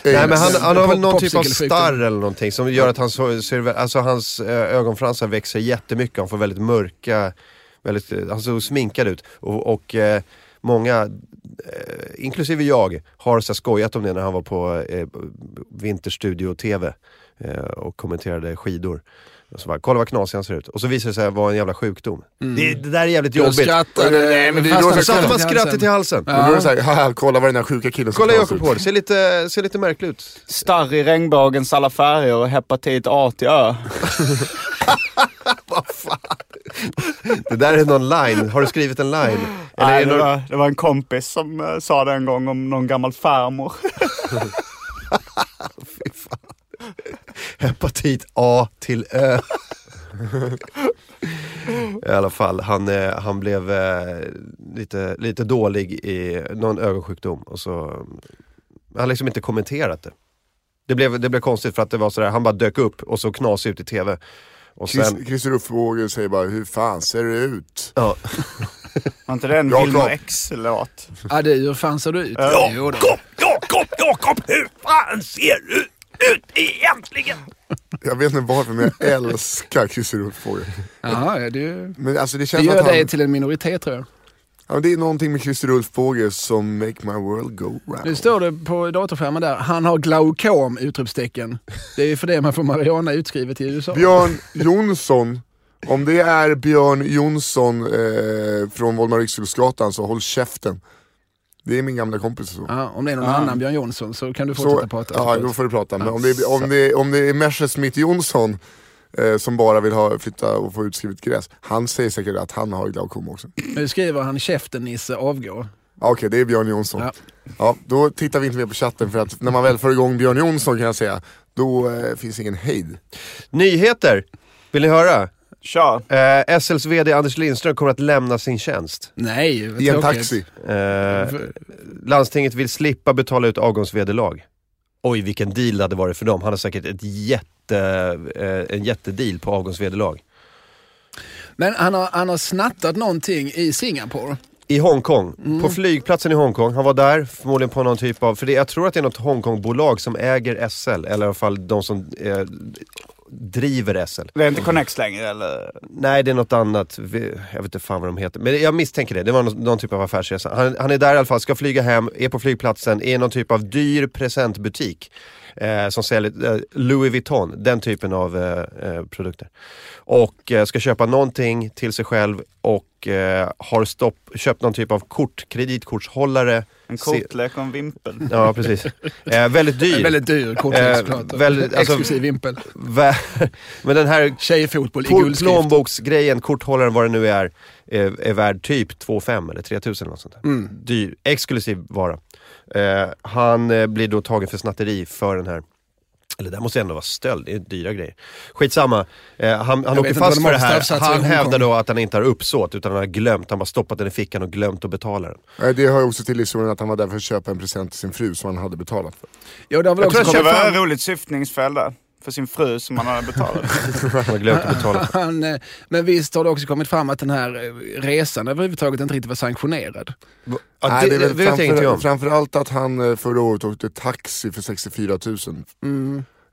Speaker 2: Nej, men han,
Speaker 3: Men
Speaker 2: han har väl
Speaker 3: pop-
Speaker 2: någon typ av
Speaker 3: popsykelsjukdom.
Speaker 2: starr eller någonting som gör att han så, ser, vä- alltså, hans eh, ögonfransar växer jättemycket. Han får väldigt mörka, väldigt, eh, han ser sminkad ut. Och, och eh, många, eh, inklusive jag, har så här skojat om det när han var på eh, Vinterstudio-TV eh, och kommenterade skidor. Och så bara, kolla vad knasig han ser ut. Och så visar det sig vara en jävla sjukdom. Det, det där är jävligt
Speaker 3: Mm. Jag
Speaker 2: jobbigt.
Speaker 3: skrattade.
Speaker 6: Nej, men det är
Speaker 3: fast
Speaker 6: då
Speaker 3: han
Speaker 6: jag
Speaker 2: Så satte man
Speaker 3: skrattade i
Speaker 2: skrattet i
Speaker 3: halsen.
Speaker 2: halsen.
Speaker 6: Då blir det såhär, haha kolla vad den här sjuka killen
Speaker 2: Kolla
Speaker 6: ser
Speaker 2: Jakob
Speaker 6: ut.
Speaker 2: på det, ser lite, ser lite märklig ut.
Speaker 5: Starr i regnbågens alla färger och hepatit A till Ö.
Speaker 2: Det där är någon line. Har du skrivit en line? Eller
Speaker 5: Nej,
Speaker 2: är
Speaker 5: det,
Speaker 2: det någon...
Speaker 5: var, det var en kompis som eh, sa det en gång om någon gammal farmor.
Speaker 2: Fy fan. Hepatit A till Ö. I alla fall, han, eh, han blev eh, lite, lite dålig i någon ögonsjukdom. Och så, han har liksom inte kommenterat det. Det blev, det blev konstigt för att det var sådär, han bara dök upp och så knasig ut i TV. Och
Speaker 6: Chris,
Speaker 2: sen,
Speaker 6: Christer Uffe säger bara, hur fan ser det ut?
Speaker 2: ja,
Speaker 5: Var inte det en
Speaker 6: Jakob.
Speaker 5: Wilmer X-låt?
Speaker 3: Ja, det är ju hur fan ser du ut? Jo då.
Speaker 5: Jakob, Jakob, hur fan ser du ut egentligen?
Speaker 6: Jag vet inte varför men jag älskar Christer Uffe
Speaker 3: Jaha, ja, det, är ju-
Speaker 6: Men alltså det
Speaker 3: det
Speaker 6: känns som
Speaker 3: gör
Speaker 6: att han...
Speaker 3: dig till en minoritet tror jag.
Speaker 6: Ja, men det är någonting med Christer Ulfbåge som make my world go round.
Speaker 3: Nu står det på datorskärmen där, han har glaukom! Utropstecken. Det är ju för det man får marijuana utskrivet i USA.
Speaker 6: Björn Jonsson, om det är Björn Jonsson eh, från Volmar Rikshusgatan så håll käften. Det är min gamla kompis. Så.
Speaker 3: Ja, om det är någon annan Björn Jonsson så kan du fortsätta
Speaker 6: Så,
Speaker 3: prata.
Speaker 6: ja, då får du prata. Men om det är, om det är, om det är Mercer Smith Jonsson eh, som bara vill ha, flytta och få utskrivet gräs. Han säger säkert att han har glaukom också. Ja,
Speaker 3: Nu skriver han käften-Nisse avgår.
Speaker 6: Okej, det är Björn Jonsson.
Speaker 3: Ja.
Speaker 6: Ja. då tittar vi inte mer på chatten för att när man väl får igång Björn Jonsson kan jag säga, då eh, finns ingen hejd.
Speaker 2: nyheter! Vill ni höra?
Speaker 5: Kör.
Speaker 2: Eh, SLs VD Anders Lindström kommer att lämna sin tjänst.
Speaker 3: Nej, vad
Speaker 6: I en
Speaker 3: tråkigt.
Speaker 6: taxi.
Speaker 2: Eh, landstinget vill slippa betala ut avgångsvederlag. Oj, vilken deal det hade varit för dem. Han har säkert ett jätte, eh, en jättedeal på avgångsvederlag.
Speaker 3: Men han har, han har snattat någonting i Singapore.
Speaker 2: I Hongkong, på flygplatsen i Hongkong. Han var där, förmodligen på någon typ av... För det, jag tror att det är något Hongkongbolag som äger SL, eller i alla fall de som eh, driver SL.
Speaker 5: Det är inte Connex längre eller?
Speaker 2: Nej, det är något annat. Vi- Jag vet inte fan vad de heter. Men jag misstänker det. Det var någon, någon typ av affärsresa. Han, han är där i alla fall, ska flyga hem, är på flygplatsen, är i någon typ av dyr presentbutik. Eh, som säljer eh, Louis Vuitton, den typen av eh, eh, produkter. Och eh, ska köpa någonting till sig själv och eh, har stopp, köpt någon typ av kort, kreditkortshållare.
Speaker 5: En
Speaker 2: Se-
Speaker 5: kortlek och en vimpel.
Speaker 2: Ja, precis. Eh, väldigt dyr.
Speaker 3: En väldigt dyr
Speaker 2: Eh,
Speaker 3: kortväxtplatta.
Speaker 2: väldigt- alltså-
Speaker 3: Exklusiv vimpel.
Speaker 2: Vä- Men den här
Speaker 3: Tjejfotboll i
Speaker 2: Pol-
Speaker 3: guldskrift.
Speaker 2: Plånboksgrejen, korthållaren, vad det nu är, är, är värd typ 2 5 eller 3 000 eller något sånt där.
Speaker 3: Mm.
Speaker 2: Dyr, exklusiv vara. Eh, han eh, blir då tagen för snatteri för den här eller det här måste ändå vara stöld, det är dyra grejer. Skitsamma, eh, han, han
Speaker 3: vet
Speaker 2: åker
Speaker 3: inte
Speaker 2: fast
Speaker 3: vad
Speaker 2: för
Speaker 3: de
Speaker 2: det här.
Speaker 3: avstraffsatser i
Speaker 2: Han
Speaker 3: Hongkong.
Speaker 2: hävdar då att han inte har uppsåt utan han har glömt, han bara stoppat den i fickan och glömt att betala den.
Speaker 6: Nej, Det hör ju också till historien att han var där för att köpa en present till sin fru som han hade betalat för.
Speaker 3: Jo, det har väl
Speaker 2: Jag tror
Speaker 3: också
Speaker 2: jag
Speaker 5: Det
Speaker 3: kommit
Speaker 5: var
Speaker 3: fram.
Speaker 5: ett roligt syftningsfel där. För sin fru som han hade betalat.
Speaker 2: Han har glömt att betala.
Speaker 3: Han, eh, men visst har det också kommit fram att den här eh, resan överhuvudtaget inte riktigt var sanktionerad.
Speaker 2: Ja,
Speaker 6: Nej,
Speaker 2: det,
Speaker 6: är väl
Speaker 2: det vet jag ingenting
Speaker 6: framför,
Speaker 2: om.
Speaker 6: framförallt att han eh, förra året åkte taxi för 64 000.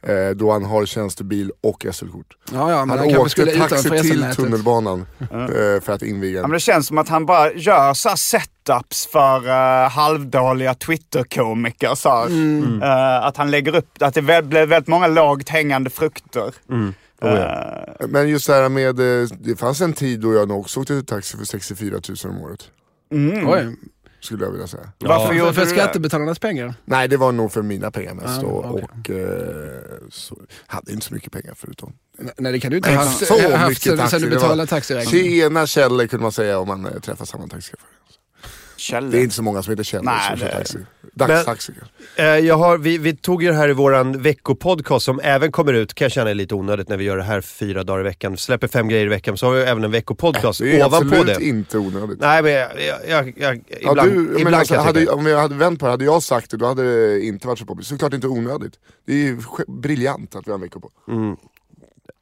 Speaker 6: Eh, då han har tjänstebil och SL-kort.
Speaker 3: Ja, ja, men
Speaker 6: Han,
Speaker 3: han, kanske
Speaker 6: åkte
Speaker 3: skulle
Speaker 6: taxi
Speaker 3: utanför
Speaker 6: till
Speaker 3: resenätet.
Speaker 6: tunnelbanan eh, för att inviga
Speaker 5: Ja, men
Speaker 6: den.
Speaker 5: det känns som att han bara gör så här setups för eh, halvdåliga Twitter-komiker. Så här.
Speaker 3: Mm.
Speaker 5: Eh, att han lägger upp, att det väl, blev väldigt många lågt hängande frukter.
Speaker 2: Mm.
Speaker 5: Eh,
Speaker 6: Men just det här med, eh, det fanns en tid då jag nog också åkte taxi för 64 000 om året. Mm.
Speaker 3: Oj,
Speaker 6: Skulle jag vilja säga.
Speaker 5: mm. Varför
Speaker 3: för,
Speaker 5: gjorde
Speaker 3: för
Speaker 5: du det?
Speaker 3: skattebetalarnas pengar.
Speaker 6: Nej det var nog för mina pengar
Speaker 3: Ja,
Speaker 6: mest då,
Speaker 3: okej.
Speaker 6: och eh, så, hade inte så mycket pengar förutom.
Speaker 3: Nej, Nej, det kan du inte ha
Speaker 6: Nej,
Speaker 3: haft,
Speaker 6: så
Speaker 3: ha haft
Speaker 6: mycket
Speaker 3: sen,
Speaker 6: taxi,
Speaker 3: sen du
Speaker 6: det var-
Speaker 3: betalade taxiräkningen.
Speaker 6: Tjena Kjelle kunde man säga om man eh, träffar samma taxichaufför. Det är
Speaker 5: Källor.
Speaker 6: inte så många som heter Kjell
Speaker 5: Nej,
Speaker 6: som kör
Speaker 5: det-
Speaker 6: taxi. Dagstaxi kanske.
Speaker 2: Eh, jag har, vi, vi tog ju det här i våran veckopodcast som även kommer ut, kan jag känna är lite onödigt när vi gör det här fyra dagar i veckan. Släpper fem grejer i veckan, så har vi ju även en veckopodcast
Speaker 6: Det är
Speaker 2: ovanpå
Speaker 6: absolut
Speaker 2: det.
Speaker 6: inte onödigt.
Speaker 2: Nej men jag, jag, jag, jag
Speaker 6: Ja,
Speaker 2: ibland,
Speaker 6: du, men
Speaker 2: ibland
Speaker 6: alltså,
Speaker 2: kan jag
Speaker 6: hade,
Speaker 2: tycka.
Speaker 6: om jag hade vänt på det, hade jag sagt det då hade det inte varit så poppis. Såklart inte onödigt. Det är ju sj- briljant att vi har en vecka på.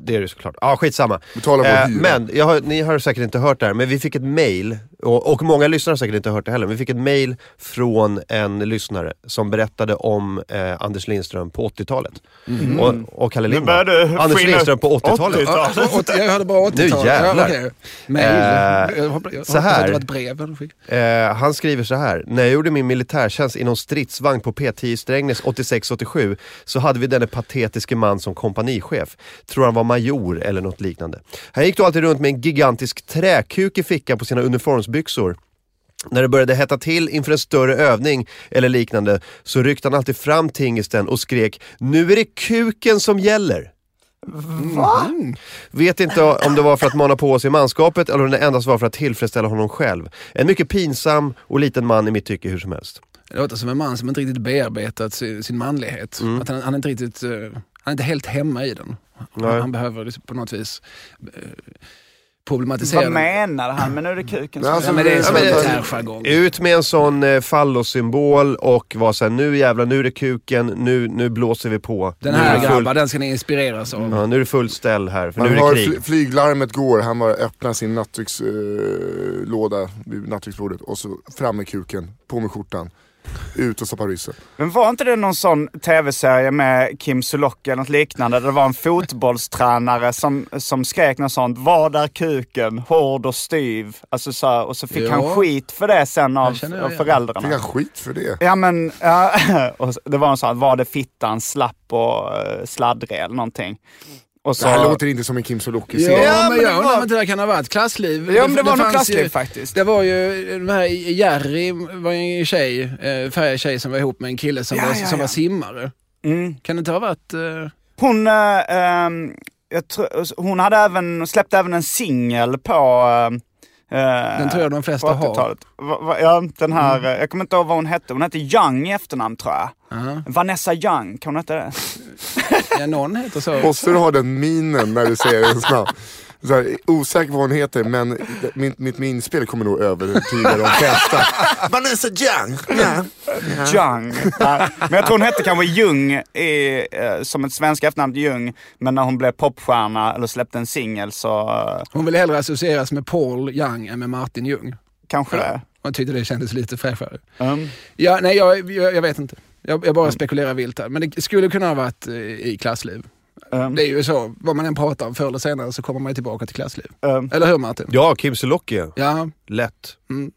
Speaker 2: Det är det såklart. Ja, skitsamma. Eh,
Speaker 6: Betala vår hyra.
Speaker 2: men, jag har, ni har säkert inte hört det här, men vi fick ett mail Och, och många lyssnare har säkert inte hört det heller. Vi fick ett mail från en lyssnare som berättade om eh, Anders Lindström på 80-talet.
Speaker 6: Mm.
Speaker 2: Och, och Kalle Lindberg.
Speaker 5: börjar du
Speaker 2: Anders
Speaker 5: skina
Speaker 2: Lindström på 80-talet.
Speaker 5: 80-talet.
Speaker 3: Ja, och- och- Jag hade bara 80-tal.
Speaker 2: Nu jävlar.
Speaker 3: Mail.
Speaker 2: Eh,
Speaker 3: jag hoppas jag
Speaker 2: så
Speaker 3: hoppas att
Speaker 2: här.
Speaker 3: det var ett brev han fick.
Speaker 2: Eh, han skriver så här. När jag gjorde min militärtjänst inom stridsvagn på P10 i Strängnäs 86-87 så hade vi denne patetiske man som kompanichef. Tror han var major eller något liknande. Han gick då alltid runt med en gigantisk träkuk i fickan på sina uniformsbyxor. När det började hetta till inför en större övning eller liknande så ryckte han alltid fram tingesten och skrek “Nu är det kuken som gäller!” Vet inte om det var för att mana på sig manskapet eller om det endast var för att tillfredsställa honom själv. En mycket pinsam och liten man i mitt tycke hur som helst.
Speaker 3: Det låter som en man som inte riktigt bearbetat sin, sin manlighet.
Speaker 6: Mm.
Speaker 3: Att han, han är inte riktigt, eh, han är inte helt hemma i den. Han,
Speaker 2: Nej.
Speaker 3: han behöver liksom på något vis eh, problematisera
Speaker 5: Vad
Speaker 3: den.
Speaker 5: menar han? Men nu är det kuken
Speaker 6: Men
Speaker 5: som...
Speaker 6: alltså-
Speaker 3: Ja, men det är
Speaker 2: Ja,
Speaker 3: en
Speaker 2: men det-
Speaker 3: militärjargong.
Speaker 2: Ut med en sån eh, fallossymbol och var såhär, nu jävlar, nu är det kuken, nu, nu blåser vi på.
Speaker 3: Den
Speaker 2: nu, är
Speaker 3: här
Speaker 2: det full,
Speaker 3: grabbar, den ska ni inspireras av.
Speaker 2: ja, nu är det fullt ställ här, för
Speaker 6: Man
Speaker 2: nu är
Speaker 6: hör
Speaker 2: det krig.
Speaker 6: fly- flyglarmet går, han bara öppnar sin nattdukslåda vid nattduksbordet och så fram med kuken, på med skjortan, ut och stoppa ryssen.
Speaker 5: Men var inte det någon sån tv-serie med Kim Sulocki eller något liknande? Där det var en fotbollstränare som, som skrek något sånt. Var där kuken? Hård och styv. Alltså så här, och så fick
Speaker 3: Ja.
Speaker 5: han skit för det sen av,
Speaker 3: känner jag
Speaker 5: av
Speaker 3: igen.
Speaker 6: Fick
Speaker 5: föräldrarna.
Speaker 6: han skit för det?
Speaker 5: Ja men, ja, och så- det var en sån, var det fittan, slapp och eh, sladdrig eller någonting. Och så,
Speaker 6: Det här låter inte som en Kim Sulocki-serie.
Speaker 3: Ja,
Speaker 5: Ja, men
Speaker 3: men
Speaker 5: det
Speaker 3: jag undrar
Speaker 5: var-
Speaker 3: om inte det här kan ha varit klassliv.
Speaker 5: Ja, men det var nog
Speaker 3: fanns
Speaker 5: klassliv
Speaker 3: ju-
Speaker 5: faktiskt.
Speaker 3: Det var ju, de här Jerry var ju en tjej, eh, färgad tjej som var ihop med en kille som,
Speaker 5: Ja,
Speaker 3: var,
Speaker 5: ja,
Speaker 3: som
Speaker 5: ja.
Speaker 3: var simmare.
Speaker 5: Mm.
Speaker 3: Kan det inte ha varit... eh,
Speaker 5: Hon, eh, ehm, jag tror- hon hade även, släppte även en singel på... eh, Äh,
Speaker 3: Den tror jag de flesta har.
Speaker 5: Ja, den här, eh, jag kommer inte ihåg vad hon hette. Hon hette Young i efternamn tror jag.
Speaker 3: Aha.
Speaker 5: Vanessa Young, kan hon heta det?
Speaker 3: Ja, någon heter så.
Speaker 6: Måste du ha den minen när du säger ens namn? Så här, osäker på vad hon heter men det- mitt, mitt minspel kommer nog övertyga de flesta. Vanessa Young! Ja.
Speaker 5: Young. Ja. Men jag tror hon hette kanske Jung i, eh, som ett svenskt efternamn, Jung. Men när hon blev popstjärna eller släppte en singel så eh,
Speaker 3: Hon ville hellre associeras med Paul Young än med Martin Ljung.
Speaker 5: kanske det.
Speaker 3: Man tyckte det kändes lite fräschare.
Speaker 5: Mm.
Speaker 3: Ja, nej, jag, jag, jag vet inte. Jag, jag bara spekulerar vilt här. Men det skulle kunna ha varit eh, i klassliv.
Speaker 5: Mm.
Speaker 3: Det är ju så, vad man än pratar om förr eller senare så kommer man ju tillbaka till klassliv.
Speaker 5: Mm.
Speaker 3: Eller hur Martin?
Speaker 2: Ja, Kim Sulocki,
Speaker 3: Ja,
Speaker 2: lätt.
Speaker 3: Mm.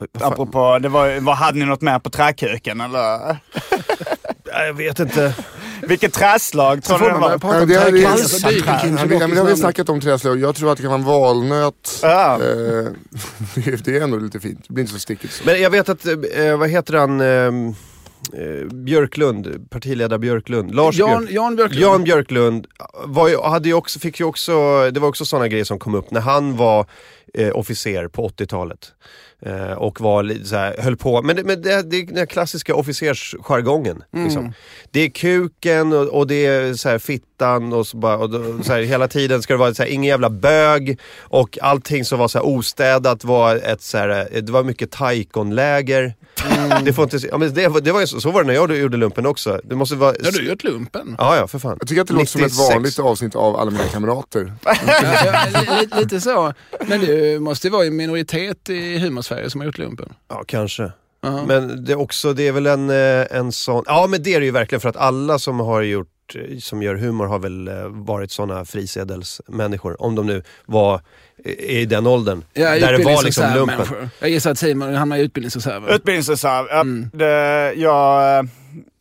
Speaker 2: Vad- vad fan?
Speaker 5: Apropå, det var, vad hade ni något mer på träkuken eller?
Speaker 2: Nej, Jag vet inte.
Speaker 5: Vilket träslag tror
Speaker 3: så får
Speaker 5: du det
Speaker 3: man börja
Speaker 5: var?
Speaker 3: prata om Alltså,
Speaker 6: det är-
Speaker 3: träkillar
Speaker 6: det
Speaker 3: så dyker
Speaker 6: är-
Speaker 3: Kim
Speaker 6: Ja, men det har vi
Speaker 3: Subockis namn.
Speaker 6: snackat om träslöv, jag tror att det kan vara en valnöt.
Speaker 5: Ja.
Speaker 6: Eh, det är- det är ändå lite fint, det blir inte så stickigt. Så.
Speaker 2: Men jag vet att, eh, vad heter han, ehm, eh, Björklund, partiledare Björklund, Lars Björklund.
Speaker 3: Jan, Jan Björklund.
Speaker 2: Jan Björklund var ju, hade ju också, fick ju också, det var också sådana grejer som kom upp när han var eh, officer på 80-talet. Eh, och var lite så här, höll på, men, det- men det, det är den här klassiska officersjargongen.
Speaker 3: Mm.
Speaker 2: Liksom. Det är kuken och, och det är så här fittan och, så bara, och då, så här, hela tiden ska det vara så här, ingen jävla bög och allting som var så här ostädat var ett så här, eh, det var mycket taikonläger.
Speaker 3: Mm.
Speaker 2: Det får inte, se- ja, men det, var- det var ju så, så var det när jag gjorde lumpen också. Det måste vara
Speaker 3: Ja, du har gjort lumpen.
Speaker 2: Ja, ja, för fan.
Speaker 6: Jag tycker att det låter som ett
Speaker 2: 96.
Speaker 6: vanligt avsnitt av Alla mina kamrater.
Speaker 3: Ja, li- li- lite så. Men du måste ju vara i minoritet i humorsverige som har gjort lumpen.
Speaker 2: Ja, kanske.
Speaker 3: Ja.
Speaker 2: Men det är också, det är väl en, eh, en sån... Ja, men det är det ju verkligen för att alla som har gjort, eh, som gör humor har väl eh, varit såna frisedelsmänniskor. Om de nu var eh, i den åldern.
Speaker 3: Ja,
Speaker 2: där det var liksom
Speaker 3: utbildningsreserv-
Speaker 2: lumpen.
Speaker 3: människor. Jag gissar att Simon hamnar i utbildningsreserven.
Speaker 5: Utbildningsreserv. Ja,
Speaker 3: Mm.
Speaker 5: det, jag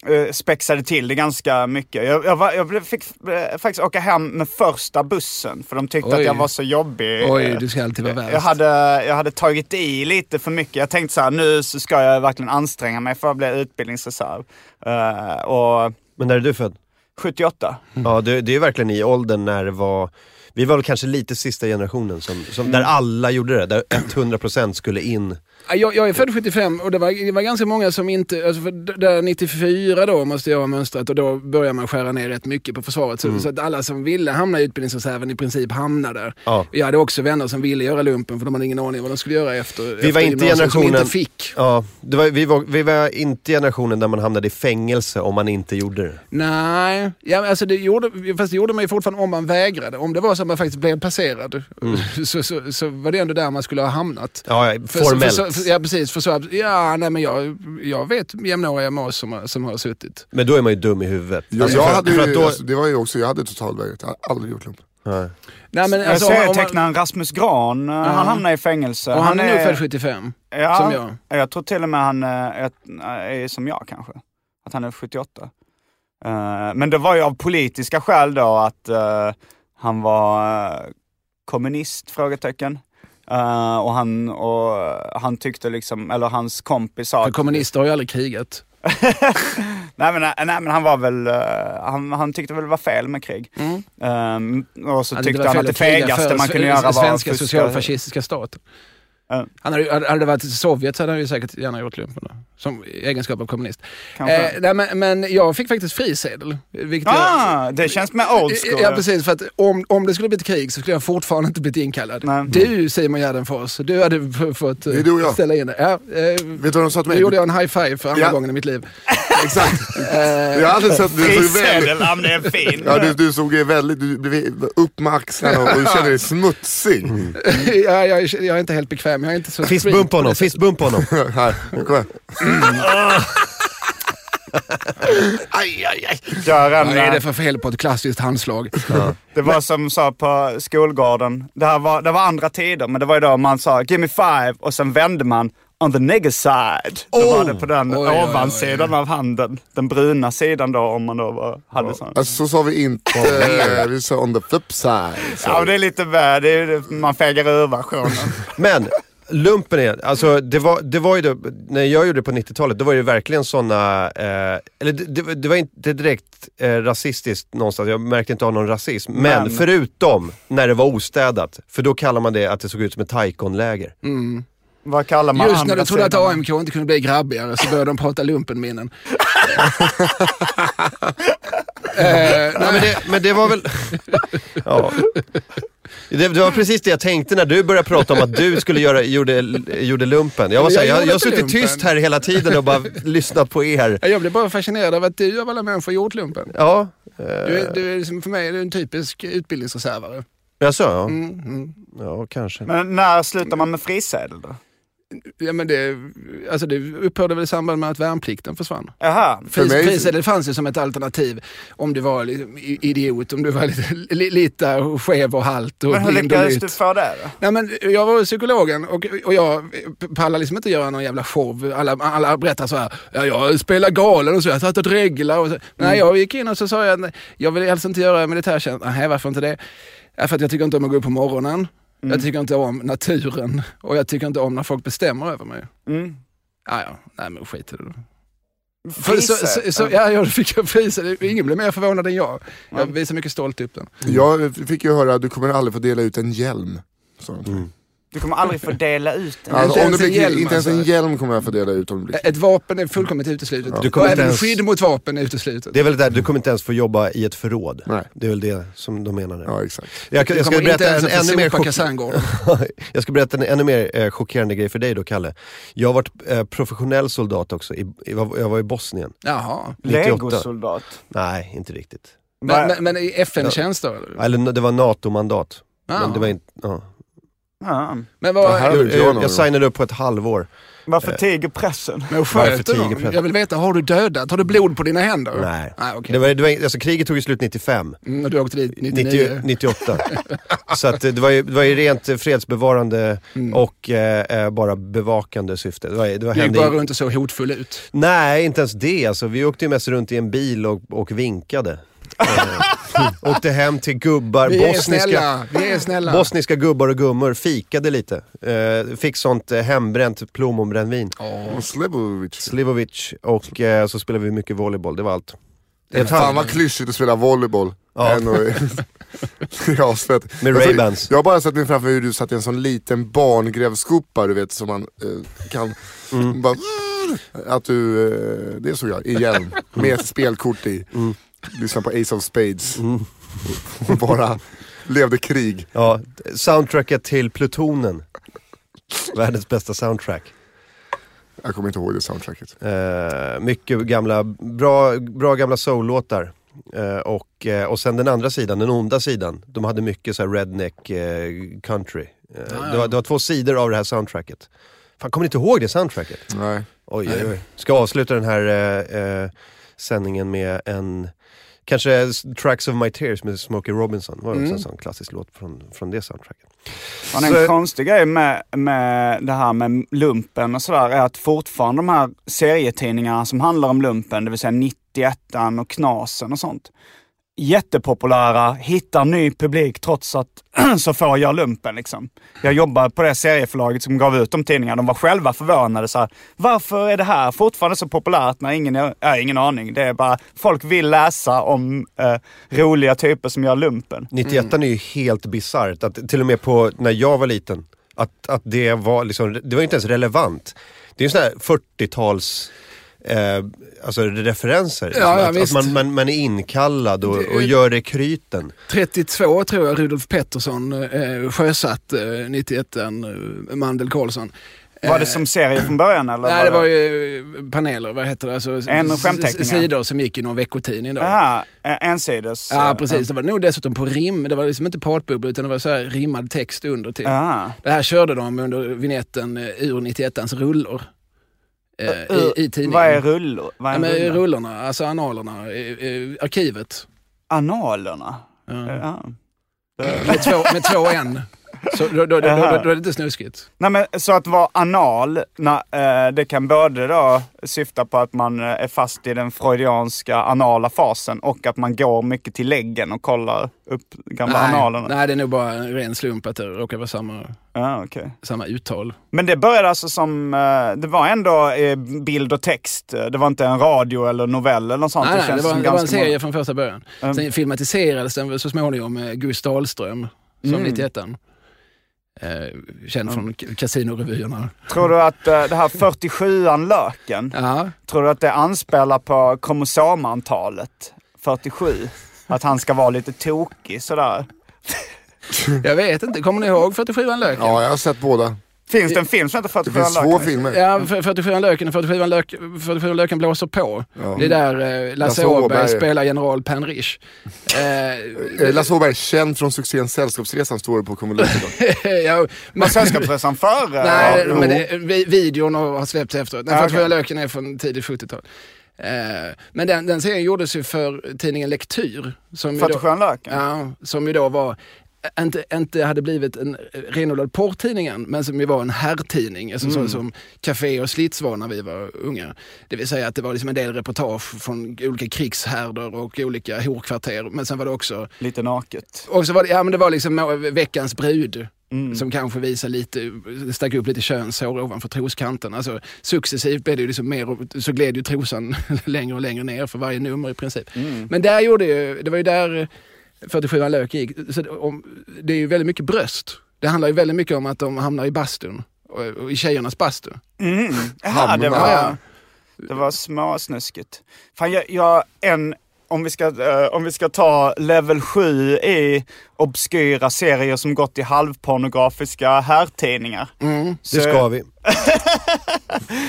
Speaker 5: eh, spexade till det ganska mycket. Jag, jag, var, jag blev- fick eh, faktiskt åka hem med första bussen för de tyckte
Speaker 3: Oj.
Speaker 5: att jag var så jobbig.
Speaker 3: Oj, du ska alltid vara
Speaker 5: jag
Speaker 3: värst.
Speaker 5: hade, jag hade tagit i lite för mycket. Jag tänkte så här, nu så ska jag verkligen anstränga mig för att bli utbildningsreserv. Eh, och
Speaker 2: Men när är du född?
Speaker 5: 78.
Speaker 3: Mm.
Speaker 2: Ja, det, det är ju verkligen i åldern när det var... Vi var väl kanske lite sista generationen som, som, där
Speaker 3: Mm.
Speaker 2: alla gjorde det. Där 100% skulle in.
Speaker 3: Ja, Jag, jag är född 75 och det var, det var ganska många som inte... Alltså för d- där 94 då måste jag ha mönstrat och då började man skära ner rätt mycket på försvaret.
Speaker 2: Mm.
Speaker 3: Så, så att alla som ville hamna i utbildningsreserven i princip hamnade där.
Speaker 2: Ja.
Speaker 3: Jag hade också vänner som ville göra lumpen för de hade ingen aning vad de skulle göra efter Vi efter
Speaker 2: var inte
Speaker 3: gymnasiet, Som
Speaker 2: generationen-
Speaker 3: inte fick.
Speaker 2: Ja, det var, vi, var, vi var inte generationen där man hamnade i fängelse om man inte gjorde det.
Speaker 3: Nej, ja, men alltså det gjorde, fast det gjorde man ju fortfarande om man vägrade. Om det var så att man faktiskt blev passerad
Speaker 2: Mm.
Speaker 3: så, så, så var det ändå där man skulle ha hamnat.
Speaker 2: Ja, ja,
Speaker 3: För-
Speaker 2: formellt.
Speaker 3: För, för, ja, precis. För så, ja, nej, men jag, jag vet jämnåriga med oss som, har- som har suttit.
Speaker 2: Men då är man ju dum i huvudet.
Speaker 6: Jag,
Speaker 2: Alltså,
Speaker 6: jag
Speaker 2: för-
Speaker 6: hade
Speaker 2: för
Speaker 6: ju,
Speaker 2: att då-
Speaker 6: alltså, det var ju också, jag hade totalvägrat. Jag hade aldrig gjort lumpen.
Speaker 2: Nej.
Speaker 3: Nej, men,
Speaker 5: Jag
Speaker 3: alltså, om- om
Speaker 5: ser
Speaker 3: man-
Speaker 5: tecknaren Rasmus Gran, eh, han hamnar i fängelse.
Speaker 3: Och han är nog född 75.
Speaker 5: ja,
Speaker 3: som jag.
Speaker 5: Jag tror till och med han eh, är, är som jag kanske. Att han är 78. Eh, Men det var ju av politiska skäl då att eh, han var eh, kommunist? Frågetecken. Eh, och, han, och han tyckte liksom, eller hans kompis sa...
Speaker 3: För
Speaker 5: att-
Speaker 3: kommunister har ju aldrig krigat.
Speaker 5: nej, men, eh, nej men han var väl, eh, han, han tyckte väl det var fel med krig.
Speaker 3: Mm.
Speaker 5: Eh, och så
Speaker 3: Alltså,
Speaker 5: tyckte
Speaker 3: var
Speaker 5: han
Speaker 3: fel
Speaker 5: att det
Speaker 3: kriga
Speaker 5: fegaste
Speaker 3: för
Speaker 5: man kunde
Speaker 3: s-
Speaker 5: göra var att
Speaker 3: Svenska
Speaker 5: fuska.
Speaker 3: socialfascistiska staten.
Speaker 5: Ja.
Speaker 3: Han hade, ju- hade hade det varit i Sovjet så hade han ju säkert gärna gjort lumpen då, som i egenskap av kommunist.
Speaker 5: Kanske.
Speaker 3: Eh, nej, men, men jag fick faktiskt frisedel. Vilket jag, Eh,
Speaker 5: Ah, det känns mer old school.
Speaker 3: Ja precis, för att om, om det skulle bli ett krig så skulle jag fortfarande inte blivit inkallad.
Speaker 5: Nej.
Speaker 3: Du Simon Gärdenfors, du hade f- fått eh,
Speaker 6: är du och jag.
Speaker 3: ställa in dig. Ja, eh,
Speaker 6: Vet du vad de sa till
Speaker 3: nu
Speaker 6: mig?
Speaker 3: gjorde jag en high five för andra
Speaker 6: Ja.
Speaker 3: gången i mitt liv.
Speaker 6: Exakt. jag har aldrig sett du såg
Speaker 5: Frisedel,
Speaker 6: väldigt...
Speaker 5: ja men det är fin.
Speaker 6: Ja, du, du såg ju väldigt, du blev upp med axlarna och du kände dig smutsig.
Speaker 3: ja, jag, är- jag är inte helt bekväm, jag är inte så
Speaker 2: Fistbump på honom, fistbump på honom.
Speaker 6: Här, kom här.
Speaker 5: Gör en,
Speaker 3: Vad är det
Speaker 5: det,
Speaker 3: för fel på ett klassiskt handslag?
Speaker 5: eh, var som sa på skolgården, det, här var, det var andra tider, men det var ju då man sa “Give me five” och sen vände man “On the nigger side”. då var det på den
Speaker 3: Oh! Oj, oj, oj, oj.
Speaker 5: ovansidan av handen. Den bruna sidan då, om man då var, hade sån.
Speaker 6: Alltså så sa vi inte, Eh, vi sa on the flip side.
Speaker 5: Ja, men det är lite väl, det är, ju- man fegar ur versionen.
Speaker 2: Men lumpen är, alltså det var, det var ju det, när jag gjorde det på 90-talet, då var det ju verkligen sådana, eh, eller det, det, var- det var inte direkt eh, rasistiskt någonstans, jag märkte inte av någon rasism. Men,
Speaker 5: Men-
Speaker 2: förutom när det var ostädat, för då kallar man det att det såg ut som ett taikonläger.
Speaker 5: Vad kallar man
Speaker 3: Just
Speaker 5: andra
Speaker 3: när du trodde att
Speaker 5: sidan?
Speaker 3: AMK inte kunde bli grabbigare så började de prata lumpenminnen. Eh,
Speaker 2: Nej, men, det, men det var väl... ja. det, det var precis det jag tänkte när du började prata om att du skulle göra, gjorde, gjorde lumpen. Jag var
Speaker 3: Jag
Speaker 2: såhär, jag,
Speaker 3: gjorde
Speaker 2: jag har
Speaker 3: inte
Speaker 2: suttit
Speaker 3: lumpen.
Speaker 2: tyst här hela tiden och bara lyssnat på er.
Speaker 3: Jag blev bara fascinerad av att du av alla människor gjort lumpen.
Speaker 2: Ja, eh,
Speaker 3: Du, är- du är, liksom- för mig är du en typisk utbildningsreservare.
Speaker 2: jag sa ja.
Speaker 3: Mm, mm.
Speaker 2: Ja, kanske.
Speaker 5: Men när slutar man med frisedel då?
Speaker 3: Ja, men det, alltså det upphörde väl i samband med att värnplikten försvann.
Speaker 5: Jaha.
Speaker 3: För
Speaker 6: mig-
Speaker 3: Frisedel fanns ju som ett alternativ om du var liksom i- idiot, om du var lite, li, lite skev och halt och
Speaker 5: Men hur
Speaker 3: blind och
Speaker 5: lyckades
Speaker 3: lytt.
Speaker 5: du få det då?
Speaker 3: Nej, men jag var hos psykologen och, och jag pallar liksom inte göra någon jävla show. Alla, alla berättar så här, ja, jag spelar galen och så, jag satt och dreglade. Och så. Nej, jag gick in och så sa jag, "Nej, jag vill helst inte göra militärtjänst. Nej, varför inte det? Ja, för att jag tycker inte om att gå upp på morgonen. Jag tycker inte om naturen och jag tycker inte om när folk bestämmer över mig.
Speaker 5: Mm.
Speaker 3: Ja, ja. Nej, men skit i det då. För, så,
Speaker 5: Frisedel?
Speaker 3: så, så, ja, ja, då fick jag priset. Ingen blev mer förvånad än jag. Jag visar mycket stolt upp den.
Speaker 6: Jag fick ju höra, du kommer aldrig få dela ut en hjälm. sa de.
Speaker 5: Du kommer aldrig få dela ut den.
Speaker 6: Alltså, om
Speaker 3: ens
Speaker 6: det
Speaker 3: en
Speaker 6: blir,
Speaker 3: hjälm,
Speaker 6: inte ens en
Speaker 3: alltså.
Speaker 6: hjälm kommer jag få dela ut om det blir
Speaker 3: Ett vapen är fullkomligt uteslutet.
Speaker 2: Du
Speaker 3: Och
Speaker 2: kommer inte
Speaker 3: även
Speaker 2: ens-
Speaker 3: skydd mot vapen är uteslutet.
Speaker 2: Det är väl det där, du kommer inte ens få jobba i ett förråd.
Speaker 6: Nej.
Speaker 2: Det är väl det som de menar nu.
Speaker 6: Ja exakt.
Speaker 2: Jag, jag,
Speaker 3: Jag
Speaker 2: ska
Speaker 3: kommer inte
Speaker 2: berätta
Speaker 3: ens
Speaker 2: en,
Speaker 3: att
Speaker 2: ännu
Speaker 3: få
Speaker 2: mer
Speaker 3: sopa
Speaker 2: chock...
Speaker 3: kaserngården.
Speaker 2: jag ska berätta en ännu mer eh, chockerande grej för dig då, Kalle. Jag har varit eh, professionell soldat också. I, i, jag var i Bosnien.
Speaker 3: Jaha.
Speaker 2: 98.
Speaker 5: Legosoldat.
Speaker 2: Nej, inte riktigt.
Speaker 3: Men, men, men i FN-tjänst då? eller?
Speaker 2: Eller det var NATO-mandat.
Speaker 3: Ah.
Speaker 2: Men det var inte... Ja.
Speaker 5: Ja.
Speaker 3: Men
Speaker 6: Det här-
Speaker 3: vad...
Speaker 6: hade
Speaker 2: Jag,
Speaker 6: inte jag
Speaker 2: jag,
Speaker 6: någon
Speaker 2: eh, jag
Speaker 6: gång.
Speaker 2: signade upp på ett halvår.
Speaker 5: Varför tiger pressen?
Speaker 3: Men
Speaker 2: Varför
Speaker 3: sköter
Speaker 2: tiger
Speaker 3: de?
Speaker 2: Petter?
Speaker 3: Jag vill veta, har du dödat? Har du blod på dina händer?
Speaker 2: Nej.
Speaker 3: Nej okej.
Speaker 2: Det var, det var, alltså, kriget tog ju slut 95.
Speaker 3: Mm, och du åkte dit 99?
Speaker 2: 90, 98. så att eh, det, var ju, det var ju rent eh, fredsbevarande och eh, eh, bara bevakande syfte. Det var, det var
Speaker 3: Du gick
Speaker 2: hände
Speaker 3: bara
Speaker 2: in-
Speaker 3: runt och såg hotfull ut.
Speaker 2: Nej, inte ens det. Alltså, vi åkte ju mest runt i en bil och, och vinkade. Eh, åkte hem till gubbar,
Speaker 3: Vi är
Speaker 2: bosniska,
Speaker 3: snälla, vi är snälla.
Speaker 2: bosniska gubbar och gummor, fikade lite. Eh, fick sånt eh, hembränt plommonbrännvin.
Speaker 6: Och Slebovic.
Speaker 2: Slivovic och eh, så spelade vi mycket volleyboll, det var allt. Ett
Speaker 6: Fan
Speaker 2: halv...
Speaker 6: vad klyschigt att spela volleyboll.
Speaker 2: Ja.
Speaker 6: Än och- Det är asfett.
Speaker 2: Med
Speaker 6: Jag såg-
Speaker 2: Ray-Bans.
Speaker 6: Jag har bara sett mig framför hur du satt i en sån liten barngrävskopa du vet som man eh, kan...
Speaker 2: Mm.
Speaker 6: Bara, att du, eh, det såg jag, igen. Med ett spelkort i.
Speaker 2: Mm.
Speaker 6: Lyssna på Ace of Spades. Och bara levde krig.
Speaker 2: Ja, soundtracket till Plutonen. Världens bästa soundtrack.
Speaker 6: Jag kommer inte ihåg det soundtracket.
Speaker 2: Eh, mycket gamla, bra, bra gamla soul-låtar. Eh, och, eh, och sen den andra sidan, den onda sidan, de hade mycket så här redneck eh, country. Eh, det, var, det var två sidor av det här soundtracket. Fan, kommer ni inte ihåg det soundtracket?
Speaker 6: Nej.
Speaker 2: Oj, oj, oj. Ska avsluta den här eh, eh, sändningen med en, kanske s- Tracks of My Tears med Smokey Robinson. Det var också en sån klassisk låt från, från det soundtracket.
Speaker 5: Men en
Speaker 2: Så-
Speaker 5: konstig grej med, med det här med lumpen och sådär är att fortfarande de här serietidningarna som handlar om lumpen, det vill säga 91 och Knasen och sånt. Jättepopulära, hittar ny publik trots att så får jag lumpen liksom. Jag jobbar på det serieförlaget som gav ut de tidningarna. De var själva förvånade. Så här, Varför är det här fortfarande så populärt när ingen... Jag har ingen aning. Det är bara folk vill läsa om eh, roliga typer som gör lumpen.
Speaker 2: 91 är ju helt bisarrt, att till och med på när jag var liten, att, att det var liksom, det var inte ens relevant. Det är ju sån här 40-tals Eh, alltså referenser. liksom.
Speaker 3: ja,
Speaker 2: att, att
Speaker 3: visst.
Speaker 2: man, man, man är inkallad och,
Speaker 3: Det-
Speaker 2: och gör rekryten.
Speaker 3: 32 tror jag Rudolf Pettersson eh, sjösatt eh, 91 eh, Mandel Karlsson. Eh,
Speaker 5: Var det som serie från början eller?
Speaker 3: Nej, det var ju eh, paneler, vad heter det? Alltså, s-
Speaker 5: En och skämtteckningar.
Speaker 3: s- sidor som gick i någon veckotidning då.
Speaker 5: Aha, eh, ensides.
Speaker 3: Ja,
Speaker 5: eh,
Speaker 3: precis. Det var nog dessutom på rim. Det var liksom inte pratbubblor utan det var så här rimmad text under till.
Speaker 5: Aha.
Speaker 3: Det här körde de under vignetten eh, ur 91ans rullor. Eh, i, I tidningen.
Speaker 5: Vad är rullor? Vad
Speaker 3: Ja,
Speaker 5: är en
Speaker 3: men
Speaker 5: rulla?
Speaker 3: rullorna, alltså analerna, eh, eh, arkivet.
Speaker 5: Analerna?
Speaker 3: Ja.
Speaker 5: Ja.
Speaker 3: Med, två, med två N. Så då, då, då, då, då, då är det inte snuskigt.
Speaker 5: Nej, men, så att vara anal, na, eh, det kan både då syfta på att man eh, är fast i den freudianska anala fasen och att man går mycket till läggen och kollar upp gamla analerna.
Speaker 3: nej, det är nog bara en ren slump att det råkar vara samma,
Speaker 5: Ja, okej.
Speaker 3: samma uttal.
Speaker 5: Men det började alltså som, eh, det var ändå eh, bild och text. Det var inte en radio eller novell eller något sånt.
Speaker 3: Nej, nej, det,
Speaker 5: känns
Speaker 3: var,
Speaker 5: som
Speaker 3: det var en
Speaker 5: ganska många-
Speaker 3: serie från första början. Sen filmatiserades den väl så småningom med Gus Dahlström som 91 eh, Känd från k- Casinorevyerna.
Speaker 5: Tror du att eh, det här 47an Löken,
Speaker 3: Ja.
Speaker 5: Tror du att det anspelar på kromosomantalet 47? Att han ska vara lite tokig sådär.
Speaker 3: Jag vet inte, kommer ni ihåg 47an Löken?
Speaker 6: Ja, jag har sett båda.
Speaker 5: Finns det en film som heter
Speaker 6: Det
Speaker 5: 47
Speaker 6: finns två filmer.
Speaker 3: Ja, för- 47 Löken och 47 lök, 47 Löken blåser på. Det är där eh, Lasse Åberg
Speaker 6: Åberg.
Speaker 3: spelar general Panrich.
Speaker 6: Eh, Lasse Åberg, känd från succén Sällskapsresan, står det på konvolutet.
Speaker 3: ja, men,
Speaker 5: Sällskapsresan före?
Speaker 3: nej,
Speaker 5: Ja,
Speaker 3: men det, vi- videon har har släppts efteråt. Nej, 47
Speaker 5: okej.
Speaker 3: Löken är från tidigt 70-tal. Eh, men den, den serien gjordes ju för tidningen Lektyr. Som ju då-
Speaker 5: 47 löken?
Speaker 3: Ja, som ju då var ä- inte, inte hade blivit en eh, renodlad porrtidningen, men som ju var en herrtidning, alltså
Speaker 5: Mm.
Speaker 3: så, som Café och Slits var när vi var unga. Det vill säga att det var liksom en del reportage från olika krigshärdar och olika horkvarter, men sen var det också
Speaker 5: Lite naket.
Speaker 3: och så var det, ja, men det var liksom eh, veckans brud.
Speaker 2: Mm.
Speaker 3: Som kanske visar lite, stack upp lite könshår ovanför troskanten. Alltså, successivt blev det ju liksom mer, och- så gled ju trosan längre och längre ner för varje nummer i princip.
Speaker 2: Mm.
Speaker 3: Men där gjorde ju, det var ju där eh, 47an Lök gick. Så det, om, det är ju väldigt mycket bröst. Det handlar ju väldigt mycket om att de hamnar i bastun. Och, och i tjejernas bastu.
Speaker 5: Mm. Ja, det
Speaker 3: Ja,
Speaker 5: var,
Speaker 3: ja.
Speaker 5: det var småsnuskigt. Fan, jag, jag en, om, vi ska, eh, om vi ska ta level 7 i obskyra serier som gått i halvpornografiska herrtidningar.
Speaker 2: Det ska vi.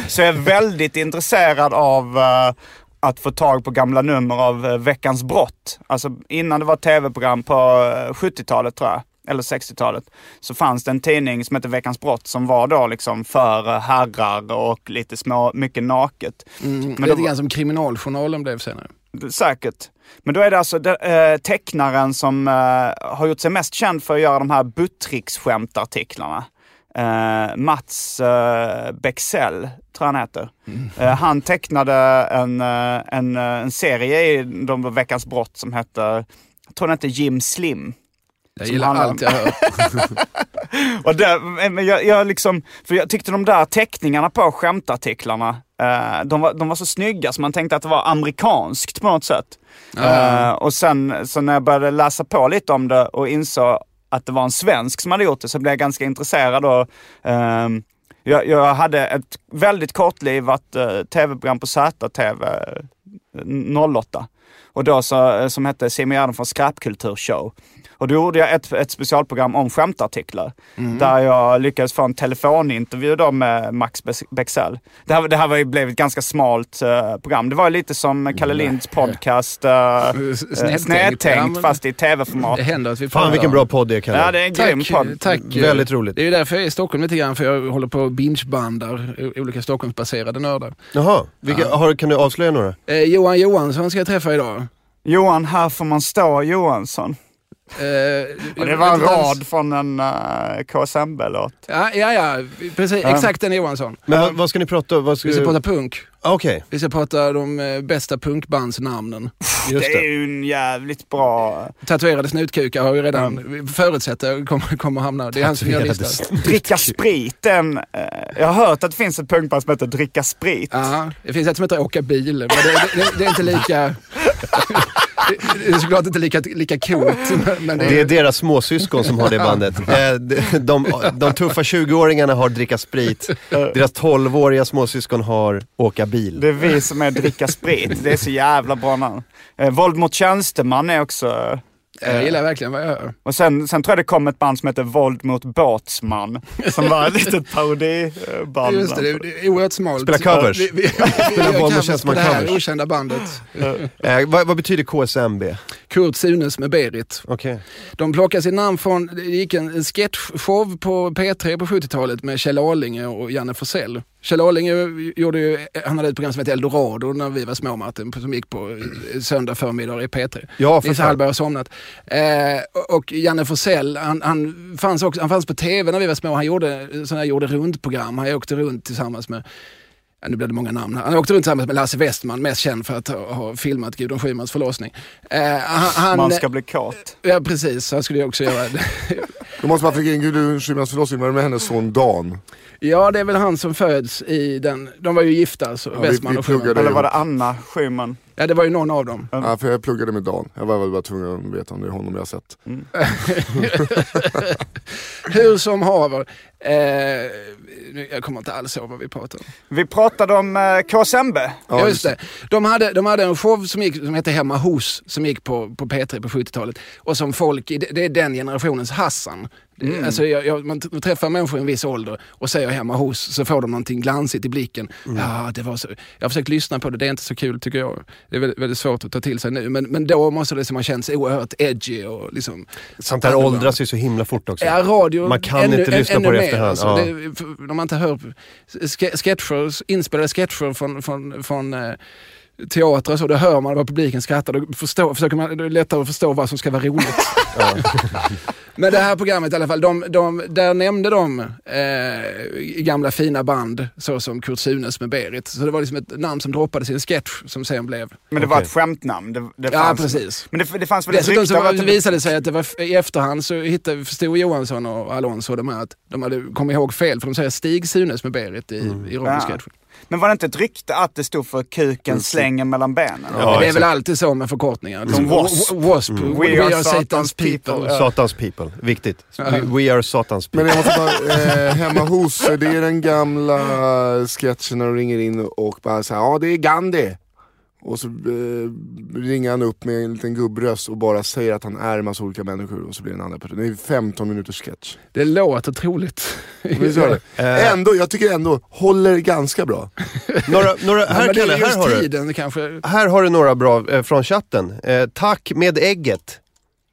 Speaker 5: Så jag är väldigt intresserad av eh, att få tag på gamla nummer av eh, Veckans brott. Alltså innan det var tv-program på eh, 70-talet tror jag, eller 60-talet, så fanns det en tidning som hette Veckans brott som var då liksom för eh, herrar och lite små, mycket naket.
Speaker 3: Men
Speaker 5: det
Speaker 3: lite
Speaker 5: var-
Speaker 3: grann som Kriminaljournalen blev senare.
Speaker 5: Säkert. Men då är det alltså de, eh, tecknaren som eh, har gjort sig mest känd för att göra de här Buttricks-skämtartiklarna. Eh, Mats eh, Bexell, tror jag han heter. Eh, han tecknade en, eh, en, eh, en serie i de Veckans brott som hette, jag tror den hette Jim Slim.
Speaker 3: Jag
Speaker 5: Som
Speaker 3: gillar
Speaker 5: handlar om-
Speaker 3: allt jag hör.
Speaker 5: Och det, men jag, jag liksom, för jag tyckte de där teckningarna på skämtartiklarna, eh, de, var, de var så snygga så man tänkte att det var amerikanskt på något sätt. Eh, och sen så när jag började läsa på lite om det och insåg att det var en svensk som hade gjort det så blev jag ganska intresserad och ehm, jag, jag hade ett väldigt kortlivat eh, tv-program på ZTV eh, 08. Och då så, som hette Simon Gärdenfors skräpkulturshow. Och då gjorde jag ett, ett specialprogram om skämtartiklar.
Speaker 3: Mm.
Speaker 5: Där jag lyckades få en telefonintervju då med Max Be- Bexell. Det här, det här var ju, blev ett ganska smalt eh, program. Det var ju lite som Kalle Linds podcast eh,
Speaker 3: Snedtänkt.
Speaker 5: eh,
Speaker 3: Ja, men-
Speaker 5: Snedtänkt fast i tv-format.
Speaker 3: Det händer att vi pratar.
Speaker 2: Fan vilken bra podd det är, Kalle.
Speaker 5: Ja, det är en grym
Speaker 3: Tack,
Speaker 5: podd.
Speaker 3: tack.
Speaker 2: Väldigt roligt.
Speaker 3: Det är ju därför jag är i Stockholm lite grann, för jag håller på och bingebandar o- olika Stockholmsbaserade nördar.
Speaker 2: Jaha, vilka, har, kan du avslöja några?
Speaker 3: Eh, Johan Johansson ska jag träffa idag.
Speaker 5: Johan, här får man stå Johansson.
Speaker 3: Eh,
Speaker 5: Och det var en
Speaker 3: jag-
Speaker 5: rad från en uh, KSMB-låt.
Speaker 3: Ja, ja, ja precis. Exakt den Johansson.
Speaker 2: Men vad, vad ska ni prata om? Vad ska
Speaker 3: Vi ska
Speaker 2: du-
Speaker 3: prata punk.
Speaker 2: Ah, Okej,
Speaker 3: Vi ska prata de eh, bästa punkbandsnamnen.
Speaker 5: Det
Speaker 2: just
Speaker 5: är
Speaker 2: det.
Speaker 5: ju en jävligt bra...
Speaker 3: Tatuerade snutkukar har ju redan, förutsätter kommer, kommer hamna. Det är han som gör
Speaker 2: Tatuerade
Speaker 3: listan.
Speaker 5: Dricka sprit, den... eh, jag har hört att det finns ett punkband som heter Dricka sprit.
Speaker 3: Ja, det finns ett som heter Åka bil, men det, det, det, det är inte lika... Det, det är såklart inte lika, lika coolt. men- Men det,
Speaker 2: Det är deras småsyskon som har det bandet. Eh, de, de, de tuffa 20-åringarna har dricka sprit. Deras 12-åriga småsyskon har åka bil.
Speaker 5: Det är vi som är Dricka sprit. Det är så jävla bra namn. Eh, Våld mot tjänsteman är också...
Speaker 3: jag gillar verkligen vad jag hör.
Speaker 5: Och sen, sen tror jag det kom ett band som heter Våld mot båtsman. Som var ett litet parodiband.
Speaker 3: Just det, det det är oerhört smalt.
Speaker 2: Spela covers.
Speaker 3: Vi, vi, vi, Spela
Speaker 2: Bollnäs
Speaker 3: covers på
Speaker 2: Tjänsteman
Speaker 3: det här
Speaker 2: covers.
Speaker 3: okända bandet.
Speaker 2: Eh, vad, vad betyder KSMB?
Speaker 3: Kurt Sunes med Berit.
Speaker 2: Okej.
Speaker 3: De plockade sitt namn från, det gick en en sketchshow på P3 på 70-talet med Kjell Arlinge och Janne Forsell. Kjell Arlinge gjorde ju, han hade ett program som hette Eldorado när vi var små Martin, som gick på eh, söndag förmiddag i P3.
Speaker 2: Ja, för
Speaker 3: Nisse
Speaker 2: fan.
Speaker 3: Hallberg har somnat. Eh, och- och Janne Forsell, han, han, fanns också, han fanns på TV när vi var små. Han gjorde sådana här gjorde runt-program. Han åkte runt tillsammans med Ja, nu blev det många namn. här. Han åkte runt tillsammans med Lasse Westman, mest känd för att ha, ha filmat Gudrun Schymans förlossning. Eh, han, han-
Speaker 5: Man ska bli kåt.
Speaker 3: Ja precis, han skulle ju också göra det.
Speaker 6: Då måste man flika in Gudrun Schymans förlossning, vad är det med hennes son Dan?
Speaker 3: Ja det är väl han som föds i den, de var ju gifta alltså,
Speaker 6: vi-
Speaker 3: Westman
Speaker 6: vi
Speaker 3: och Schumann.
Speaker 6: pluggade.
Speaker 5: Eller var det Anna Schyman?
Speaker 3: Ja det var ju någon av dem.
Speaker 6: Ja, för jag pluggade med Dan. Jag var väl bara tvungen att veta om det är honom jag har sett.
Speaker 3: Hur som haver, eh, nu- jag kommer inte alls ihåg vad vi pratar om.
Speaker 5: Vi pratade om eh, KSMB.
Speaker 3: Ja, just det. De hade, de hade en show som, gick, som hette Hemma hos, som gick på, på P3 på 70-talet. Och som folk, i- det det är den generationens Hassan.
Speaker 2: Mm.
Speaker 3: Det- Alltså jag, jag, man t- träffar människor i en viss ålder och säger hemma hos så får de någonting glansigt i blicken.
Speaker 2: Mm.
Speaker 3: Ja, det var så. Jag har försökt lyssna på det, det är inte så kul tycker jag. Det är väldigt, väldigt svårt att ta till sig nu. Men, men då måste det som har känts oerhört edgy och liksom...
Speaker 2: Sånt där åldras ju så himla fort också.
Speaker 3: Ja, radio
Speaker 2: Man kan inte lyssna
Speaker 3: ännu
Speaker 2: på det
Speaker 3: mer,
Speaker 2: efterhand,
Speaker 3: Alltså,
Speaker 2: ja.
Speaker 3: det, för, när man inte hör ske- sketcher, inspelade sketcher från, från, från eh, teatrar så, då hör man vad publiken skrattar. Då, förstår, försöker man, då är det lättare att förstå vad som ska vara roligt. Men det här programmet i alla fall, de, de, där nämnde de eh, gamla fina band såsom Kurt Sunes med Berit. Så det var liksom ett namn som droppades i en sketch som sen blev...
Speaker 5: Men det var ett skämtnamn. Det, det
Speaker 3: Ja,
Speaker 5: fanns,
Speaker 3: precis.
Speaker 5: Men det, det fanns väl ett
Speaker 3: Dessutom
Speaker 5: rykte
Speaker 3: så
Speaker 5: om
Speaker 3: var,
Speaker 5: att det
Speaker 3: visade det sig att det var f- i efterhand så hittade, förstod Johansson och Alonso och de här att de hade kommit ihåg fel för de säger Stig Sunes med Berit i,
Speaker 5: Mm.
Speaker 3: i radiosketchen.
Speaker 5: Men var det inte ett rykte att det stod för kuken slänger mellan benen?
Speaker 2: Ja,
Speaker 3: Men det är
Speaker 2: exakt. Mm.
Speaker 3: väl alltid så med förkortningar.
Speaker 5: Som wasp.
Speaker 3: W- wasp. We, are, Satan's people.
Speaker 2: Satans people, viktigt. We, we are Satans people.
Speaker 6: Men jag måste bara, eh, hemma hos, det är den gamla sketchen när de ringer in och bara såhär, ja det är Gandhi. Och så eh, ringer han upp med en liten gubbröst och bara säger att han är en massa olika människor och så blir det en annan person. Det är 15 minuters sketch.
Speaker 3: Det låter troligt.
Speaker 6: Visst gör det?
Speaker 2: eh.
Speaker 6: Ändå, jag tycker ändå, håller ganska bra.
Speaker 2: Några, några, här
Speaker 3: men det
Speaker 2: Kalle,
Speaker 3: är
Speaker 2: här
Speaker 3: just
Speaker 2: har du.
Speaker 3: tiden kanske.
Speaker 2: Här har du några bra eh, från chatten. Eh, tack med ägget.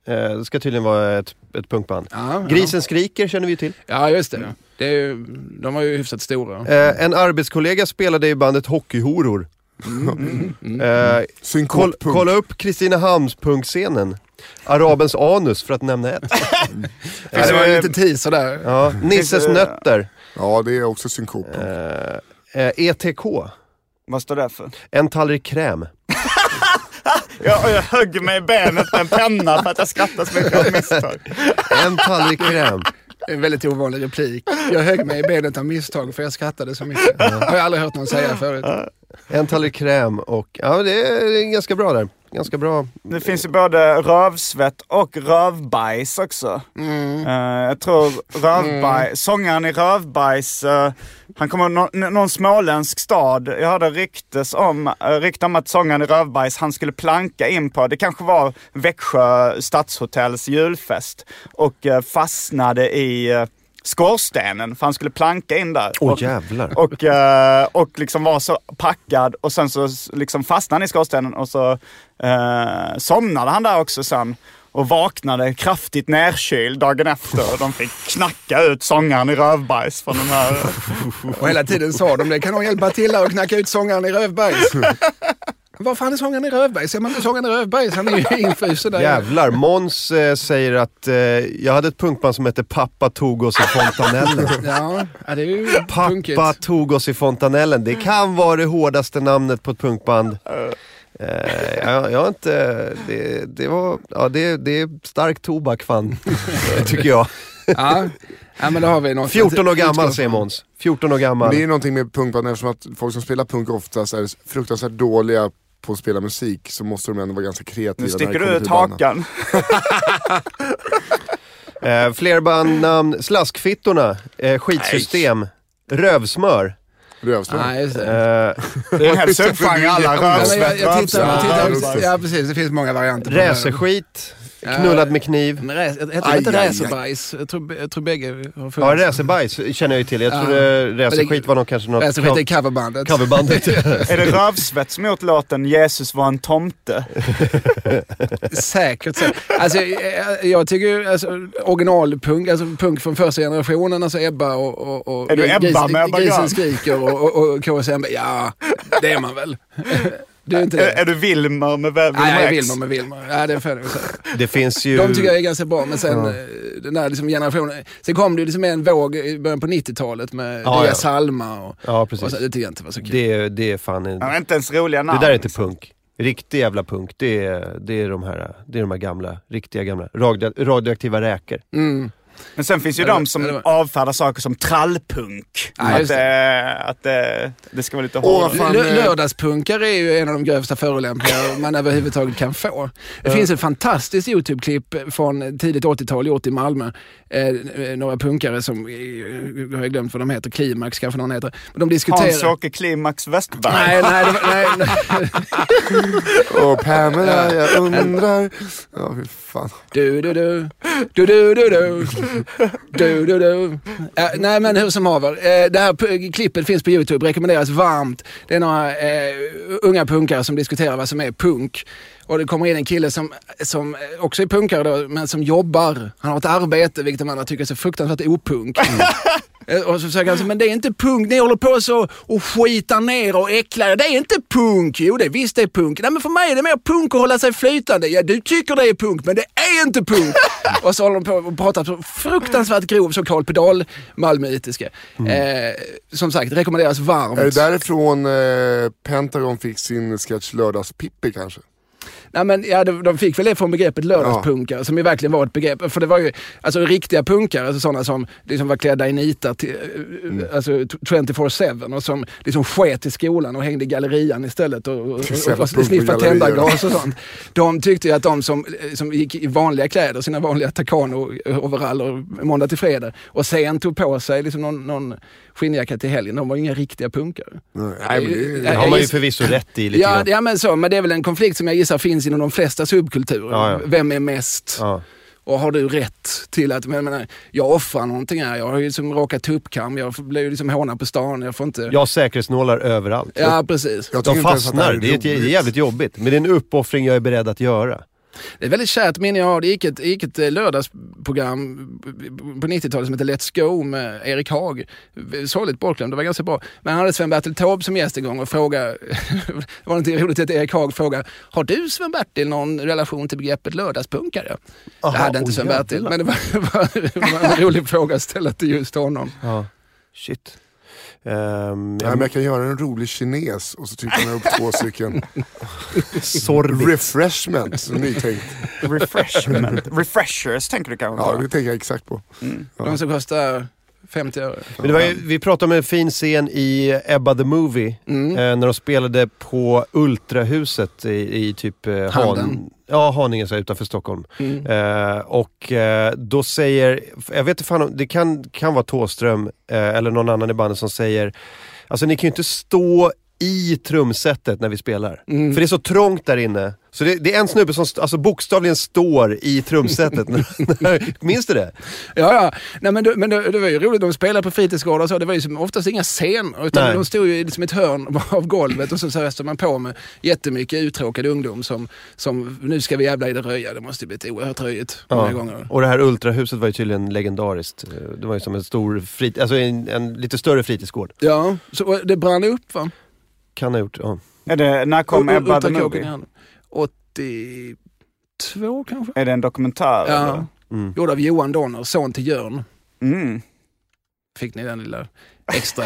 Speaker 2: Eh, det ska tydligen vara ett, ett punkband.
Speaker 3: Ja,
Speaker 2: Grisen skriker känner vi ju till.
Speaker 3: Ja, just det. det är ju, de var ju hyfsat stora.
Speaker 2: Mm. Eh, en arbetskollega spelade i bandet Hockeyhoror.
Speaker 3: Mm.
Speaker 2: Eh, koll,
Speaker 6: Synkop.
Speaker 2: kolla upp Kristinehamns-punkscenen. Arabens anus för att nämna ett. Eh,
Speaker 3: Ja, det var en liten teaser där.
Speaker 2: Ja, Nisses nötter.
Speaker 6: Ja, det är också synkop.
Speaker 2: Eh, ETK.
Speaker 5: Vad står det för?
Speaker 2: En tallrik kräm.
Speaker 5: Jag, och jag högg mig i benet med en penna för att jag skrattade så mycket av misstag.
Speaker 2: En tallrik kräm.
Speaker 3: En väldigt ovanlig replik. Jag högg mig i benet av misstag för jag skrattade så mycket. Har jag aldrig hört någon säga förut.
Speaker 2: En tallrik kräm och... Ja, det är ganska bra där. ganska bra.
Speaker 5: Det finns ju både rövsvett och rövbajs också. Eh, jag tror rövbajs, sångaren i Rövbajs, eh, han kommer nå- nå- någon småländsk stad. Jag hörde ryktes om, uh, rykte om att sångaren i Rövbajs, han skulle planka in på, det kanske var Växjö stadshotells julfest och eh, fastnade i eh, skorstenen för han skulle planka in där.
Speaker 2: Åh
Speaker 5: Och-
Speaker 2: jävlar.
Speaker 5: och, eh, och liksom var så packad och sen så s- liksom fastnade han i skorstenen och så eh, somnade han där också sen. Och vaknade kraftigt nerkyld dagen efter. De fick knacka ut sångaren i rövbajs från den här...
Speaker 3: Och hela tiden sa de det. Kan någon hjälpa till här och knacka ut sångaren i Rövbergs? Var fan är sångaren i Rövbergs? Är man inte sångaren i Rövbergs? Han är ju infrusen där.
Speaker 2: Jävlar, Måns eh, säger att eh, jag hade ett punkband som hette Pappa tog oss i fontanellen.
Speaker 3: Ja, ja, det är ju
Speaker 2: Pappa
Speaker 3: punkigt.
Speaker 2: tog oss i fontanellen. Det kan vara det hårdaste namnet på ett punkband. Eh, jag, jag har inte... Det, det var... Ja, det, det är stark tobak fan, tycker jag.
Speaker 3: Ja. ja, men då har vi något.
Speaker 2: 14 år gammal
Speaker 3: Utgås-
Speaker 2: säger Måns. 14 år gammal.
Speaker 6: Det är någonting med punkband eftersom att folk som spelar punk oftast är fruktansvärt dåliga på att spela musik så måste de ändå vara ganska kreativa.
Speaker 5: Nu
Speaker 6: när det
Speaker 5: sticker du
Speaker 6: kommer
Speaker 5: ut
Speaker 6: till banden.
Speaker 5: hakan.
Speaker 2: Eh, fler bandnamn. Slaskfittorna. Eh, skitsystem. Rövsmör.
Speaker 6: Rövsnor.
Speaker 3: Nej, just det.
Speaker 2: Eh,
Speaker 5: Det är en hel subgenre, alla
Speaker 3: Ja, men jag,
Speaker 5: rövsvett,
Speaker 3: jag tittar, jag tittar,
Speaker 5: rövsvett.
Speaker 3: också. ja, precis. Det finns många varianter. på det.
Speaker 2: Räseskit. Knullad med kniv.
Speaker 3: Men räs- Heter det
Speaker 6: Aj,
Speaker 3: inte
Speaker 6: aj, aj.
Speaker 3: racerbajs? Jag tror, jag tror bägge har funnits.
Speaker 2: Ja, räsebajs känner jag ju till. Jag trodde räseskit var någon, kanske något
Speaker 3: Racerskit är coverbandet.
Speaker 2: coverbandet.
Speaker 5: Är det rövsvett som gjort låten Jesus var en tomte?
Speaker 3: Säkert så. Alltså, jag, jag tycker ju alltså, originalpunk, alltså punk från första generationen, alltså Ebba och... och, och
Speaker 5: Är du Ebba med Ebba
Speaker 3: Grisen
Speaker 5: Grön?
Speaker 3: skriker och, och, och KSMB. Ja, det är man väl. Du är inte
Speaker 5: Är, är
Speaker 3: det?
Speaker 5: du Wilmer med Wilmer
Speaker 3: Nej, jag är
Speaker 5: X?
Speaker 3: Wilmer med Wilmer. Ja, det får jag nog säga.
Speaker 2: Det finns ju...
Speaker 3: De tycker jag är ganska bra, men sen eh, den här liksom generationen. Sen kom det ju liksom en våg i början på 90-talet med
Speaker 2: Ja,
Speaker 3: Dia
Speaker 2: ja.
Speaker 3: Salma och,
Speaker 2: Ja, precis.
Speaker 3: och så, det tycker jag inte var så kul.
Speaker 2: Det, det är fan... en-
Speaker 5: Han har inte ens roliga namn.
Speaker 2: Det där är inte punk. Riktig jävla punk, det är, det är, de, här, det är de här gamla, riktiga gamla, radio, radioaktiva räkor.
Speaker 5: Men sen finns ju
Speaker 3: Eller-
Speaker 5: de som
Speaker 3: eller-
Speaker 5: avfärdar saker som trallpunk.
Speaker 3: Ja,
Speaker 5: att
Speaker 3: just det.
Speaker 5: det, att det, det ska vara lite
Speaker 6: Åh, vad
Speaker 5: hårdare.
Speaker 6: fan,
Speaker 3: Lö-
Speaker 6: eh,
Speaker 3: lördagspunkare är ju en av de grövsta förolämpningar man överhuvudtaget kan få. Det finns ett fantastiskt YouTube-klipp från tidigt 80-tal gjort i Malmö. Eh, några punkare som, eh, har jag glömt vad de heter, Klimax kanske någon heter. Men de diskuterar...
Speaker 5: Hans-Åke Klimax Westberg.
Speaker 3: Nej, nej, det var- nej, nej.
Speaker 6: Och Pamela, jag undrar... Ja, fy fan.
Speaker 3: Du, du, du. Du, du, du, du. Du, du, du. Ja, nej, men hur som haver. Eh, det här p- klippet finns på YouTube, rekommenderas varmt. Det är några eh, unga punkare som diskuterar vad som är punk. Och det kommer in en kille som, som också är punkare då, men som jobbar. Han har ett arbete, vilket de andra tycker är så fruktansvärt opunk. Eh, Och så försöker han säga, men det är inte punk, ni håller på så och skitar ner och äcklar er. Det är inte punk! Jo, det är visst det är punk. Nej, men för mig är det mer punk att hålla sig flytande. Ja, du tycker det är punk, men det är inte punk! och så håller de på och pratar så fruktansvärt grov så Karl Pedal, malmöitiska. Eh, som sagt, rekommenderas varmt.
Speaker 6: Är det därifrån eh, Pentagon fick sin sketch Lördagspippi kanske?
Speaker 3: Nej, men, ja, de, de fick väl det från begreppet lördagspunkare som ju verkligen var ett begrepp. För det var ju alltså, riktiga punkare, alltså, sådana som liksom var klädda i nitar till, eh, alltså, t- 24-7 och som liksom sket i skolan och hängde i gallerian istället och, och, och,
Speaker 6: jävla
Speaker 3: och
Speaker 6: punk- och
Speaker 3: sniffade
Speaker 6: gallerier.
Speaker 3: tändargas och sånt. De tyckte ju att de som, eh, som gick i vanliga kläder, sina vanliga Takano-overaller måndag till fredag och sen tog på sig liksom, någon, någon skinnjacka till helgen, de var ju inga riktiga punkare.
Speaker 6: Nej, men det
Speaker 2: Det
Speaker 6: är...
Speaker 3: Nej.
Speaker 2: har man ju förvisso rätt i lite
Speaker 3: Ja,
Speaker 2: grann.
Speaker 3: ja, men så. Men det är väl en konflikt som jag gissar finns inom de flesta subkulturer.
Speaker 2: Ja, ja.
Speaker 3: Vem är mest?
Speaker 2: Ja.
Speaker 3: Och har du rätt till att, men jag menar, jag offrar någonting här. Jag har ju liksom råkat tuppkam, jag blir ju liksom hånad på stan, jag får inte...
Speaker 2: Jag har säkerhetsnålar överallt.
Speaker 3: Ja, precis.
Speaker 6: Jag tycker
Speaker 2: De
Speaker 6: inte ens att
Speaker 2: fastnar,
Speaker 6: här
Speaker 2: det är, ett, det är
Speaker 6: roligt.
Speaker 2: jävligt jobbigt. Men det är en uppoffring jag är beredd att göra.
Speaker 3: Det är väldigt kärt minne jag har. Det gick ett, det gick ett eh, lördagsprogram på 90-talet som hette Let's Go med Erik Haag. Sorgligt bortglömd, det var ganska bra. Men han hade Sven-Bertil Taube som gäst en gång och frågade, det var någonting roligt att Erik Haag frågade, har du Sven-Bertil någon relation till begreppet lördagspunkare? det hade inte
Speaker 2: oj,
Speaker 3: Sven-Bertil,
Speaker 2: jävlar.
Speaker 3: men det var, det var, det var en rolig fråga att ställa till just honom.
Speaker 2: Ja. Shit. Ehm,
Speaker 6: Nej, men jag kan göra en rolig kines och så trycker man upp två stycken
Speaker 2: Sorbit.
Speaker 6: refreshment, nytänkt.
Speaker 5: Refreshment. Refreshers tänker du kanske Mm.
Speaker 6: Ja,
Speaker 5: på?
Speaker 6: det tänker jag exakt på.
Speaker 3: De som kostar 50 öre.
Speaker 2: Men det var ju, vi pratade om en fin scen i Ebba the Movie.
Speaker 3: Mm.
Speaker 2: Eh, när de spelade på Ultrahuset i, i typ eh, Han,
Speaker 3: Handen.
Speaker 2: ja, Haninge så här, utanför Stockholm.
Speaker 3: Mm.
Speaker 2: Eh, och eh, då säger, jag vet inte fan om, det kan, kan vara Tåström eh, eller någon annan i bandet som säger, alltså ni kan ju inte stå i trumsetet när vi spelar.
Speaker 3: Mm.
Speaker 2: För det är så trångt där inne. Så det, det är en snubbe som st- alltså bokstavligen står i trumsetet. Minns du det?
Speaker 3: Ja, ja. Nej, men det, men det, det var ju roligt. De spelade på fritidsgårdar och så. Det var ju som oftast inga scener. Utan
Speaker 2: Nej.
Speaker 3: de stod ju i liksom ett hörn av golvet och så öste man på med jättemycket uttråkad ungdom som, som nu ska vi jävla i det röja. Det måste ju blivit oerhört röjigt många gånger.
Speaker 2: Och det här ultrahuset var ju tydligen legendariskt. Eh, Det var ju som en stor frit- alltså en, en lite större fritidsgård.
Speaker 3: Ja, så och det brann upp va?
Speaker 2: Kan ha gjort, ja.
Speaker 5: Är det, när kom
Speaker 3: Och- och-
Speaker 5: Ebba the
Speaker 3: utan kåken i
Speaker 5: Movie?
Speaker 3: handen. 82 kanske?
Speaker 5: Är det en dokumentär?
Speaker 3: Ja.
Speaker 2: Mm.
Speaker 3: Gjord av Johan Donner, son till Jörn.
Speaker 5: eller? Mm.
Speaker 3: Fick ni den lilla extra?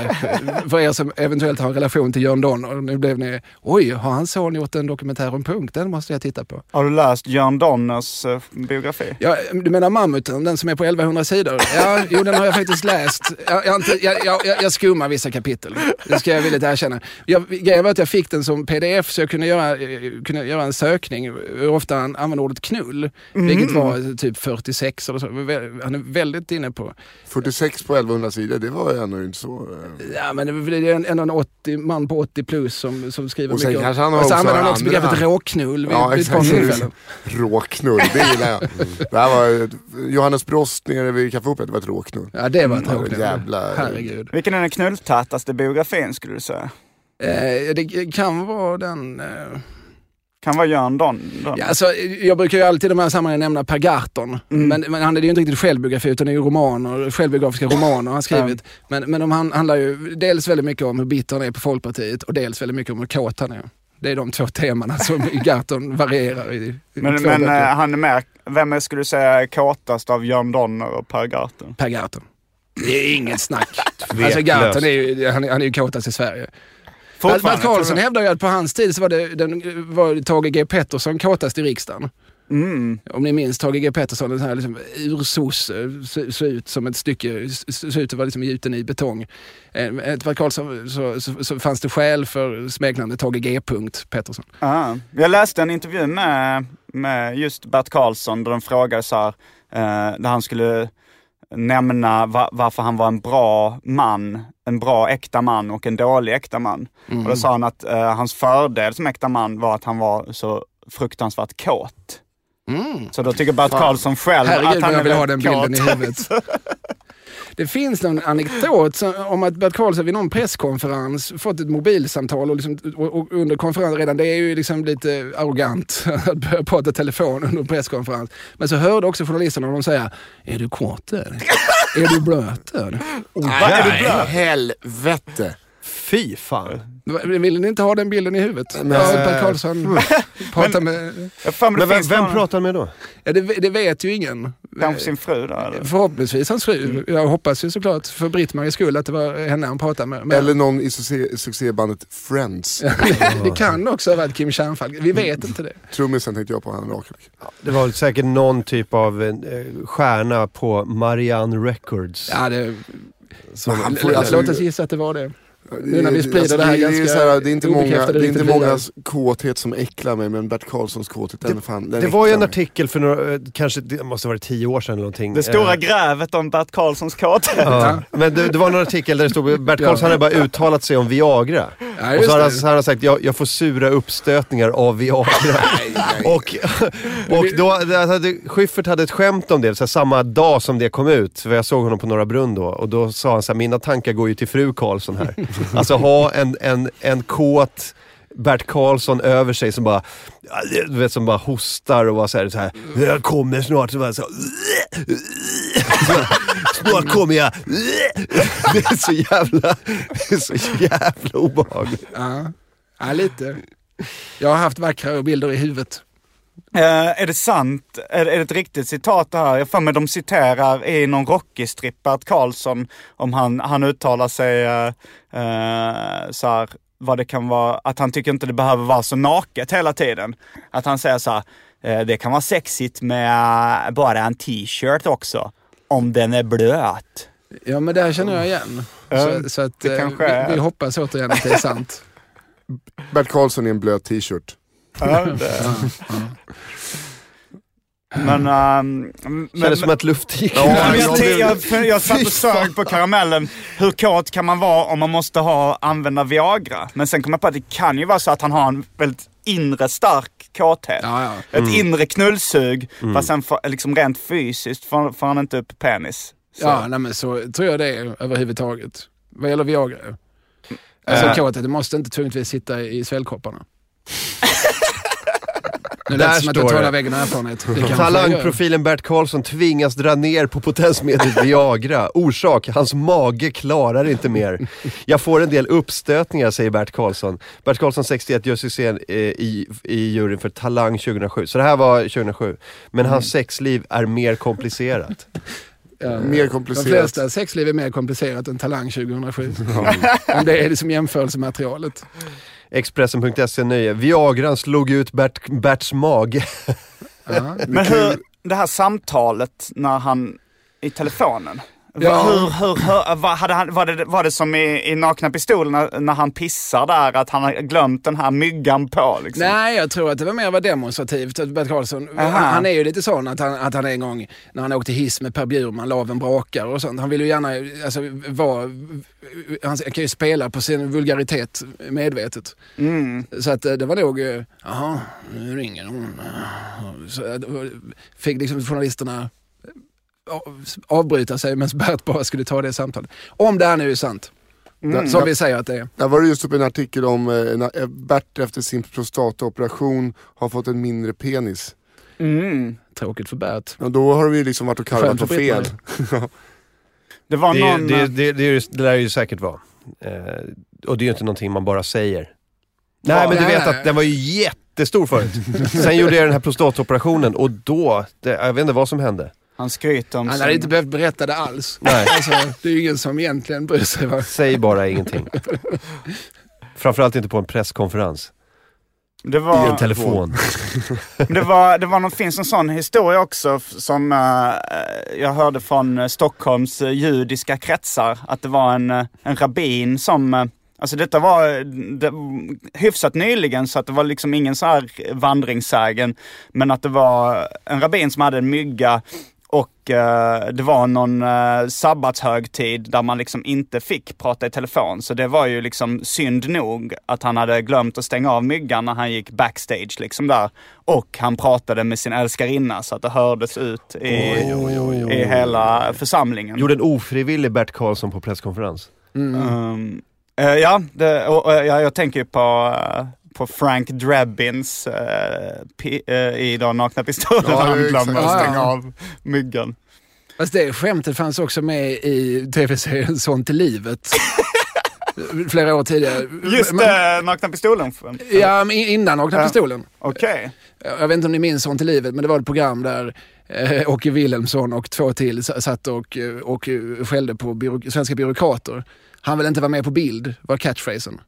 Speaker 3: för er som eventuellt har en relation till Jörn Donner. Nu blev ni, oj, har hans son gjort en dokumentär om punk? Den måste jag titta på.
Speaker 5: Har du läst Jörn Donners eh, biografi?
Speaker 3: Ja, du menar Mammuten, den som är på 1100 sidor? Ja, jo, den har jag faktiskt läst. Jag, jag, har inte, jag, jag, jag- jag skummar vissa kapitel, det ska jag villigt erkänna. Jag, grejen var att jag fick den som pdf så jag kunde göra, eh, kunde göra en sökning, hur ofta han använde ordet knull, vilket var typ 46 eller så. Han är väldigt inne på
Speaker 6: 46 på 1100 sidor, det var ju ändå inte så... eh.
Speaker 3: Ja, men det är väl en, en, en 80, man på 80 plus som, som skriver
Speaker 6: Och sen
Speaker 3: mycket. om-
Speaker 6: kanske han har
Speaker 3: och så
Speaker 6: också
Speaker 3: använder han
Speaker 6: har
Speaker 3: också
Speaker 6: andra-
Speaker 3: begreppet råknull vid,
Speaker 6: Ja,
Speaker 3: vid ett par
Speaker 6: exakt.
Speaker 3: tillfällen.
Speaker 6: Råknull, det gillar jag.
Speaker 3: Mm.
Speaker 6: Det här var ett- Johannes Brost nere vid Café Opera, det var ett råknull.
Speaker 3: Ja, det var ett råknull.
Speaker 6: Mm, Jävla-
Speaker 3: Herregud.
Speaker 5: Vilken är den knulltätaste biografin skulle du säga?
Speaker 3: Eh, det kan vara den... Eh,
Speaker 5: Kan vara Jörn Donner.
Speaker 3: ja, alltså, jag brukar ju alltid i de här sammanhangen nämna Per Gahrton.
Speaker 6: Mm.
Speaker 3: Men, men han det är ju inte riktigt självbiografi utan det är ju romaner, självbiografiska romaner han skrivit. Men, men de han, handlar ju dels väldigt mycket om hur bitter han är på Folkpartiet och dels väldigt mycket om hur kåt han är. Det är de två temana som Gahrton varierar i. i
Speaker 5: Men,
Speaker 3: två
Speaker 5: men eh,
Speaker 3: böcker.
Speaker 5: han är med. Vem är, skulle du säga är kåtast av Jörn Donner och Per Gahrton?
Speaker 3: Per Gahrton. Det är inget snack. alltså Gahrton är ju, han, är- han är ju kåtast i Sverige. Bert
Speaker 5: Fortfarande,
Speaker 3: Bert Karlsson
Speaker 5: tror
Speaker 3: hävdar ju att på hans tid så var, det, den, var Tage G Pettersson kåtast i riksdagen.
Speaker 5: du- Mm.
Speaker 3: Om ni minns Tage G Pettersson, den här liksom ursosse, så- såg ut som ett stycke, såg ut att vara liksom gjuten i betong. Eh, Enligt Bert Karlsson så, så, så fanns det skäl för smeknamnet Tage G. punkt Pettersson.
Speaker 5: Ah. Jag läste en intervju med, med just Bert Karlsson där de frågade så här, eh, där han skulle nämna va, varför han var en bra man, en bra äkta man och en dålig äkta man.
Speaker 3: Mm.
Speaker 5: Och då sa han att eh, hans fördel som äkta man var att han var så fruktansvärt kåt. Så då tycker Bert Karlsson själv
Speaker 3: Mm. Herregud
Speaker 5: att
Speaker 3: vad
Speaker 5: han
Speaker 3: jag
Speaker 5: är
Speaker 3: vill ha den
Speaker 5: väldigt
Speaker 3: bilden i
Speaker 5: kåt.
Speaker 3: huvudet. Det finns någon anekdot som- om att Bert Karlsson vid någon presskonferens fått ett mobilsamtal och, liksom, och, och under konferensen redan, det är ju liksom lite arrogant att börja prata telefon under en presskonferens. Men så hörde också journalisterna dem säga, är du kåt där? Är du blöt där?
Speaker 6: Nej, helvete.
Speaker 2: Fy fan.
Speaker 3: Vill ni inte ha den bilden i huvudet? Ja, Bert Karlsson pratar med...
Speaker 5: Jag har för mig det
Speaker 2: Men vem,
Speaker 5: finns
Speaker 2: vem
Speaker 5: någon-
Speaker 2: pratar han med då?
Speaker 3: Ja, det, det vet ju ingen.
Speaker 5: Kanske sin fru då eller?
Speaker 3: Förhoppningsvis hans fru. Jag hoppas ju såklart för Britt-Maries skull att det var henne han pratade med. Men
Speaker 6: Eller någon i succé- succébandet Friends.
Speaker 3: det kan också ha varit Kim Kärnfalk. Vi vet inte det.
Speaker 6: Trummisen tänkte jag på, han Rakhyl.
Speaker 2: Det var säkert någon typ av eh, stjärna på Marianne Records.
Speaker 3: Ja, det
Speaker 2: Som,
Speaker 6: han får ju
Speaker 3: låt,
Speaker 6: alltså-
Speaker 3: låt oss gissa att det var det. Nu när vi sprider det här
Speaker 6: är ju
Speaker 3: ganska
Speaker 6: så här, det är inte många,
Speaker 3: obekräftade
Speaker 6: Det är inte
Speaker 3: rykten vidare.
Speaker 6: mångas kåthet som äcklar mig, men Bert Karlssons kåthet, den fan, den
Speaker 2: det var ju en
Speaker 6: äcklar mig.
Speaker 2: artikel för några, eh, kanske, det måste ha varit tio år sedan eller någonting.
Speaker 5: Det stora
Speaker 2: Eh,
Speaker 5: grävet om Bert Karlssons kåthet.
Speaker 2: Ja. Men det, det var en artikel där det stod Bert Karlsson hade bara uttalat sig om Viagra.
Speaker 3: Ja,
Speaker 2: och
Speaker 3: just
Speaker 2: så har,
Speaker 3: det.
Speaker 2: han, så har han sagt, jag, jag får sura uppstötningar av Viagra. och och då, det hade, Schyffert hade ett skämt om det, så här, samma dag som det kom ut. För jag såg honom på Norra Brunn då. Och då sa han så här, mina tankar går ju till fru Karlsson här. alltså ha en, en, en kåt... Bert Karlsson över sig som bara, du vet, som bara hostar och bara så här, så här jag kommer snart. Så bara så, Snart kommer jag. Det är så jävla, det är så jävla obehagligt.
Speaker 3: Ja. ja, lite. Jag har haft vackra bilder i huvudet.
Speaker 5: Eh, är det sant? Är, är det ett riktigt citat det här? Jag får med de citerar i någon Rocky-strippa att Karlsson, om han, han uttalar sig eh, eh, så här, vad det kan vara, att han tycker inte det behöver vara så naket hela tiden. Att han säger så här, eh, det eh, kan vara sexigt med bara en t-shirt också, om den är blöt.
Speaker 3: Ja, men det här känner jag igen.
Speaker 5: Ja,
Speaker 3: Så, så att,
Speaker 5: det
Speaker 3: eh,
Speaker 5: kanske
Speaker 3: vi,
Speaker 5: är.
Speaker 3: vi hoppas återigen att det är sant.
Speaker 6: Bert Karlsson i en blöt t-shirt.
Speaker 5: Ja, det. Men, ehm, men, men,
Speaker 2: Kändes som att luft gick
Speaker 5: men
Speaker 2: ur.
Speaker 5: jag, t- jag, jag satt och sög på karamellen. Hur kåt kan man vara om man måste ha, använda Viagra? Men sen kom jag på att det kan ju vara så att han har en väldigt inre stark kåthet.
Speaker 3: Ja, ja.
Speaker 5: Ett inre knullsug. Fast sen för, liksom rent fysiskt får, får han inte upp penis. Så.
Speaker 3: Ja, nej, men så tror jag det är överhuvudtaget. Vad gäller Viagra. Alltså
Speaker 2: Äh.
Speaker 3: kåthet, det måste inte tvungetvis sitta i svällkopparna. nu
Speaker 2: Där
Speaker 3: lät det som att jag
Speaker 2: står
Speaker 3: talar
Speaker 2: det.
Speaker 3: väggen erfarenhet. Det kanske jag gör.
Speaker 2: Talangprofilen Bert Karlsson tvingas dra ner på potensmedlet Viagra. Orsak, hans mage klarar inte mer. Jag får en del uppstötningar, säger Bert Karlsson. Bert Karlsson, 61, gör succén eh, i, i juryn för Talang 2007. Så det här var 2007. Men hans sexliv är mer komplicerat.
Speaker 3: Ja.
Speaker 6: Mer
Speaker 3: De
Speaker 6: komplicerat.
Speaker 3: flesta sexliv är mer komplicerat än Talang 2007. Om det är det som jämförelsematerialet.
Speaker 2: Expressen.se Nöje. Viagran slog ut Bert, Berts mage.
Speaker 3: Ja.
Speaker 5: Men hur, det här samtalet när han, i telefonen.
Speaker 3: Ja.
Speaker 5: Ja. Hur, hur, hör- vad hade han, var, det, var det som i, i Nakna Pistolen när, när han pissar där, att han har glömt den här myggan på? Liksom.
Speaker 3: Nej, jag tror att det var mer vad demonstrativt. att Bert Karlsson,
Speaker 5: Aha.
Speaker 3: han, han är ju lite sån att han, att han en gång när han åkte hiss med Per Bjurman, Laven brakar och sånt. Han vill ju gärna alltså, vara... Han kan ju spela på sin vulgaritet medvetet.
Speaker 5: Mm.
Speaker 3: Så att eh, det var nog, eh, jaha, nu ringer hon. Så, eh, fick liksom journalisterna eh, av- avbryta sig medan Bert bara skulle ta det samtalet. Om det här nu är sant.
Speaker 5: Mm.
Speaker 3: Som vi säger att det är.
Speaker 6: Där var det just upp en artikel om eh, när Bert efter sin prostataoperation har fått en mindre penis.
Speaker 5: Mm.
Speaker 3: Tråkigt för Bert.
Speaker 6: Och då har vi liksom varit och karvat
Speaker 3: Skönt
Speaker 6: på
Speaker 3: för
Speaker 6: fel.
Speaker 5: Det var
Speaker 2: Det,
Speaker 5: någon... eh,
Speaker 2: det, det, det, är ju- det lär ju säkert vara. Eh, och det är ju inte någonting man bara säger. Nej, men du
Speaker 3: nej,
Speaker 2: vet
Speaker 3: nej.
Speaker 2: att den var ju jättestor förut. Sen gjorde jag den här prostatoperationen och då, det, jag vet inte vad som hände.
Speaker 5: Han skryter om
Speaker 3: Han
Speaker 5: sin-
Speaker 3: hade inte behövt berätta det alls.
Speaker 2: Nej.
Speaker 3: Alltså, det är ju ingen som egentligen bryr sig. Va?
Speaker 2: Säg bara ingenting. Framförallt inte på en presskonferens.
Speaker 5: det
Speaker 2: I
Speaker 5: var,
Speaker 2: en telefon.
Speaker 5: det var, det var någon, finns en sån historia också f- som eh, jag hörde från eh, Stockholms eh, judiska kretsar. Att det var en, eh, en rabbin som, eh, alltså detta var eh, det, hyfsat nyligen så att det var liksom ingen så här vandringssägen. Men att det var en rabbin som hade en mygga och eh, det var någon eh, sabbatshögtid där man liksom inte fick prata i telefon. Så det var ju liksom synd nog att han hade glömt att stänga av myggan när han gick backstage liksom där. Och han pratade med sin älskarinna så att det hördes ut i, i hela församlingen.
Speaker 2: Gjorde en ofrivillig Bert Karlsson på presskonferens.
Speaker 5: Um, eh, ja, det, och, och, ja, jag tänker ju på, eh, på Frank Drabbins eh, pi, eh, i de nakna pistolen
Speaker 6: Ja,
Speaker 5: när han
Speaker 6: ja,
Speaker 5: glömmer
Speaker 6: exakt.
Speaker 5: att
Speaker 3: Ja,
Speaker 5: stänga
Speaker 3: ja.
Speaker 5: av myggan.
Speaker 3: Fast det skämtet fanns också med i tv-serien Sånt till livet. Flera år tidigare.
Speaker 5: Just
Speaker 3: Men-
Speaker 5: det, Nakna Pistolen.
Speaker 3: Ja, men innan Nakna
Speaker 5: Ja.
Speaker 3: Pistolen.
Speaker 5: Okej.
Speaker 3: Jag vet inte om ni minns Sånt till livet, men det var ett program där eh, Åke Wilhelmsson och två till s- satt och, eh, och eh, skällde på byrå- svenska byråkrater. Han vill inte vara med på bild, var catchphrasen.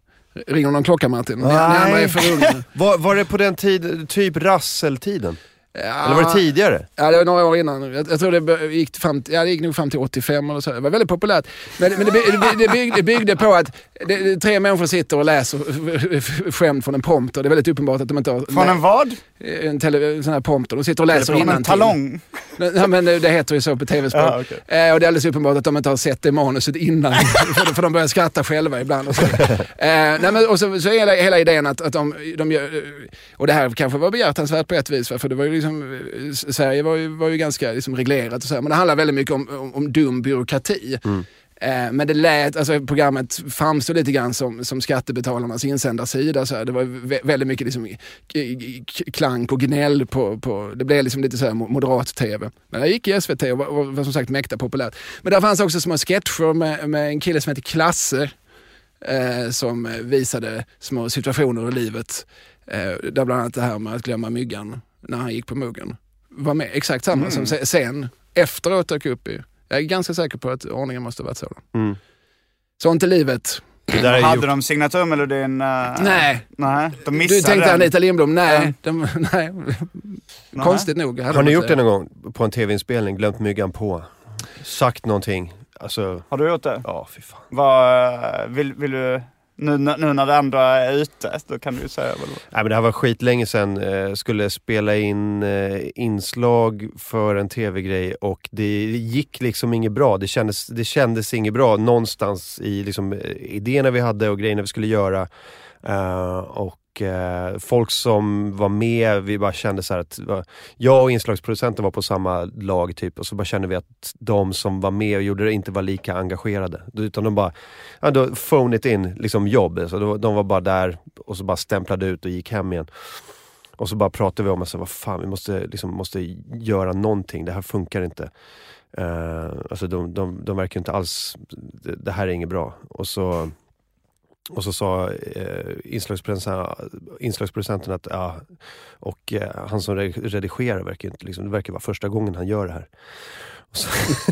Speaker 3: Ringer någon klocka Martin? Ni, ni andra är för unga.
Speaker 2: Var, var det på den tid, typ rasseltiden?
Speaker 3: Ja.
Speaker 2: Eller var det tidigare?
Speaker 3: Ja, det var några år innan. Jag, jag tror det bör- gick, fram, till- ja, det gick nog fram till 85 eller så. Det var väldigt populärt. Men, men det, by, det, by, det, byggde, det byggde på att det, det, tre människor sitter och läser skämt från en prompter. Det är väldigt uppenbart att de inte har
Speaker 5: Från en vad?
Speaker 3: en, tele, sån här prompter. De sitter och läser
Speaker 5: Från en
Speaker 3: innantill.
Speaker 5: talong.
Speaker 3: Nej, men det heter ju så på tv-språk.
Speaker 5: Ja, okej.
Speaker 3: eh, och det är alldeles uppenbart att de inte har sett det manuset innan. för, för de börjar skratta själva ibland. Och så, eh, nej, men, och så, så är hela, hela idén att, att de, de gör... eh, Och det här kanske var behjärtansvärt på ett vis. va? För det var ju liksom, eh, Sverige var ju, var ju ganska liksom reglerat och så här. Men det handlar väldigt mycket om, om, om dum byråkrati. Eh, Men det lät, alltså programmet framstod lite grann som, som skattebetalarnas insändarsida. Så här. Det var vä- väldigt mycket liksom k- k- klank och gnäll på, på det blev liksom lite så här mo- moderat-tv. Men jag gick i SVT och var, och var som sagt mäkta populärt. Men där fanns också små sketcher med, med en kille som hette Klasse. Eh, som eh, visade små situationer i livet. Eh, där bland annat det här med att glömma myggan när han gick på muggen. Var med, exakt samma som se- sen efteråt dök upp i. Jag är ganska säker på att ordningen måste ha varit sådan.
Speaker 2: Mm.
Speaker 3: Sånt är livet.
Speaker 2: Det där är
Speaker 5: Hade
Speaker 2: ju...
Speaker 5: de signaturmelodin? eh,
Speaker 3: Nej.
Speaker 5: Nej, de missade
Speaker 3: Du tänkte
Speaker 5: den.
Speaker 3: Anita Lindblom, nej.
Speaker 5: Ja.
Speaker 3: De, nej.
Speaker 5: Nej.
Speaker 3: Konstigt nog. hade
Speaker 2: Har ni
Speaker 3: de
Speaker 2: gjort det
Speaker 3: inte-
Speaker 2: någon gång på en tv-inspelning? Glömt myggan på? Sagt någonting? Alltså,
Speaker 5: Har du gjort det?
Speaker 2: ja fy fan.
Speaker 5: Vad, eh, vill, vill du... Nu, nu när det andra är ute, då kan du ju säga vad det var.
Speaker 2: Nej men det här var skitlänge sedan. Eh, skulle spela in eh, inslag för en tv-grej och det gick liksom inget bra. Det kändes, det kändes inget bra någonstans i liksom, eh, idéerna vi hade och grejerna vi skulle göra. Eh, och eh, folk som var med, vi bara kände så här att va, jag och inslagsproducenten var på samma lag typ och så bara kände vi att de som var med och gjorde det inte var lika engagerade. Utan de bara, ja, då phone it in liksom jobb. Så då- de var bara där och så bara stämplade ut och gick hem igen. Och så bara pratade vi om att vad fan, vi måste, liksom, måste göra någonting, det här funkar inte. Eh, alltså de, de, de verkar inte alls, det, det här är inget bra. Och så, och så sa eh, inslagsproducenten, inslagsproducenten att, ja, och eh, han som re- redigerar verkar ju inte, liksom, det verkar vara första gången han gör det här. Och så,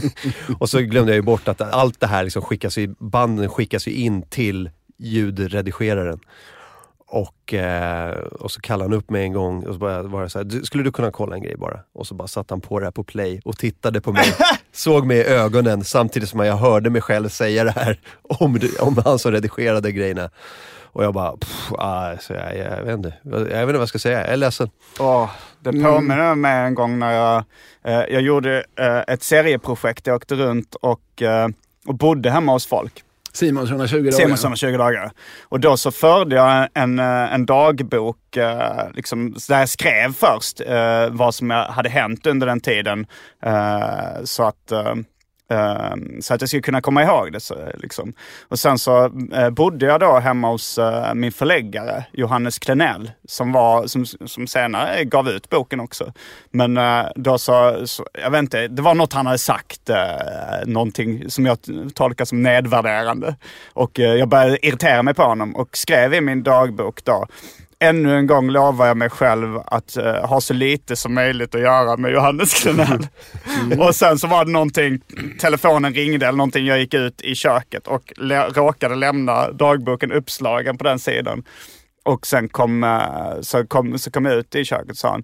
Speaker 2: och så glömde jag ju bort att allt det här liksom skickas ju, banden skickas ju in till ljudredigeraren. Och, eh, och så kallade han upp mig en gång och så bara, var det så här, "Du, skulle du kunna kolla en grej bara? Och så bara satte han på det här på play och tittade på mig, såg mig i ögonen samtidigt som jag hörde mig själv säga det här om, det- om han som redigerade grejerna. Och jag bara, pff, ah, så jag, jag, vet inte, jag vet inte vad jag ska säga, jag är ledsen.
Speaker 5: Åh, det påminner mig en gång när jag, eh, jag gjorde eh, ett serieprojekt. Jag åkte runt och, eh, och bodde hemma hos folk.
Speaker 3: Simon 120 dagar.
Speaker 5: Simonsson och 20 dagar. Och då så förde jag en, eh, en dagbok eh, liksom, där jag skrev först eh, vad som jag hade hänt under den tiden. eh, så att... eh, eh, så att jag skulle kunna komma ihåg det. Så, liksom. Och sen så eh, bodde jag då hemma hos eh, min förläggare Johannes Klenell som, var, som, som senare gav ut boken också. Men eh, då så, så, jag vet inte, det var något han hade sagt, eh, någonting som jag t- tolkar som nedvärderande. Och eh, jag började irritera mig på honom och skrev i min dagbok då Ännu en gång lovar jag mig själv att eh, ha så lite som möjligt att göra med Johannes Klenell. Och sen så var det någonting, telefonen ringde eller någonting. Jag gick ut i köket och lä- råkade lämna dagboken uppslagen på den sidan. Och sen kom, eh, så kom, så kom jag ut i köket och sa han,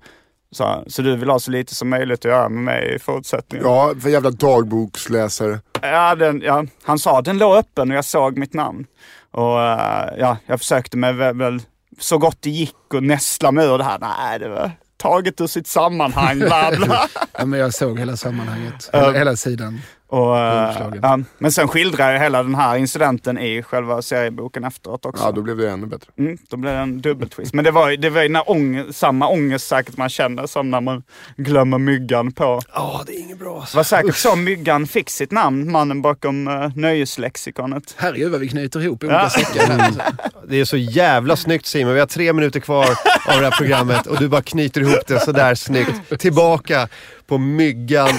Speaker 5: sa han, så du vill ha så lite som möjligt att göra med mig i fortsättningen?
Speaker 6: Ja, för jävla dagboksläsare.
Speaker 5: Ja, den, ja, han sa den låg öppen och jag såg mitt namn. Och eh, ja, jag försökte mig väl, väl så gott det gick och nästla mig ur det här. Nej, det var taget ur sitt sammanhang, bla bla.
Speaker 3: Ja, men jag såg hela sammanhanget. Hela, hela sidan.
Speaker 5: Och, eh,
Speaker 3: Uppslagen.
Speaker 5: ja, men sen skildrar jag hela den här incidenten i själva serieboken efteråt också.
Speaker 6: Ja, då blev det ännu bättre.
Speaker 5: Mm, då blev det en dubbeltwist. Men det var ju, det var ju när ång, samma ångest säkert man känner som när man glömmer myggan på.
Speaker 2: Ja, det är inget bra alltså.
Speaker 5: Det var säkert så myggan fick sitt namn, mannen bakom uh, nöjeslexikonet.
Speaker 3: Herregud vad vi knyter ihop olika
Speaker 5: Ja.
Speaker 3: säckar här. alltså.
Speaker 2: Det är så jävla snyggt Simon, vi har tre minuter kvar av det här programmet och du bara knyter ihop det sådär snyggt. Tillbaka på myggan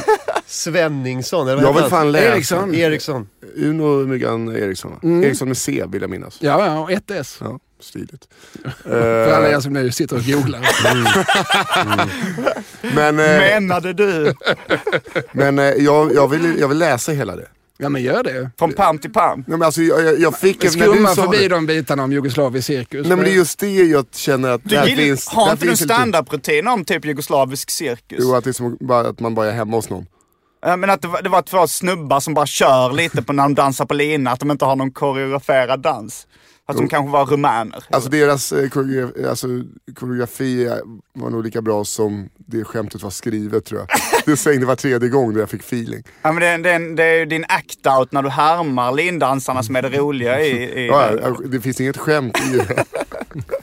Speaker 2: Svenningsson, eller vad
Speaker 6: Jag
Speaker 2: heter
Speaker 6: vill
Speaker 2: han?
Speaker 6: fan läsa.
Speaker 3: Eriksson.
Speaker 2: Eriksson.
Speaker 6: Uno Myggan Eriksson va? Eriksson med C vill jag minnas.
Speaker 3: Ja, ja, och ett S.
Speaker 6: Ja, stiligt.
Speaker 3: För alla
Speaker 6: Eh,
Speaker 3: er som nu sitter och googlar.
Speaker 6: men eh,
Speaker 5: Menade du?
Speaker 6: men eh, jag, jag, vill, jag vill läsa hela det.
Speaker 3: Ja, men gör det.
Speaker 5: Från pärm till pärm.
Speaker 6: Nej, men alltså, jag, jag, jag fick... när du
Speaker 3: Skumma
Speaker 6: sa
Speaker 3: förbi
Speaker 6: det-
Speaker 3: de bitarna om jugoslavisk cirkus.
Speaker 6: Nej men det är just det jag känner att
Speaker 5: Du
Speaker 6: där
Speaker 5: gill,
Speaker 6: finns...
Speaker 5: har
Speaker 6: där
Speaker 5: inte du
Speaker 6: finns
Speaker 5: standup-rutin om typ jugoslavisk cirkus?
Speaker 6: Jo, att, det är som, bara, att man bara är hemma hos någon.
Speaker 5: Ja, Men att det var, det var två snubbar som bara kör lite på när de dansar på lina, att de inte har någon koreograferad dans. Att de kanske var rumäner.
Speaker 6: Mm. Alltså deras eh, koreografi, alltså, koreografi eh, var nog lika bra som det skämtet var skrivet tror jag. Det svängde var tredje gång där jag fick feeling.
Speaker 5: Ja, men det, är- det, är en- det är ju din act-out när du härmar lindansarna som är det roliga i... i
Speaker 6: Mm. Ja, ja, det finns inget skämt i det.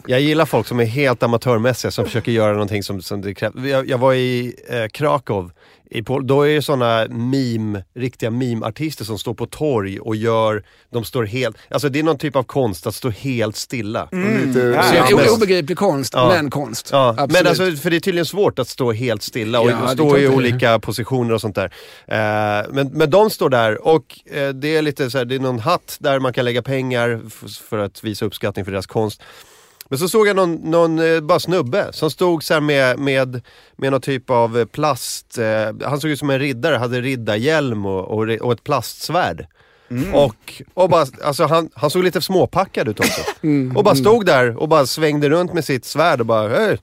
Speaker 2: Jag gillar folk som är helt amatörmässiga som försöker göra någonting som, som det krävs. Jag, jag var i eh, Krakow, i Pol- då är det sådana meme, riktiga meme-artister som står på torg och gör, de står helt, alltså det är någon typ av konst att stå helt stilla.
Speaker 5: Mm.
Speaker 6: Lite,
Speaker 3: Så
Speaker 6: ja,
Speaker 3: det är
Speaker 6: men-
Speaker 3: obegriplig konst,
Speaker 2: Ja.
Speaker 3: men konst.
Speaker 2: Ja,
Speaker 3: Absolut.
Speaker 2: men alltså, för det är tydligen svårt att stå helt stilla och
Speaker 3: Ja, det är
Speaker 2: stå
Speaker 3: klart
Speaker 2: i
Speaker 3: det är.
Speaker 2: olika positioner och sånt där. Eh, men, men de står där och eh, det är lite så här, det är någon hatt där man kan lägga pengar f- för att visa uppskattning för deras konst. Men så såg jag någon, någon eh, bara snubbe som stod så här med, med, med någon typ av eh, plast, eh, han såg ut som en riddare, hade riddarhjälm och, och, ri- och ett plastsvärd.
Speaker 8: Mm.
Speaker 2: Och, och bara, alltså han, han såg lite småpackad ut också.
Speaker 8: Mm.
Speaker 2: Och bara stod där och bara svängde runt med sitt svärd och bara "Hej."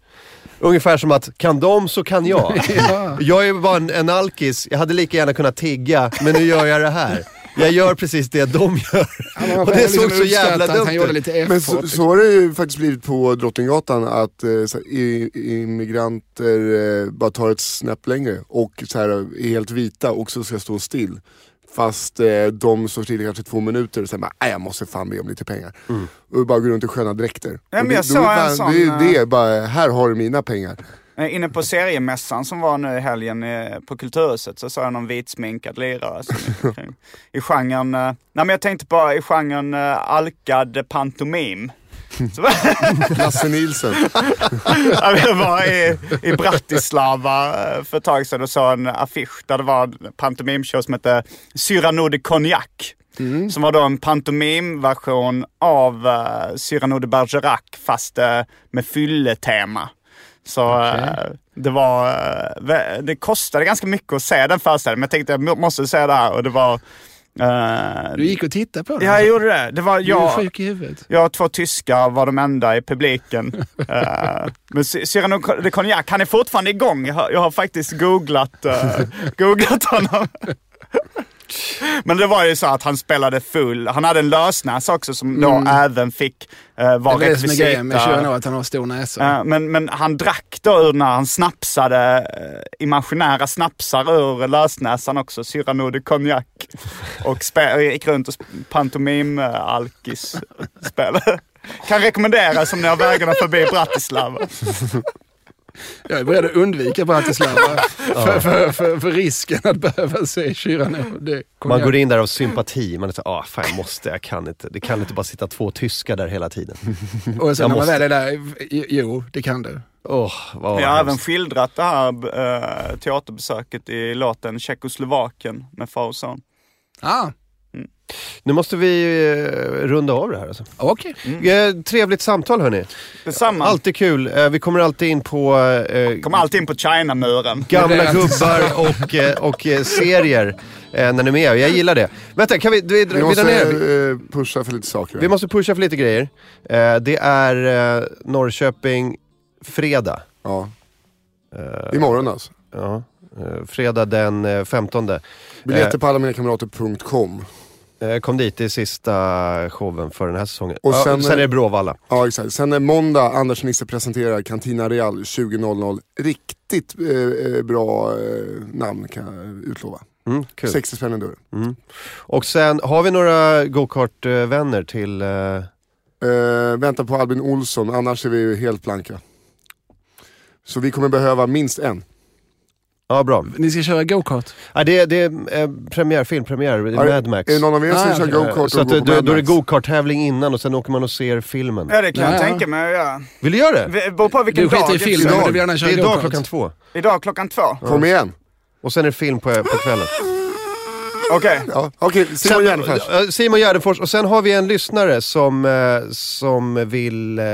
Speaker 2: Ungefär som att, kan de så kan jag.
Speaker 3: Ja.
Speaker 2: Jag är bara en, en alkis, jag hade lika gärna kunnat tigga, men nu gör jag det här. jag gör precis det de gör.
Speaker 8: Han har
Speaker 2: Och det
Speaker 3: liksom
Speaker 2: såg så
Speaker 8: utskattat
Speaker 2: jävla
Speaker 8: att
Speaker 2: dumt
Speaker 8: Han gjorde
Speaker 2: ut.
Speaker 8: lite effort.
Speaker 6: Men så, så har det ju faktiskt blivit på Drottninggatan att eh, så här, i, immigranter eh, bara tar ett snäpp längre och så här, är helt vita och så ska stå still. Fast eh, de står still i kanske två minuter och sen bara, "Nej, jag måste fan be om lite pengar. Och bara går runt i sköna dräkter.
Speaker 5: Mm. men
Speaker 6: Och det-
Speaker 5: jag
Speaker 6: då
Speaker 5: såg
Speaker 6: är
Speaker 5: en
Speaker 6: fan-
Speaker 5: sån,
Speaker 6: Det är ju
Speaker 5: eh,
Speaker 6: det, bara, här har du mina pengar.
Speaker 5: Eh, Inne på seriemässan som var nu i helgen eh, på Kulturhuset så såg jag någon vitsminkad lirare som gick omkring. i genren, eh, nej men jag tänkte bara i genren eh, alkad pantomim. Så var
Speaker 6: Lasse Nielsen.
Speaker 5: Ja, men jag var i, i Bratislava eh, för ett tag sedan och såg en affisch där det var en pantomimshow som hette Cyrano de Cognac.
Speaker 8: Mm.
Speaker 5: Som var då en pantomimversion av uh, Cyrano de Bergerac fast eh, med fylletema. Så eh, det var, eh, vä- det kostade ganska mycket att se den föreställningen men jag tänkte jag må- måste se det här och det var... eh,
Speaker 8: Du gick och tittade på den.
Speaker 5: Ja, jag gjorde det. Det var
Speaker 8: Du är
Speaker 5: jag...
Speaker 8: sjuk i huvudet.
Speaker 5: Jag och två tyskar var de enda i publiken. Eh, men Cy- Cyrano de Cognac, han är fortfarande igång. Jag har, jag har faktiskt googlat, eh, googlat honom. Men det var ju så att han spelade full. Han hade en lösnäsa också som då även fick eh, vara
Speaker 8: Mm. Det är det som är
Speaker 5: rekvisita.
Speaker 8: grejen med Kyrano, att han har stor näsa.
Speaker 5: Eh, men, men han drack då ur när han snapsade eh, imaginära snapsar ur lösnäsan också, Cyrano de Cognac. Och spe- och gick runt och sp- pantomim-alkis spelade. Kan rekommenderas om ni har vägarna förbi Bratislava.
Speaker 8: Jag är beredd att undvika Bratislava för, för, för, för risken att behöva se Kyrano. Det kommer
Speaker 2: Man
Speaker 8: jag-
Speaker 2: går in där av sympati, man är såhär, ah fan jag måste, jag kan inte. Det kan inte bara sitta två tyskar där hela tiden.
Speaker 8: Och sen
Speaker 2: Jag
Speaker 8: när man
Speaker 2: måste.
Speaker 8: väl är där, jo, det kan du.
Speaker 2: Åh, vad
Speaker 5: Jag har även
Speaker 2: hemskt.
Speaker 5: skildrat det här eh, teaterbesöket i låten Tjeckoslovakien med far och son.
Speaker 8: Ah,
Speaker 2: Nu måste vi eh, runda av det här alltså.
Speaker 8: okej.
Speaker 2: Eh, trevligt samtal hörni.
Speaker 5: Detsamma.
Speaker 2: Alltid kul. Eh, vi kommer alltid in på eh,
Speaker 5: Kom alltid in på China-muren.
Speaker 8: Det är
Speaker 2: gamla
Speaker 8: det.
Speaker 2: gubbar och, eh, och eh, serier eh, när ni är med. Jag gillar det. Vänta, kan vi, vi,
Speaker 6: Vi
Speaker 2: vi,
Speaker 6: måste
Speaker 2: måste... ner? Vi-
Speaker 6: eh, pusha för lite saker.
Speaker 2: Vi måste pusha för lite grejer. Eh, det är eh, Norrköping fredag.
Speaker 6: ja.
Speaker 2: Eh,
Speaker 6: Imorgon alltså.
Speaker 2: ja, eh, fredag den eh, 15.
Speaker 6: Biljetter
Speaker 5: Eh.
Speaker 6: på allaminakamrater.com.
Speaker 2: Eh, kom dit, det är sista showen för den här säsongen.
Speaker 6: Och
Speaker 2: Och sen,
Speaker 6: sen-
Speaker 2: ja, sen är det Bråvalla.
Speaker 6: Ja exakt. Sen är måndag, Anders Nisse presenterar Cantina Real 20.00. Riktigt eh, eh, bra eh, namn kan jag utlova.
Speaker 2: Mm, kul.
Speaker 6: 60 spänn i dörren.
Speaker 2: Och sen, har vi några go-kart-vänner till... Eh,
Speaker 6: Eh, vänta på Albin Olsson, annars är vi ju helt blanka. Så vi kommer behöva minst en.
Speaker 2: ja, bra.
Speaker 8: Ni ska köra go-kart?
Speaker 2: Ja, det, det är eh, premiär, filmpremiär, det
Speaker 6: Har-
Speaker 2: är Mad Max.
Speaker 6: Är det någon av er som
Speaker 8: Ah,
Speaker 6: kör
Speaker 8: okej.
Speaker 6: go-kart
Speaker 2: Så
Speaker 6: och
Speaker 2: att,
Speaker 6: går
Speaker 2: det-
Speaker 6: på
Speaker 2: då,
Speaker 6: Mad
Speaker 2: då är det
Speaker 6: Max?
Speaker 2: go-kart-tävlingen innan och sen åker man och ser filmen.
Speaker 5: Ja, det kan
Speaker 8: Ja,
Speaker 5: jag
Speaker 8: ja.
Speaker 5: tänka mig att göra.
Speaker 2: Vill du göra det?
Speaker 5: Det beror på vilken
Speaker 8: Du skiter i
Speaker 5: dag.
Speaker 8: filmen, men du vill gärna
Speaker 2: Det
Speaker 8: köra
Speaker 2: är idag
Speaker 8: go-kart.
Speaker 2: klockan två.
Speaker 5: Idag klockan två.
Speaker 6: Kom igen.
Speaker 2: Och sen är det film på, på kvällen.
Speaker 5: Okej.
Speaker 6: Ja. Okej, Ah! Simon Gärdenfors.
Speaker 2: Eh, Simon Gärdenfors. Och sen har vi en lyssnare som, eh, som vill eh,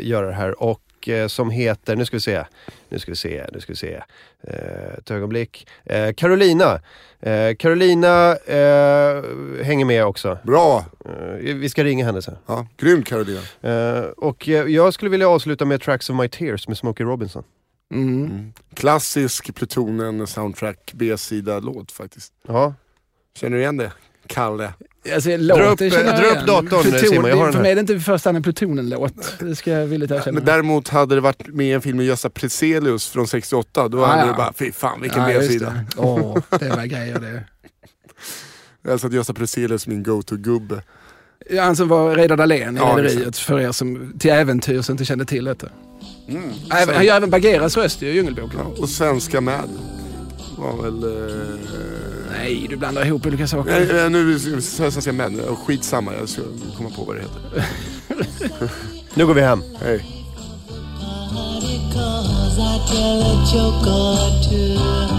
Speaker 2: göra det här och eh, som heter, nu ska vi se, nu ska vi se, nu ska vi se, eh, ett ögonblick. Eh, Carolina. Eh, Carolina eh, hänger med också.
Speaker 6: Bra.
Speaker 2: Eh, vi ska ringa henne sen.
Speaker 6: Ja, grymt Karolina.
Speaker 2: Eh, och eh, jag skulle vilja avsluta med Tracks of My Tears med Smokey Robinson. Mm.
Speaker 6: Mm. Klassisk Plutonen soundtrack B-sida låt faktiskt.
Speaker 2: Ja.
Speaker 6: Känner du igen det? Kalle.
Speaker 8: Alltså,
Speaker 2: Dra
Speaker 8: låten
Speaker 2: upp-
Speaker 8: känner jag
Speaker 2: dra upp
Speaker 8: igen.
Speaker 2: datorn, Simon, jag har den
Speaker 8: För
Speaker 2: här.
Speaker 8: mig är det inte i första hand en Plutonen-låt. Det ska jag villigt erkänna.
Speaker 6: Men däremot hade det varit med i en film med Gösta Preselius från 68, då
Speaker 8: Ah,
Speaker 6: hade
Speaker 8: ja.
Speaker 6: det bara, fy fan vilken
Speaker 8: Ja, just
Speaker 6: B-sida.
Speaker 8: det. Åh, det var grejer det.
Speaker 6: Alltså att Gösta Preselius är min go-to-gubbe.
Speaker 8: Ja, Han som var Reidar Dahlén i
Speaker 6: Ja,
Speaker 8: Rederiet, för er som till äventyrs inte kände till detta.
Speaker 6: Mm,
Speaker 8: Även, han gör även Bagheeras röst i Djungelboken.
Speaker 6: Och svenska Mad. Var väl... Eh...
Speaker 8: Nej, du blandar ihop olika saker.
Speaker 6: Nej, eh, nu sa jag svenska Mad, Eh, skitsamma jag ska komma på vad det heter.
Speaker 2: Nu går vi hem.
Speaker 6: Hej.
Speaker 9: Cause I tell a joke or two.